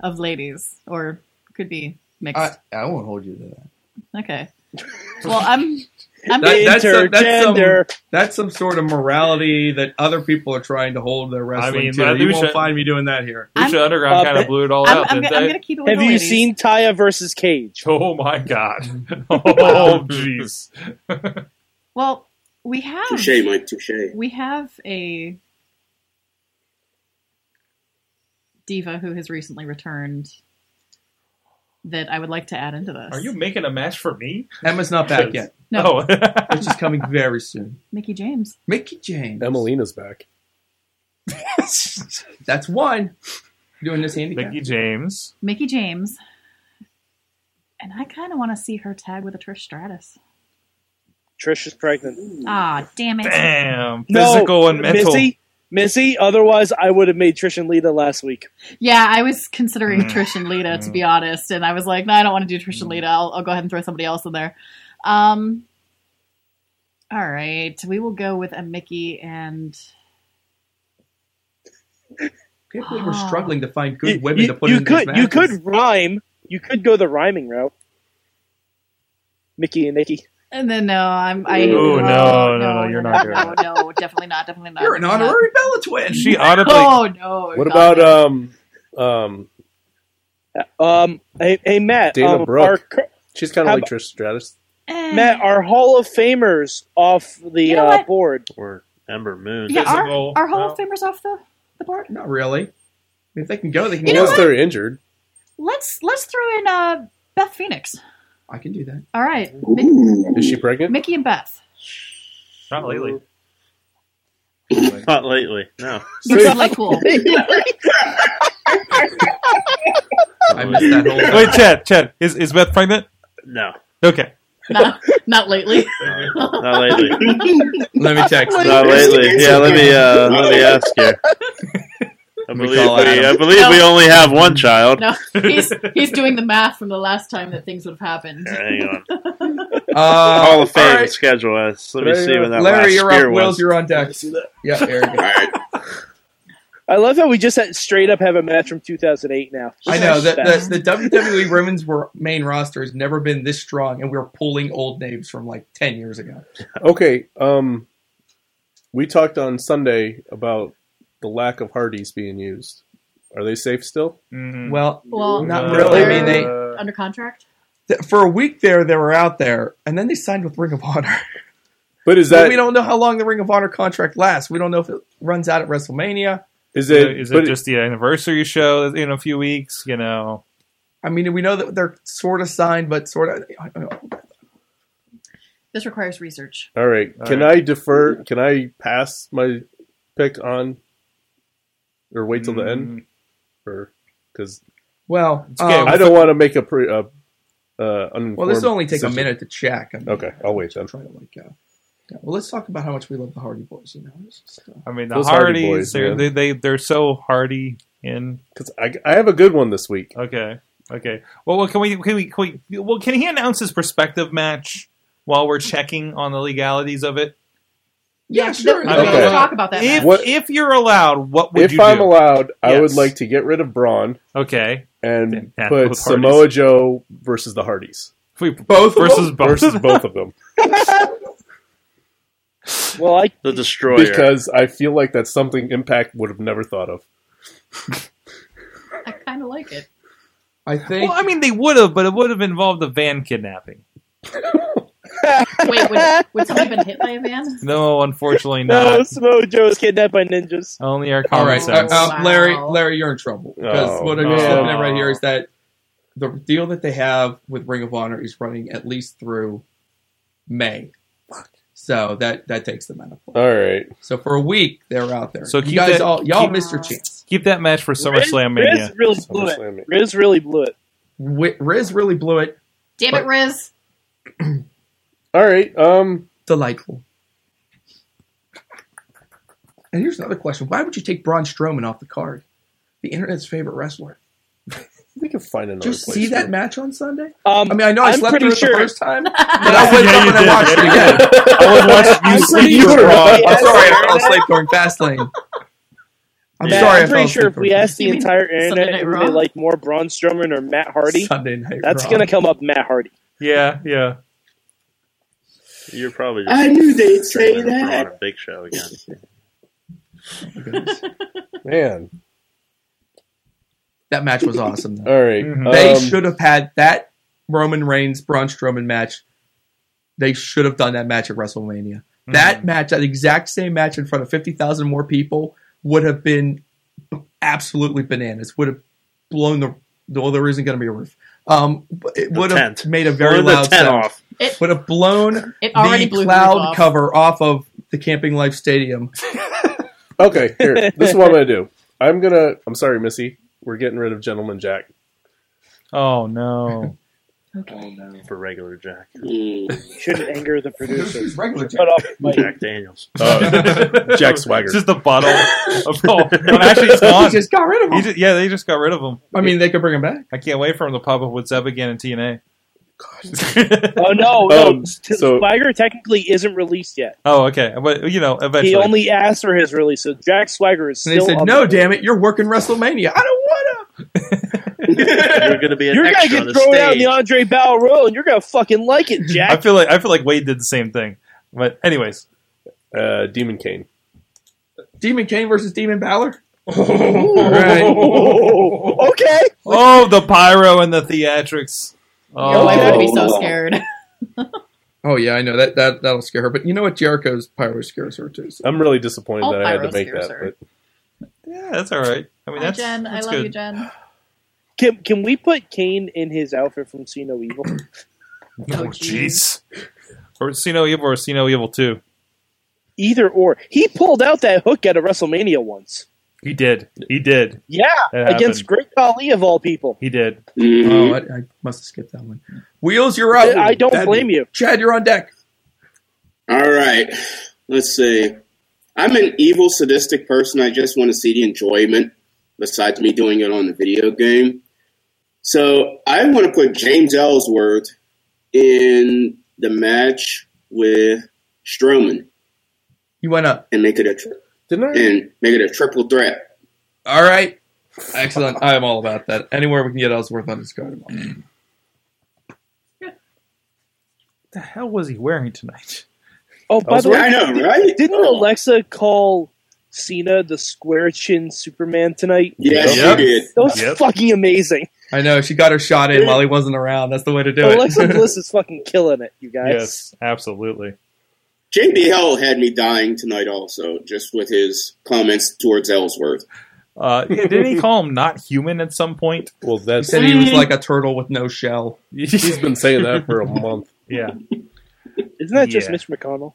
of ladies, or could be mixed.
I, I won't hold you to that.
okay. Well, I'm. I'm
That- that's a- that's some-
Intergender.
That's some sort of morality that other people are trying to hold their
I
wrestling
mean,
to.
but
You
we
won't
should-
find me doing
*laughs*
that here.
I'm-
Lucha Underground
uh,
kind of
but-
blew it all eh?
I'm,
out.
I'm,
didn't
gonna- I'm
they?
gonna keep it with
Have
the
you
ladies.
seen Taya versus Cage?
*laughs* Oh my
*laughs*
god! Oh jeez!
Well, we have
Touche, Mike. Touche.
we have a diva who has recently returned that I would like to add into this.
Are you making a match for me?
Emma's not back yet.
no
Oh. *laughs*
She's coming very soon.
Mickey James?
Mickey James.
Emelina's back.
That's one. Doing this handicap.
Mickey James.
Mickey James. And I kind of want to see her tag with a Trish Stratus.
Trish is pregnant.
Ah, damn it.
Damn. Physical
No,
and mental.
Missy, Missy. Otherwise, I would have made Trish and Lita last week.
Yeah, I was considering
Mm.
Trish and Lita, to
Mm.
be honest. And I was like, no, I don't want to do
Mm.
Trish and Lita. I'll, I'll go ahead and throw somebody else in there. Um, all right. We will go with a Mickey and.
Can't believe we're
Ah.
struggling to find good
You-
women
you,
to put
you
in
could
these
you
matches.
could rhyme. You could go the rhyming route. Mickey and Nikki.
And then, no, I'm. I,
Ooh,
oh,
no, no, no, you're not
No,
good.
no, definitely not. Definitely not.
You're an
definitely not.
honorary Bella twin.
She audibly.
Oh, no.
What
God,
about
no.
uh,
um um?
Um, hey, hey Matt.
Dana
um,
Brooke.
Our, cur-
She's kind of
How
like Trish Stratus.
Eh.
Matt, our Hall of Famers off the
You know
uh,
what?
board.
Or Ember Moon.
Yeah, our,
Physical.
our Hall
No.
of Famers off the, the board?
Not really. If they can go, they can
You know
go.
Unless they're injured.
Let's let's throw in uh, Beth Phoenix.
I can do that.
All right, Mi-
Ooh.
Is she pregnant?
Mickey and Beth.
Not lately.
Not lately. No.
You're
Safe.
totally
*laughs*
cool.
I missed that whole.
*laughs*
Wait, Chad. Chad, is is Beth pregnant?
*laughs* No.
Okay.
Not, not lately.
Not lately.
Let me text.
Not lately. Yeah, let me uh, let me ask you. I
me
believe,
call
we,
Adam.
I believe we only have one
*laughs*
child.
No, he's he's doing the math from the last time that things would have happened.
Hang on.
Uh,
Hall of
all
Fame
right.
schedule. Us. Let me
Larry,
see when that
Larry,
last
you're
spear
up.
was.
Wills, you're on deck. Yeah, there
*laughs*
you go.
I love how we just had, straight up have a match from 2008 now.
I know that
That's-
the, the WWE women's wor- main roster has never been this strong, and we're pulling old names from like ten years ago.
Okay. Um, we talked on Sunday about the lack of Hardys being used. Are they safe still?
Hmm.
Mm.
Well,
Well,
Not
Uh,
really.
I mean, they-
uh,
under contract.
th- for a week there, they were out there, and then they signed with Ring of Honor.
But is
But
that
we don't know how long the Ring of Honor contract lasts. We don't know if it runs out at WrestleMania.
Is
is it?
it, is
but
it just the anniversary show in a few weeks? You know,
I mean, we know that they're sort of signed, but sort of. I don't know.
This requires research.
All right.
All
can
right.
I defer? Can I pass my pick on, or wait till the end?
Mm.
Or because
Well,
It's okay.
um,
I don't want to make a pre. Uh, uh, uninformed
well, this will only take a
decision.
minute to check. I mean,
Okay, I'll wait
I'm
then.
trying to like. Uh, yeah, well, let's talk about how much we love the Hardy Boys. You know, It's just, uh,
I mean, the
Those
Hardys.
Hardy boys,
they're,
man.
they they they're so hardy in.
Because I, I have a good one this week.
Okay. Okay. Well, well, can we can we can we well can he announce his perspective match while we're checking on the legalities of it?
yeah, sure.
Th-
Okay.
Let's talk about that.
If
match.
What-
if you're allowed, what would
if
you
I'm
do?
allowed, I would
Yes.
like to get rid of Braun
okay.
and
Yeah,
put
both Hardys.
Samoa Joe versus the Hardys
If we-
Both
*laughs*
of
versus both.
versus both
*laughs*
of them
well, I
The
Oh,
Destroyer.
because I feel like that's something Impact would have never thought of.
I kind of like it.
*laughs* I think.
Well, I mean, they would have, but it would have involved a van kidnapping.
Wait, would, would someone been hit by a van?
No,
*laughs*
unfortunately
no
not.
Samoa Joe was kidnapped by ninjas.
Only our
All
common
right,
sense.
uh, uh,
Wow.
Larry, Larry, you're in trouble because
Oh,
what I'm
no.
slipping in right here is that the deal that they have with Ring of Honor is running at least through May. So that that takes them out of play.
All right.
So for a week they're out there.
So
So you
keep
guys
that-
all y'all
keep-
missed your chance.
Keep that match for SummerSlam Mania.
Riz really blew it.
SummerSlam.
Riz really blew it.
Wi- Riz really blew it.
Damn it, Riz.
All right. Um.
Delightful. And here's another question: Why would you take Braun Strowman off the card? The internet's favorite wrestler.
We can find another.
Just
place
see that
for it.
match on Sunday.
Um,
I mean, I know I
I'm
slept
pretty
through it
sure.
the
*laughs*
first time, but I went
Yeah,
up
you
and I
did.
watched
Yeah,
it
you
again.
I would
*laughs*
watch you
I'm
sleep
pretty
through
sure-
Raw.
I'm
Yes.
sorry, I fell asleep during Fastlane. I'm
Matt, I'm
sorry, I fell
pretty
asleep
sure if we
during
asked the
You mean
entire
Sunday Night
internet who
Raw?
they like more Braun Strowman or Matt Hardy,
Sunday night.
that's
Raw.
going to come up Matt Hardy.
Yeah, yeah.
You're probably just
I knew they'd say
turning it for on
that.
a big show again.
Oh
man.
That match was
*laughs*
awesome. Though.
All right.
Mhm.
They
um,
should have had that Roman Reigns Braun Strowman match. They should have done that match at WrestleMania.
Mm-hmm.
That match, that exact same match in front of fifty thousand more people, would have been b- absolutely bananas. Would have blown the well. There isn't going to be a roof. Um, but it
The
would have
tent.
made a very
Turn the
loud
tent
sound.
off.
It,
Would have blown
it already
the
blew the roof
cloud
off.
cover off of the Camping Life Stadium.
Okay. Here. This is what I'm gonna
*laughs*
do. I'm gonna. I'm sorry, Missy. We're getting rid of Gentleman Jack.
Oh no.
*laughs*
Oh, no.
for regular Jack.
Mm.
Shouldn't anger the producer.
*laughs* Regular
Cut off the mic.
Jack Daniels. Oh.
*laughs*
*laughs*
Uh, Jack Swagger.
It's just a *laughs* bottle of oh, no, actually *laughs* he's gone.
He just got rid of
He
him.
ju- yeah, they just got rid of him.
I mean, they could bring him back.
I can't wait for him to pop up with Zeb again in TNA.
Oh no, no.
Um, so-
Swagger technically isn't released yet.
*laughs* oh, okay, but you know, eventually.
He only asked for his release, so Jack Swagger is
And they
still.
said,
on
"No,
the-
damn it, you're working WrestleMania. I don't want to."
You're going to be an
You're gonna
extra on
get
the
thrown
stage.
out in the Andre Battle Royal, and you're gonna fucking like it,
I *laughs*
Jack.
feel like I feel like Wade did the same thing. But anyways,
Uh, Demon Kane.
Demon Kane versus Demon
*laughs*
Balor.
Oh, *laughs* okay.
oh, the pyro and the theatrics.
Your
Oh,
wife
Okay.
would be so scared.
Oh yeah, I know that that that'll scare her. But you know what? Jericho's pyro scares her too. So.
I'm really disappointed
All
that I had to
pyros
make
here,
that.
sir.
But
yeah, that's all right. I mean,
Hi,
that's,
Jen. I
that's
love
good.
you, Jen.
Can can we put Kane in his outfit from See No Evil? *clears throat*
Oh,
Or Sino Evil or Sino Evil 2.
Either or. He pulled out that hook at a WrestleMania once.
He did. He did.
Yeah,
That
against
happened.
Great Khali of all people.
He did.
Mhm.
Oh, I, I must have skipped that one. Wheels, you're up.
I don't
That'd
blame
be-
you.
Chad. You're on deck.
All right. Let's see. I'm an evil, sadistic person. I just want to see the enjoyment besides me doing it on the video game. So I want to put James Ellsworth in the match with Strowman
You went up.
and make it a tri-
didn't
and make it a triple threat.
All right. Excellent. I am all about that. Anywhere we can get Ellsworth on his card.
What the hell was he wearing tonight?
Oh, by the way,
I know, right?
didn't
Oh.
Alexa call Cena the square chin Superman tonight?
Yes,
Yep.
you did.
That was
Yep.
fucking amazing.
I know she got her shot in while he wasn't around. That's the way to do
Alexa
it.
*laughs*
Bliss is fucking killing it, you guys.
Yes, absolutely.
JBL had me dying tonight also, just with his comments towards Ellsworth.
Uh, yeah, didn't he call him not human at some point?
I? Well,
he
that's
*laughs* said *laughs* he was like a turtle with no shell.
he's been saying that for a month.
yeah.
Isn't that just
Yeah.
Mitch McConnell?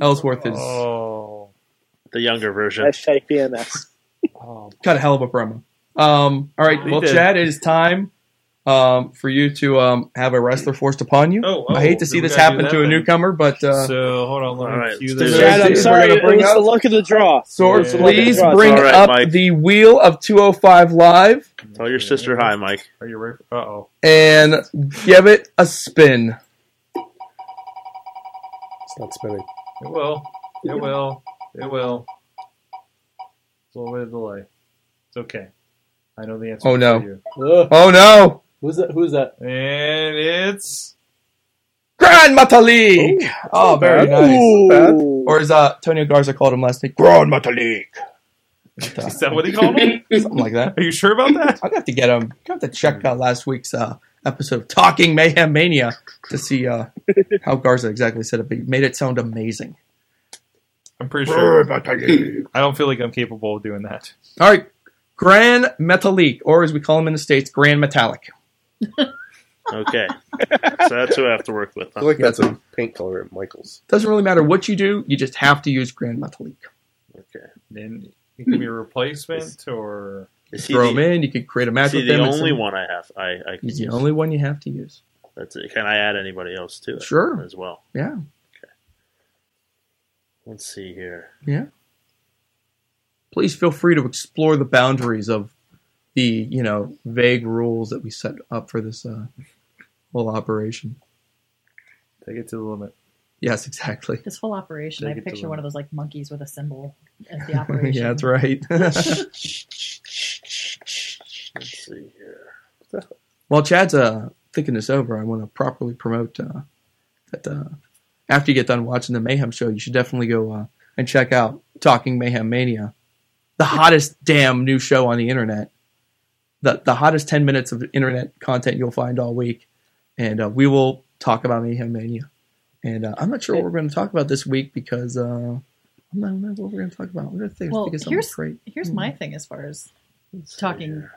Ellsworth is
Oh.
The younger version.
Hashtag PMS.
oh.
got a hell of a promo. Um, all right,
He
well,
did.
Chad, it is time um, for you to um, have a wrestler forced upon you.
Oh, oh,
I hate to see
we
this
gotta do
happen
that
to a
then.
newcomer, but uh,
so, hold on. Let me
All right,
cue
let's
this.
do
Chad,
Is
I'm
it-
sorry,
we're
it
gonna bring
was the
up-
luck of the draw.
Sor,
Yeah.
please
It's
bring
all right,
up
Mike.
the wheel of 205 Live
Tell your sister hi, Mike.
Are you ready? Uh oh.
and give it a spin.
It's not spinning.
It will. It will. It will. It's a little bit of delay. It's okay. I know the answer.
Oh,
for
no.
you.
Ugh,
Oh no!
who's that? Who's that?
And it's
Grand Metalik! oh, very
bad.
nice.
Ooh.
Or as uh, Tony Garza called him last night, Grand Metalik.
*laughs*
But, uh,
is that what he called
*laughs*
him?
something like that.
Are you sure about that?
I got to get him. Got to check out last week's uh, episode of Talking Mayhem Mania to see uh, how Garza exactly said it, but he made it sound amazing.
I'm pretty sure. I don't feel like I'm capable of doing that.
All right, Grand Metalik, or as we call him in the States, Grand Metallic.
Okay.
*laughs*
so that's who I have to work with.
I
huh?
feel like that's a paint color at Michaels.
Doesn't really matter what you do, you just have to use Grand Metalik.
Okay.
Then it can be a replacement or
Is he the,
Throw them in, you could create a match
is he
with
the
them. It's
only
a-
one I have? I, I can
He's the
use?
only one you have to use.
That's it. Can I add anybody else to it?
Sure.
As well.
Yeah.
Let's see here.
Yeah. Please feel free to explore the boundaries of the, you know, vague rules that we set up for this uh, whole operation.
take it to the limit.
Yes, exactly. *laughs*
This whole operation,
Take
I
it to
picture
them.
one of those like monkeys with a symbol as
*laughs*
the operation.
yeah, that's right.
Let's see here.
While Chad's uh, thinking this over, I want to properly promote uh, that uh, after you get done watching the Mayhem show, you should definitely go uh, and check out Talking Mayhem Mania, the hottest damn new show on the internet, the the hottest ten minutes of internet content you'll find all week, and uh, we will talk about Mayhem Mania. And uh, I'm not sure what we're going to talk about this week because uh, I'm not know what we're going to talk about. We're going to think,
Well,
think of something
here's-
great.
Here's my thing as far as talking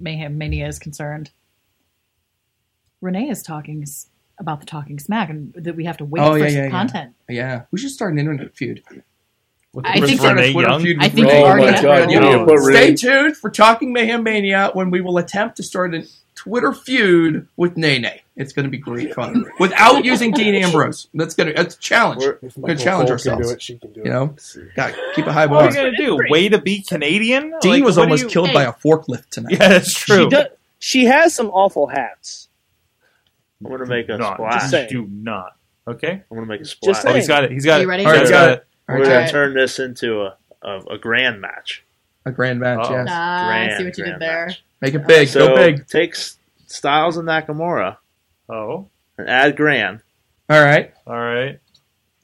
mayhem mania is concerned. Renee is talking s- about the talking smack and that we have to wait
Oh,
for
yeah,
some
yeah, yeah.
content.
Yeah, we should start an internet feud. With
I think
start a
Renee
Twitter
Young?
feud
I
with
think
Renee
we
Young. Oh
already
my
have
God,
our
you need to
own.
put Renee-
Stay tuned for Talking Mayhem Mania when we will attempt to start a Twitter feud with Nene. It's going to be great fun without using Dean Ambrose. That's going to that's a challenge.
We're-
If
Good challenge
Cole can do
ourselves.
it, she can do
You
it.
know,
Let's see.
got keep a high
What are
bar.
you gonna do? Way to be Canadian?
Dean
Like,
was
what do
almost
you-
killed by a forklift
*laughs*
tonight.
Yeah, that's
She
true.
does. She has some awful hats.
I'm gonna make a
not.
splash.
saying.
Just do not. Okay.
I'm gonna make a
Just
splash.
Oh,
saying.
he's got it. He's got
Are
it.
you ready?
All right,
He's
got
got it.
All
We're
right,
gonna
Alright.
turn this into a, a a grand match.
a grand match.
Uh-oh.
Yes,
Ah,
Grand,
I see what you did
grand
there.
match.
make it big.
So
Go big.
take S- Styles and Nakamura
Oh,
and add Grand
All right,
all right.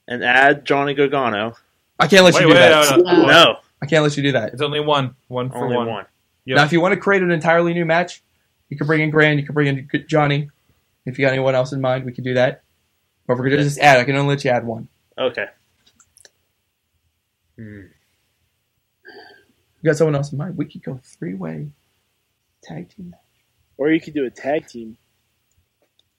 and add Johnny Gargano.
I can't let
Wait,
you do
wait,
that.
no, no.
Uh,
no,
I can't let you do that.
It's only one. One for
only
one.
one.
Yep.
Now, if you want to create an entirely new match, you can bring in Grand, you can bring in Johnny. If you got anyone else in mind, we can do that. But if we're gonna just add. I can only let you add one.
Okay. Hmm.
You got someone else in mind? We could go three way tag team.
Or you could do a tag team,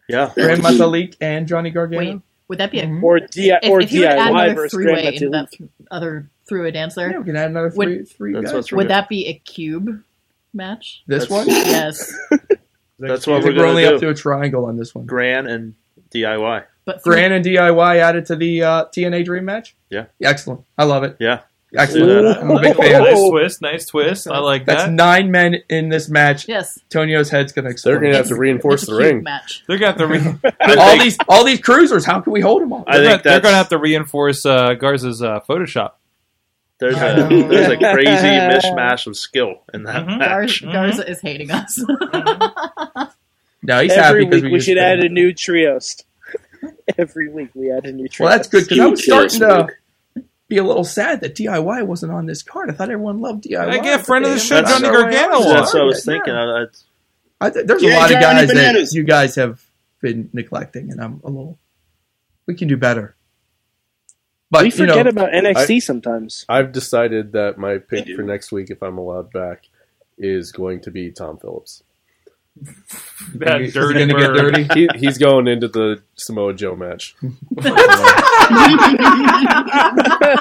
Yeah.
Grand Metalik and Johnny Gargano.
Wait, would that be a
Mhm.
or di-
if,
or
if you were to add
DIY
another
versus
three way
Grand
into
Metalik.
that th- other three way dance
Yeah,
there?
we can add another three. three
That's
guys.
what's
Would that be a cube match?
this
that's-
one. I
Yes,
That's what
think
we're
we're only
gonna
up
do.
to a triangle on this one.
Grand and DIY.
but three-
Grand and DIY added to the uh, TNA Dream match.
Yeah.
Excellent. I love it.
Yeah. Let's do
Excellent.
that.
I'm a big fan.
Nice twist. Nice twist. I like
That's
that.
nine men in this match.
yes,
Tonio's head's gonna
They're
explode.
going to have to reinforce
it's a
the
cube
ring.
match.
they're gonna have *laughs* to. Re- they're,
*laughs* all these all these cruisers. How can we hold them all?
I
gonna,
think
they're
that's,
gonna have to reinforce uh, Garza's uh, Photoshop.
There's a
*laughs* Oh.
there's
*laughs*
a crazy mishmash of skill in that
Mm-hmm.
Mhm.
match.
Garza, Garza is hating us.
no, he's happy
Every
because
week
we,
we,
used
should
it.
add a new trios. *laughs* Every week we add a new trios.
Well, that's good because I was
Huge killer
starting to
smoke.
be a little sad that DIY wasn't on this card. I thought everyone loved DIY.
I get
but
friend of
they
the show,
didn't
Johnny
have their way
Gargano
on.
on.
*laughs* That's what I was
Yeah.
thinking. Uh, I, I,
I th- there's a
Yeah,
lot of
Johnny
guys that
Bananas.
you guys have been neglecting, and I'm a little. We can do better. But
we
you
forget
know,
about NXT sometimes.
I've decided that my pick
do.
for next week, if I'm allowed back, is going to be Tom Phillips.
That
is it
dirty
gonna get
bird.
dirty? *laughs*
He, he's going into the Samoa Joe match.
*laughs*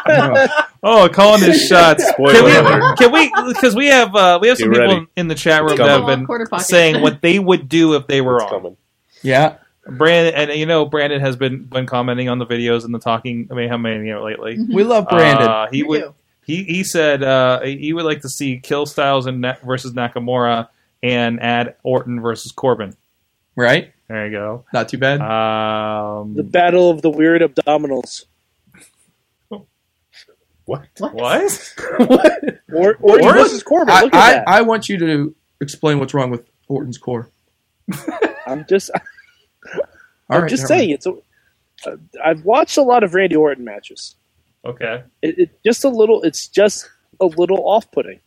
No.
Oh, calling his shots.
Spoiler alert.
Can we? Can we? Because we have uh, we have some
Get ready.
people in the chat room
It's
that have
coming. Quarter
been
pocket.
saying
*laughs*
what they would do if they were
It's
on.
coming.
yeah,
Brandon and you know Brandon has been been commenting on the videos and the talking mayhem mania lately.
we love Brandon.
Uh, he
We
would
do.
he he said uh, he would like to see Kill Styles and Na- versus Nakamura and add Orton versus Corbin.
right?
There you go.
Not too bad.
Um,
The battle of the weird abdominals.
what?
Or or
Or-
versus Corbin.
I,
Look at
I,
that.
I want you to explain what's wrong with Orton's core.
I'm just
All
I'm
right,
just
never mind.
saying it's. A, uh, I've watched a lot of Randy Orton matches.
Okay.
It, it just a little. It's just a little off-putting.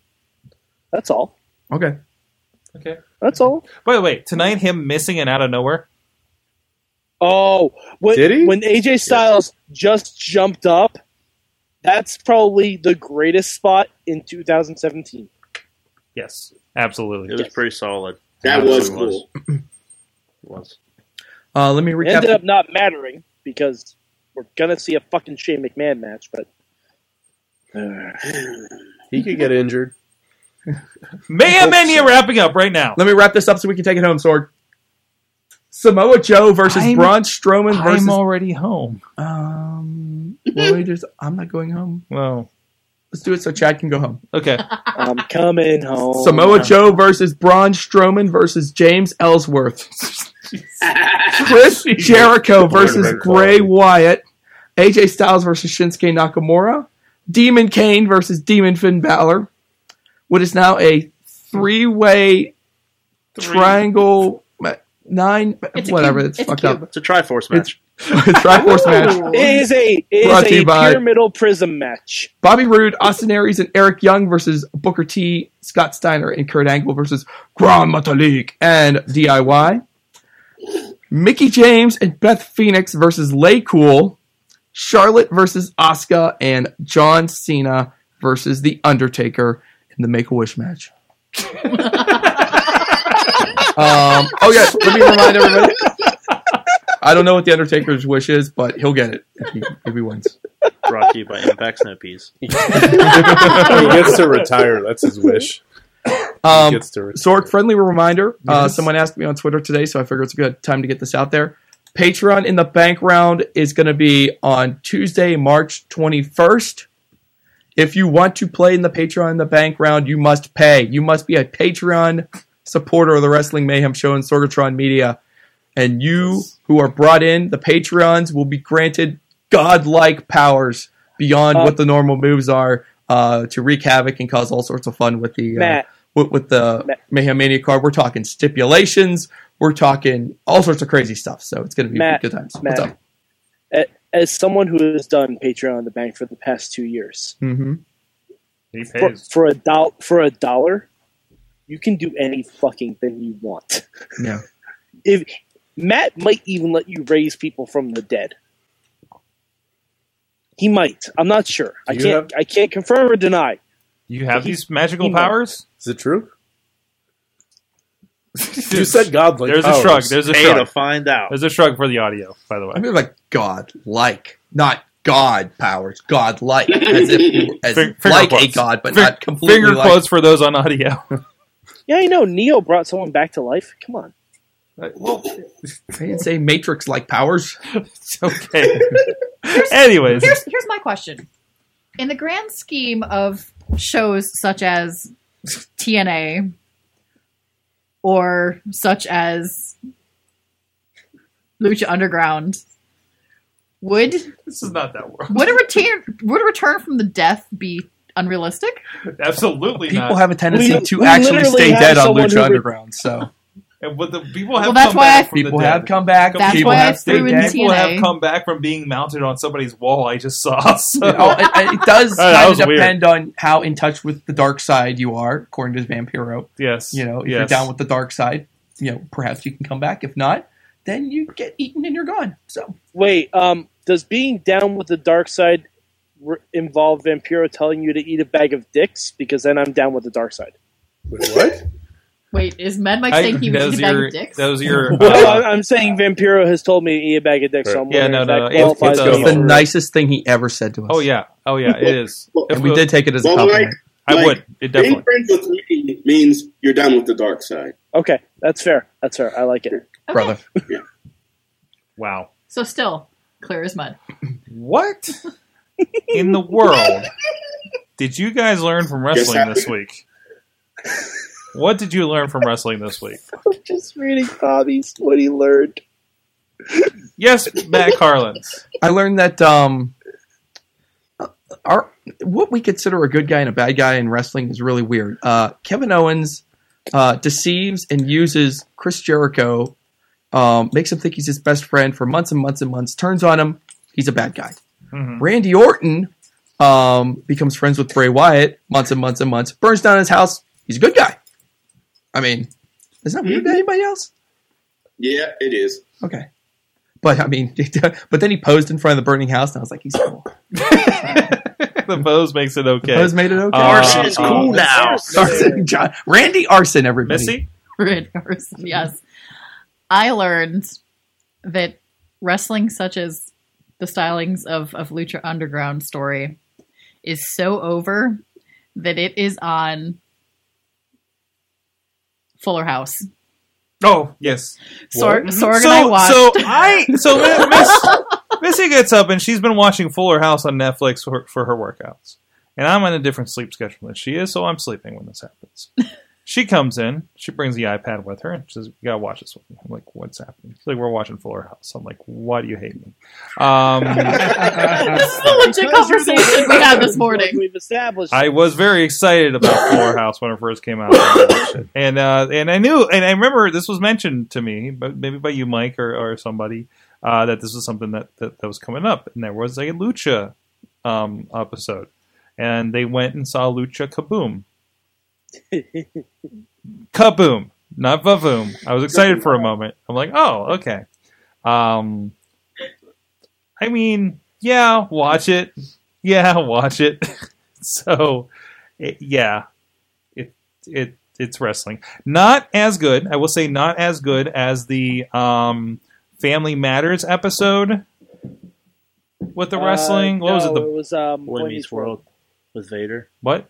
That's all.
Okay,
Okay.
That's all.
By the way, tonight him missing and out of nowhere.
Oh, when,
Did he?
when AJ Styles just jumped up, that's probably the greatest spot in 2017.
Yes, absolutely.
It was pretty solid.
That was
Absolutely
cool.
It was.
Uh, let me
It
recap.
ended up not mattering because we're gonna see a fucking Shane McMahon match, but
He could get injured.
Mania Mania wrapping up right now.
let me wrap this up so we can take it home, Sorg. Samoa Joe versus
I'm-
Braun Strowman versus.
I'm already home.
um, well, we just- I'm not going home.
Well,
Let's do it so Chad can go home.
okay.
I'm coming home.
Samoa Joe versus Braun Strowman versus James
*laughs*
Ellsworth. Chris Jericho versus
Quarterback
Bray
quality.
Wyatt. AJ Styles versus Shinsuke Nakamura. Demon Kane versus Demon Finn Balor. What is now a three-way triangle ma- nine
It's a
whatever
cube.
it's,
It's a
fucked up.
cube.
It's a Triforce match.
*laughs*
*laughs*
Triforce match.
It is a it
Brought to you
is a
by-
pyramidal prism match.
Bobby Roode, Austin Aries, and Eric Young versus Booker T, Scott Steiner, and Kurt Angle versus Grand Metalik and DIY. Mickey James and Beth Phoenix versus Lay Cool. Charlotte versus Asuka and John Cena versus The Undertaker in the Make a Wish match. um, oh yeah, let me remind everybody. I don't know what The Undertaker's wish is, but he'll get it if he, if he wins.
Brought to you by Impact Snow Peas.
He gets *laughs* to retire. That's his wish.
Um,
gets to retire.
Sork, friendly reminder. Uh,
Yes.
someone asked me on Twitter today, so I figure it's a good time to get this out there. Patreon in the bank round is going to be on Tuesday, March 21st. If you want to play in the Patreon in the bank round, you must pay. You must be a Patreon supporter of the Wrestling Mayhem Show and Sorgatron Media. And you who are brought in, the Patreons, will be granted godlike powers beyond
Uh,
what the normal moves are uh, to wreak havoc and cause all sorts of fun with the uh,
Matt,
with, with the
Matt.
Mayhem Mania card. We're talking stipulations. We're talking all sorts of crazy stuff. So it's going to be
Matt,
good times.
Matt.
What's up?
as someone who has done Patreon on the bank for the past two years,
Mm-hmm.
*laughs* He
for,
pays.
for a doll for a dollar, you can do any fucking thing you want.
Yeah.
If Matt might even let you raise people from the dead. He might. I'm not sure. I
You
can't
have-
I can't confirm or deny.
You have these magical
he knows.
powers?
Is it true? You said Oh, God like
There's a shrug. There's a
Pay to
shrug.
find out.
There's a shrug for the audio, by the way.
I mean, like God, like not God powers, God like, as if you were- as
Fing- finger
like a
quotes.
God, but
Fing-
not completely.
Finger
like-
quotes for those on audio. *laughs*
Yeah, you know, Neo brought someone back to life. Come on.
I didn't say Matrix like powers.
It's
*laughs*
okay. Anyways,
Here's here's my question. In the grand scheme of shows such as TNA or such as Lucha Underground, would
this is not that world.
would a return would a return from the death be unrealistic?
Absolutely
People
not.
have a tendency
We-
to
we
actually
literally
stay
have
dead on
someone who
Lucha
re-
Underground.
*laughs*
So
and what the people have
Well, that's
come
why
back
I-
from
people
the
have
dead.
come back.
That's
people
why I
have stayed
threw in
dead.
People have
TNA.
come back from being mounted on somebody's wall. I just saw.
*laughs*
So.
Oh, it, it
*laughs*
does
Oh, that
kind
was
of
weird.
depend on how in touch with the dark side you are, according to Vampiro.
yes,
You know, if
yes.
you're down with the dark side, you know, perhaps you can come back. If not, then you get eaten and you're gone. So
Wait, um, does being down with the dark side re- involve Vampiro telling you to eat a bag of dicks? Because then I'm down with the
*laughs*
dark side.
Wait, what?
Wait, is Mad Mike
I-
saying he would
those
eat a bag
your-
of dicks?
Those your.
*laughs*
No,
uh,
I- I'm saying Vampiro has told me to eat a bag of dicks. So I'm
Yeah,
wondering
no,
if
no,
that
no, it's-
qualifies
it's
me
the
for-
nicest thing he ever said to us.
oh yeah, oh yeah, it is.
And we did take it as a
Well,
compliment.
I
Like,
would. It
Being
definitely.
friends with me means you're done with the dark side.
Okay, that's fair. That's fair. I like it.
Okay.
Brother.
Wow.
So still clear as mud.
What *laughs* in the world did you guys learn from wrestling
I-
this week? What did you learn from wrestling this
*laughs*
week?
Just reading Bobby's what he learned.
Yes, Matt Carlins.
I learned that um our what we consider a good guy and a bad guy in wrestling is really weird. Uh, Kevin Owens uh, deceives and uses Chris Jericho, um, makes him think he's his best friend for months and months and months, turns on him, he's a bad guy.
Mhm.
Randy Orton um, becomes friends with Bray Wyatt months and months and months, burns down his house, he's a good guy. I mean, is that weird to anybody else?
Yeah, it is.
Okay. *laughs* But I mean, but then he posed in front of the burning house, and I was like, he's cool.
the pose makes it okay.
Those made it okay.
Uh,
Arson is
uh,
cool now.
Arson, John, Randy Arson, everybody. *laughs*
Missy?
Red person,
Mm-hmm.
yes. I learned that wrestling, such as the stylings of, of Lucha Underground story, is so over that it is on Fuller House.
Oh, yes. What?
Sorg,
Mm-hmm.
Sorg
so,
and I watched. *laughs*
So I so Mi- Miss, Missy gets up and she's been watching Fuller House on Netflix for, for her workouts, and I'm on a different sleep schedule than she is, so I'm sleeping when this
*laughs*
happens. She comes in, she brings the iPad with her, and she says, "You gotta watch this with me." I'm like, "What's happening?" She's like, "We're watching Fuller House." I'm like, "Why do you hate me?" Um,
this is
*laughs*
a legit conversation we had this
Like
morning.
we've established.
I was very excited about Fuller House when it first came out, and uh, and I knew, and I remember this was mentioned to me, but maybe by you, Mike, or, or somebody, uh, that this was something that, that that was coming up, and there was a Lucha um, episode, and they went and saw Lucha Kaboom, Kaboom, not Vavoom. I was excited for a moment. I'm like, oh, okay. Um, I mean, yeah, watch it. Yeah, *laughs* watch it. so, it, yeah, it it it's wrestling. Not as good. I will say, not as good as the um, Family Matters episode with the
Uh,
wrestling. what was it?
no,
The
it was um,
Boy Meets World with Vader.
what?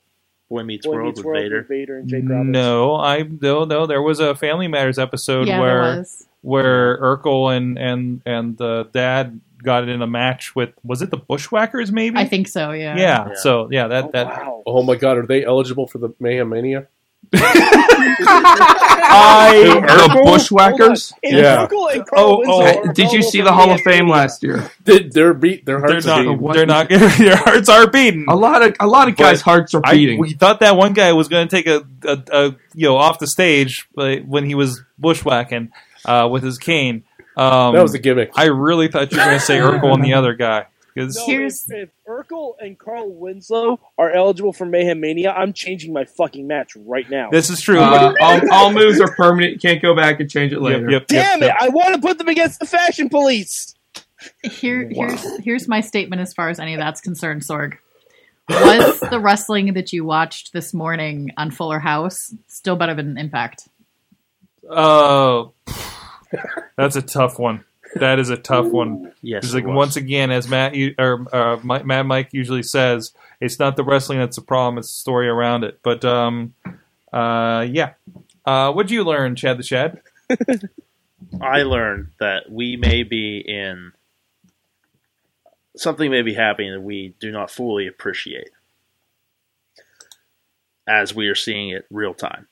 Boy Meets
Boy
World
Meets
with
World
Vader.
and Jake Roberts.
No, I no no. There was a Family Matters episode
Yeah,
where.
there was.
where Urkel and and and the dad got in a match with was it the Bushwhackers maybe?
I think so.
yeah.
Yeah.
Yeah.
So yeah, that
Oh,
that
wow.
Oh my god, are they eligible for the Mayhem Mania?
*laughs* I
The
Bushwhackers?
Bushwhackers.
Yeah.
Oh, oh.
Hey, Did you see the Hall of Fame last year?
They, they're beat. Their
they're
hearts are beating.
not they're not *laughs* their hearts are beating.
A lot of a lot of guys' hearts are
I,
beating.
we thought that one guy was going to take a, a, a you know off the stage but when he was bushwhacking uh, with his cane. Um,
that was a gimmick.
I really thought you were going to say Urkel and the other guy 'cause-
No,
Here's-
if, if Urkel and Carl Winslow are eligible for Mayhem Mania, I'm changing my fucking match right now.
this is true. *laughs*
Uh, all, all moves are permanent. You can't go back and change it
Yep,
later.
yep, yep,
Damn
yep.
it! I want to put them against the Fashion Police.
Here, here's here's my statement as far as any of that's concerned. Sorg, was the wrestling that you watched this morning on Fuller House still better than Impact?
Oh, that's a tough one. That is a tough one.
Yes.
It's
it
like
was.
once again, as Matt u- or uh, Mi- Matt Mike usually says, it's not the wrestling that's the problem; it's the story around it. But um, uh, yeah. Uh, what'd you learn, Chad the Chad?
I learned that we may be in something may be happening that we do not fully appreciate as we are seeing it real time.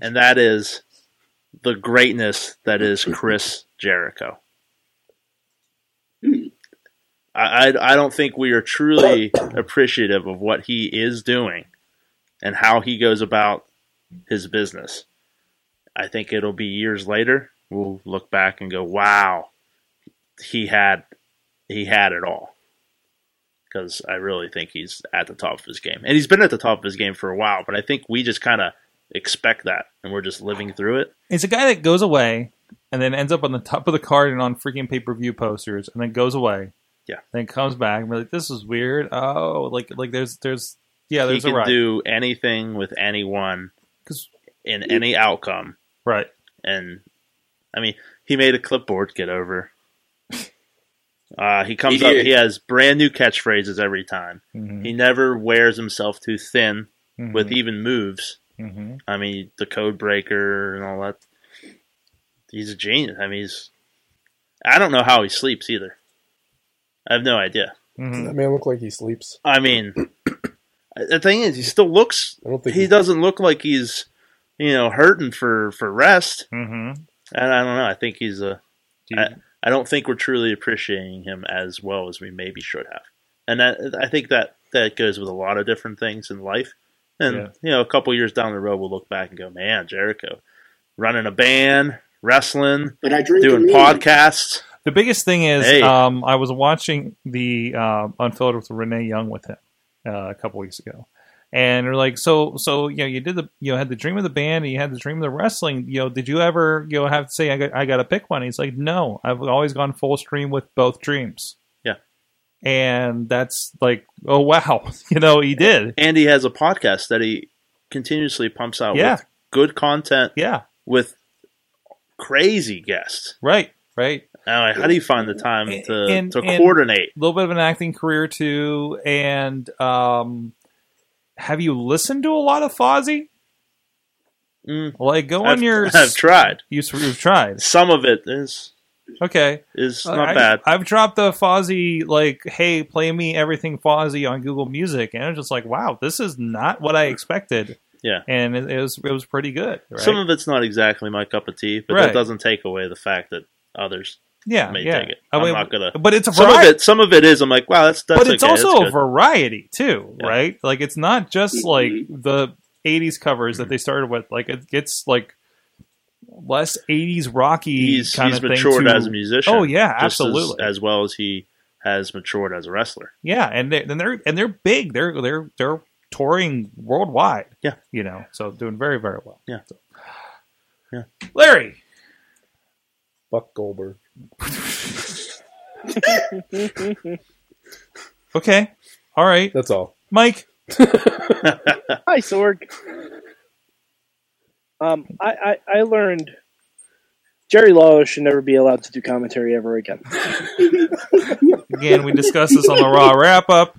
And that is the greatness that is Chris Jericho. I, I, I don't think we are truly appreciative of what he is doing and how he goes about his business. I think it'll be years later we'll look back and go, "Wow, he had he had it all." Because I really think he's at the top of his game, and he's been at the top of his game for a while. But I think we just kind of expect that, and we're just living through it.
It's a guy that goes away and then ends up on the top of the card and on freaking pay per view posters, and then goes away.
Yeah.
Then comes back and be like, "This is weird." Oh, like like there's there's yeah
he
there's
can
a right
do anything with anyone
'Cause-
in any outcome,
right.
and I mean, he made a clipboard get over.
*laughs*
Uh, he comes
He
up.
did.
He has brand new catchphrases every time.
Mhm,
He never wears himself too thin
mhm,
with even moves.
mhm.
I mean, the code breaker and all that. He's a genius. I mean, he's. I don't know how he sleeps either. I have no idea.
Mhm.
Does that man look like he sleeps?
I *coughs* mean, the thing is, he still looks.
I don't think
He doesn't look like he's, you know, hurting for for rest.
Mm-hmm.
And I don't know. I think he's a. I, I don't think we're truly appreciating him as well as we maybe should have. And that, I think that that goes with a lot of different things in life. And
Yeah.
you know, a couple years down the road, we'll look back and go, "Man, Jericho, running a band, wrestling,
But I drink
doing
communion.
podcasts."
The biggest thing is,
Hey.
um, I was watching the uh, Unfiltered with Renee Young with him uh, a couple weeks ago, and they're like, so, so you know, you did the, you know, had the dream of the band, and you had the dream of the wrestling. You know, did you ever, you know, have to say, I got, I got to pick one? He's like, no, I've always gone full stream with both dreams.
Yeah.
and that's like, oh wow, *laughs* you know, he did.
And he has a podcast that he continuously pumps out
Yeah.
with good content
Yeah,
with crazy guests.
right, right.
And I'm like, how do you find the time to,
And-
to
and-
coordinate?
A little bit of an acting career too, and um, have you listened to a lot of Fozzy?
Mm.
Like, go
I've,
on your.
I've tried.
you, you've tried.
Some of it is
Okay.
is
Uh,
not
I,
bad.
I've dropped the Fozzy like, hey, play me everything Fozzy on Google Music, and I was just like, wow, this is not what I expected.
Yeah.
and it, it was it was pretty good. Right?
Some of it's not exactly my cup of tea, but
Right.
that doesn't take away the fact that others
yeah,
may
yeah.
take it.
I
I'm
mean,
not gonna.
but it's a
Some of
variety.
it, some of it is. I'm like, wow, that's that's
but it's
okay, that's
also a
good.
variety too,
Yeah.
right? Like it's not just like
Mhm.
the '80s covers that they
Mm-hmm.
started with. Like it gets like less '80s rocky
he's
kind
he's
of thing.
matured
to-
as a musician.
Oh yeah,
just as-
absolutely.
As, well as he has matured as a wrestler. *laughs*
Yeah, and they and they're and they're big. They're they're they're touring worldwide.
Yeah.
you know, so doing very very well.
Yeah.
So.
Yeah.
Larry.
Buck Goldberg.
Okay. All right,
That's *laughs* all.
Mike.
Hi, Sorg. Um, I, I, I learned Jerry Lawler should never be allowed to do commentary ever again.
Again, we discussed this on the Raw wrap up.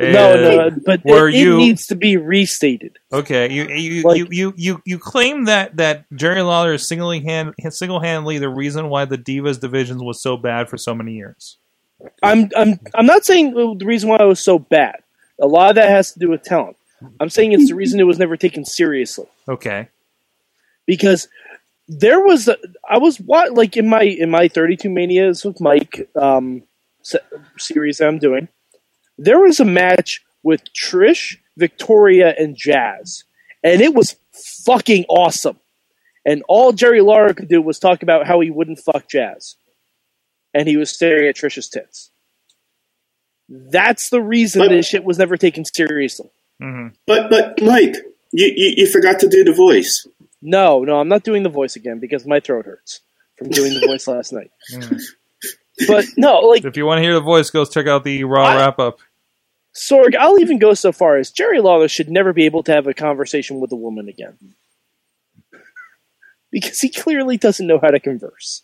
no, no, but
Eh, were
it,
you-
it needs to be restated.
Okay, you you,
Like-
you you you you claim that that Jerry Lawler is singly hand single handedly the reason why the Divas divisions was so bad for so many years.
I'm I'm I'm not saying uh, the reason why it was so bad. A lot of that has to do with talent. I'm saying it's the reason it was never taken seriously
Okay.
because there was a, I was what like in my in my 32 manias with Mike um, se- series that I'm doing. There was a match with Trish, Victoria, and Jazz, and it was fucking awesome. And all Jerry Lawler could do was talk about how he wouldn't fuck Jazz, and he was staring at Trish's tits. That's the reason this shit was never taken seriously.
hmm
But but Mike, you, you, you forgot to do the voice.
No, no, I'm not doing the voice again because my throat hurts from doing the voice *laughs* last night. But
*laughs*
no, like
Mm-hmm. If you want to hear the voice, go check out the Raw
I-
wrap up.
Sorg, I'll even go so far as Jerry Lawler should never be able to have a conversation with a woman again. *laughs* Because he clearly doesn't know how to converse.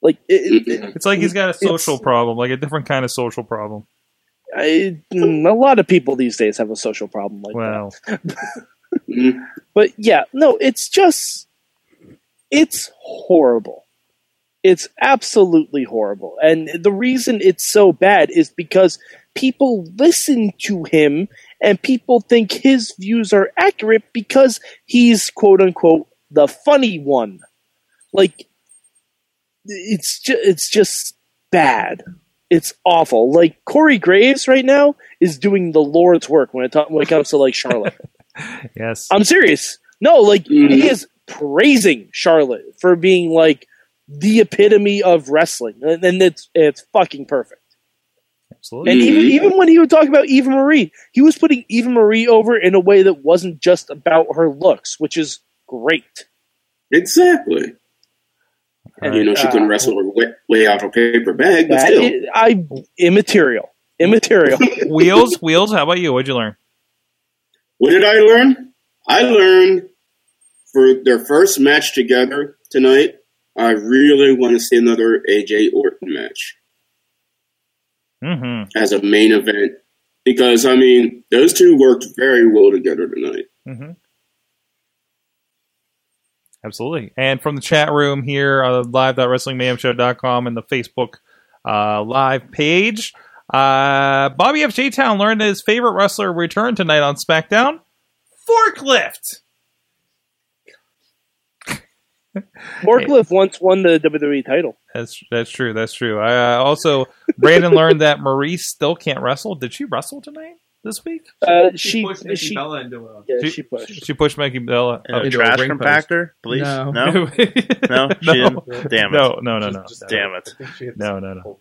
Like it, it,
It's like he's got a social
It's-
problem, like a different kind of social problem.
I, mm, a lot of people these days have a social problem like that.
Well,
Mm.
But yeah, no, it's just it's horrible. It's absolutely horrible. And the reason it's so bad is because people listen to him and people think his views are accurate because he's quote unquote the funny one. Like it's ju- it's just bad. It's awful. Like Corey Graves right now is doing the Lord's work when it, ta- when it comes to like Charlotte. *laughs*
yes.
I'm serious. No, like
Mhm.
he is praising Charlotte for being like the epitome of wrestling, and, and it's it's fucking perfect.
Absolutely.
And even
Mhm.
even when he would talk about Eva Marie, he was putting Eva Marie over in a way that wasn't just about her looks, which is great.
*laughs* Exactly. And you know she couldn't wrestle her way, way out of a paper bag, but
Uh, That
still.
is- I immaterial, immaterial.
Wheels, wheels. How about you? What'd you learn?
What did I learn? I learned for their first match together tonight, I really want to see another AJ Orton match
Mm-hmm.
as a main event because, I mean, those two worked very well together tonight.
Mm-hmm. Absolutely. And from the chat room here uh, on live.wrestlingmayhemshow.com and the Facebook uh, live page, uh, Bobby F. J. Town learned that his favorite wrestler returned tonight on SmackDown Forklift.
Forklift once won the WWE title.
That's that's true. That's true. I uh, also
*laughs*
Brandon learned that Maurice still can't wrestle. Did she wrestle tonight this week?
Uh, she she,
into a.
yeah, she pushed.
She pushed Maggie Bella.
And a
into a
trash
ring post.
compactor, please.
No.
*laughs*
no, No, she didn't. Damn it. Oh,
No, no, no, no.
Damn it.
No, no, no.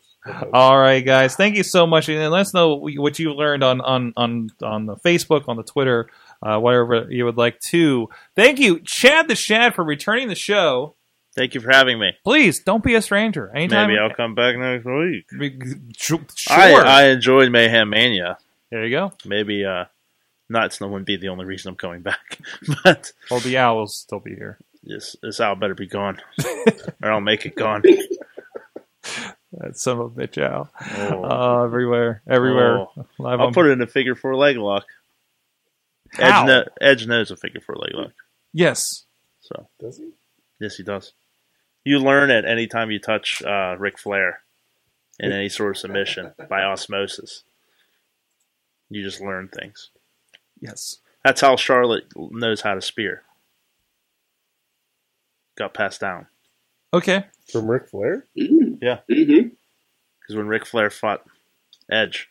All right, guys. Thank you so much, and let us know what you learned on on on on the Facebook, on the Twitter, uh, whatever you would like to. Thank you, Chad the Shad, for returning the show.
Thank you for having me.
Please don't be a stranger. Anytime.
Maybe I'll come back next week.
Be- Sure.
I, I enjoyed Mayhem Mania.
there you go.
Maybe uh, Nuts wouldn't be the only reason I'm coming back. *laughs* but
Well, the owls still be here.
this, this owl better be gone, or I'll make it gone.
That son of a bitch owl.
Oh.
*laughs* Uh, everywhere, everywhere.
Oh.
Live
I'll
on-
put it in a figure four leg lock.
How?
Edge, kno- Edge knows a figure four leg lock.
Yes.
So
Does he?
yes, he does. You learn it anytime you touch uh, Ric Flair in any sort of submission by osmosis. You just learn things.
Yes.
That's how Charlotte knows how to spear. Got passed down
Okay. *laughs*
From Ric Flair?
Yeah.
Mm-hmm.
because when Ric Flair fought Edge,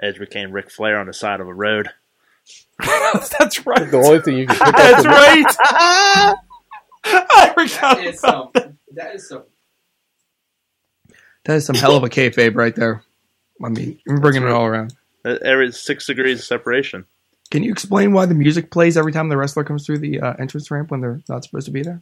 Edge became Ric Flair on the side of a road.
That's right.
The only thing you can pick up
That's
*laughs*
from
right. *laughs* I forgot.
That is some. That is some. That is some hell of a kayfabe right there. I mean, I'm bringing it all around.
Uh, Every six degrees of separation.
Can you explain why the music plays every time the wrestler comes through the uh, entrance ramp when they're not supposed to be there?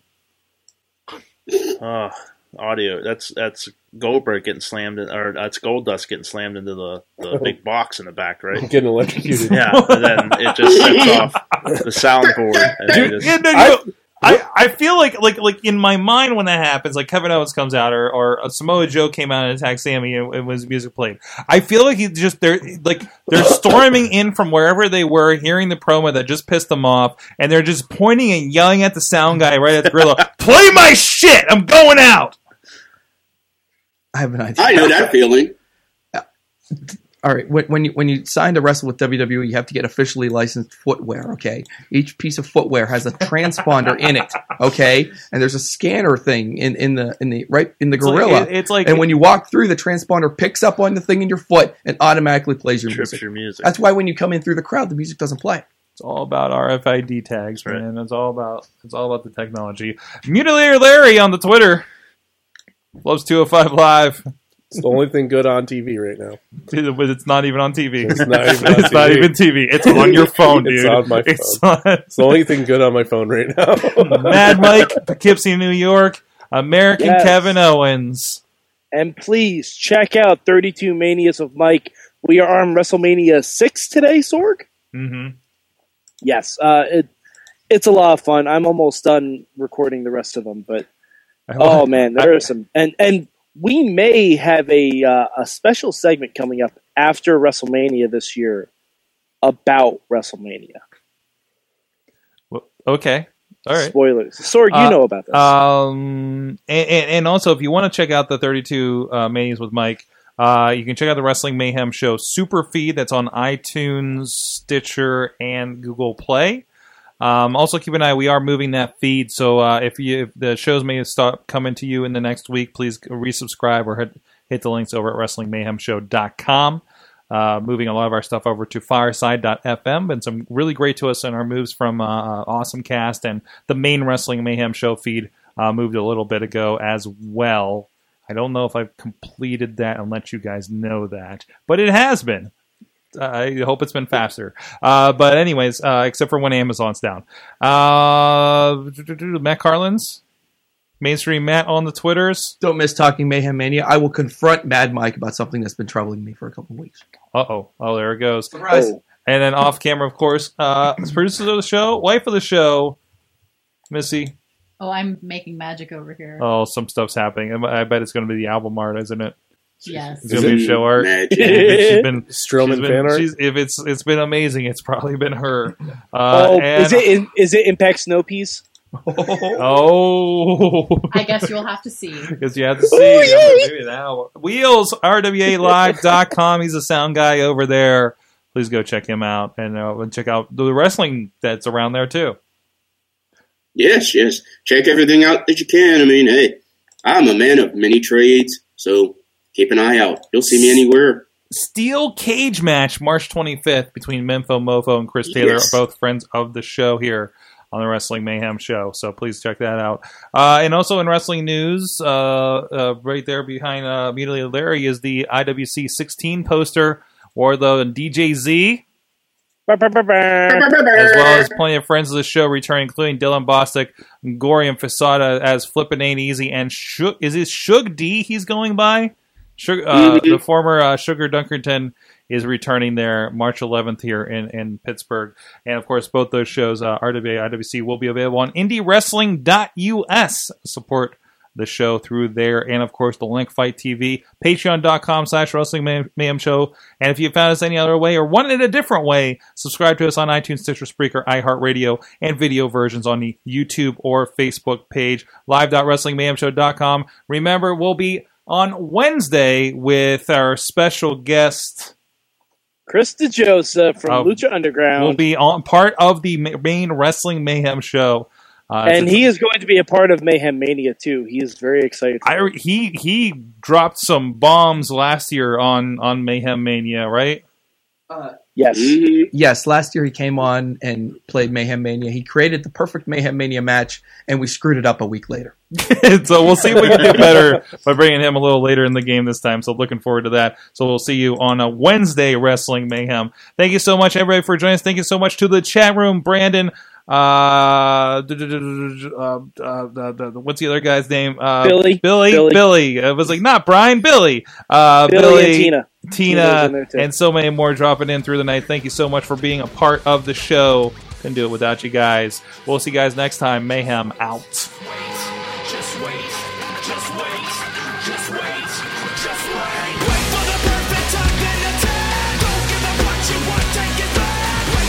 Oh, audio. That's that's Goldberg getting slammed, in, or that's Gold Dust getting slammed into the, the big box in the back,
*laughs*
right?
getting electrocuted.
Yeah, and then it just sets off the soundboard. And they
Dude,
just,
yeah, no,
I-
no. I, I feel like like like in my mind when that happens, like Kevin Owens comes out or, or a Samoa Joe came out and attacked Sammy and, and was music played. I feel like he just they're like they're storming in from wherever they were, hearing the promo that just pissed them off, and they're just pointing and yelling at the sound guy right at the gorilla. Play my shit! I'm going out.
I have an idea.
I know that feeling.
All right, when, when you when you sign to wrestle with WWE, you have to get officially licensed footwear. Okay, each piece of footwear has a transponder in it. Okay, and there's a scanner thing in, in the in the right in the
It's like-
gorilla.
it- it's like
*laughs* and when you walk through, the transponder picks up on the thing in your foot and automatically plays your
trips
music.
your music.
That's why when you come in through the crowd, the music doesn't play.
It's all about RFID tags,
That's right.
man. It's all about it's all about the technology. Mutilator Larry on the Twitter loves 205 live,
It's the only thing good on TV right now.
Dude, but it's not even on *laughs* TV.
It's not even on
It's not
TV.
even TV. It's on
*laughs*
your phone, dude.
It's on my
It's on-
It's the only thing good on my phone right
*laughs*
now.
Mad Mike, Poughkeepsie, New York, American
Yes.
Kevin Owens.
And please check out 32 Manias of Mike. We are on WrestleMania 6 today, Sorg.
Mm-hmm.
Yes, uh, it, it's a lot of fun. I'm almost done recording the rest of them, but oh man, there are some. And and we may have a uh, a special segment coming up after WrestleMania this year about WrestleMania.
Okay. All right.
Spoilers. Sorg, you
Uh,
know about this.
Um, and, and, and also, if you want to check out the 32 uh, Manias with Mike, uh, you can check out the Wrestling Mayhem Show Super Feed that's on iTunes, Stitcher, and Google Play. Um, also, keep an eye. We are moving that feed, so uh, if you if the shows may stop coming to you in the next week, please resubscribe or hit, hit the links over at WrestlingMayhemShow.com. Uh, moving a lot of our stuff over to Fireside.fm, and some really great to us in our moves from uh, Awesome Cast and the main Wrestling Mayhem Show feed uh, moved a little bit ago as well. I don't know if I've completed that and let you guys know that, but it has been. I hope it's been faster. Uh, but anyways, uh, except for when Amazon's down. Uh, Matt Carlins, mainstream Matt on the Twitters.
Don't miss talking mayhem mania. I will confront Mad Mike about something that's been troubling me for a couple of weeks.
Uh oh, oh there it goes.
Surprise!
Oh.
And then off camera, of course, uh, *clears throat* producer of the show, wife of the show, Missy.
Oh, I'm making magic over here.
Oh, some stuff's happening. I I bet it's going to be the album art, isn't it?
yes.
*laughs*
It's going to be show art.
Magic.
*laughs*
she's been
Strowman
she's been-
fan art?
she's- if it's it's been amazing, it's probably been her. Uh,
oh,
and-
is it in, is it Impact Snow Peas?
*laughs* Oh, *laughs*
I guess you'll have to see.
because you have to see. Maybe now. Wheels rwalive.com. He's a sound guy over there. Please go check him out and, uh, and check out the wrestling that's around there too.
Yes, yes. Check everything out that you can. I mean, hey, I'm a man of many trades, so keep an eye out. You'll see me anywhere.
Steel Cage match March 25th between Memphis Mofo and Chris Taylor,
Yes.
both friends of the show here on the Wrestling Mayhem show. So please check that out. Uh, and also in wrestling news, uh, uh, right there behind uh, Mutilated Larry is the IWC 16 poster or the DJZ.
Ba-ba-ba-ba.
*laughs*
as well as plenty of friends of the show returning, including Dylan Bostic, Gory and Fasada as Flippin' Ain't Easy, and Shug, is it Shug D he's going by? Shug, uh, The former uh, Sugar Dunkerton is returning there March 11th here in, in Pittsburgh. And of course, both those shows, uh, RWA, IWC, will be available on IndieWrestling.us. Support the show through there and of course the link fight tv patreon.com slash wrestling Mayhem- mayhem show and if you found us any other way or wanted a different way subscribe to us on itunes stitcher spreaker iheartradio and video versions on the youtube or facebook page live.wrestlingmayhemshow.com remember we'll be on wednesday with our special guest
Krista Joseph from
Um,
Lucha Underground.
will be on part of the ma- main wrestling mayhem show uh,
and
it's a-
he is going to be a part of Mayhem Mania too. He is very excited.
I, he he dropped some bombs last year on on Mayhem Mania, right?
yes.
Mhm.
Yes, last year he came on and played Mayhem Mania. He created the perfect Mayhem Mania match, and we screwed it up a week later.
*laughs* so we'll see if we can do better by bringing him a little later in the game this time. So looking forward to that. So we'll see you on a Wednesday Wrestling Mayhem. Thank you so much, everybody, for joining us. Thank you so much to the chat room, Brandon. Uh, d- d- d- d- d- uh, uh, the- the- the- what's the other guy's name? Uh,
Billy.
Billy. Billy.
Billy.
It was like not Brian. Billy. Uh,
Billy,
Billy.
and Tina. Tina's in
Tina,
there, too.
and so many more dropping in through the night. Thank you so much for being a part of the show. Couldn't do it without you guys. We'll see you guys next time. Mayhem out.
Just wait, just wait, just wait, just wait. Wait for the perfect time then attack. Don't give up what you want, take it back.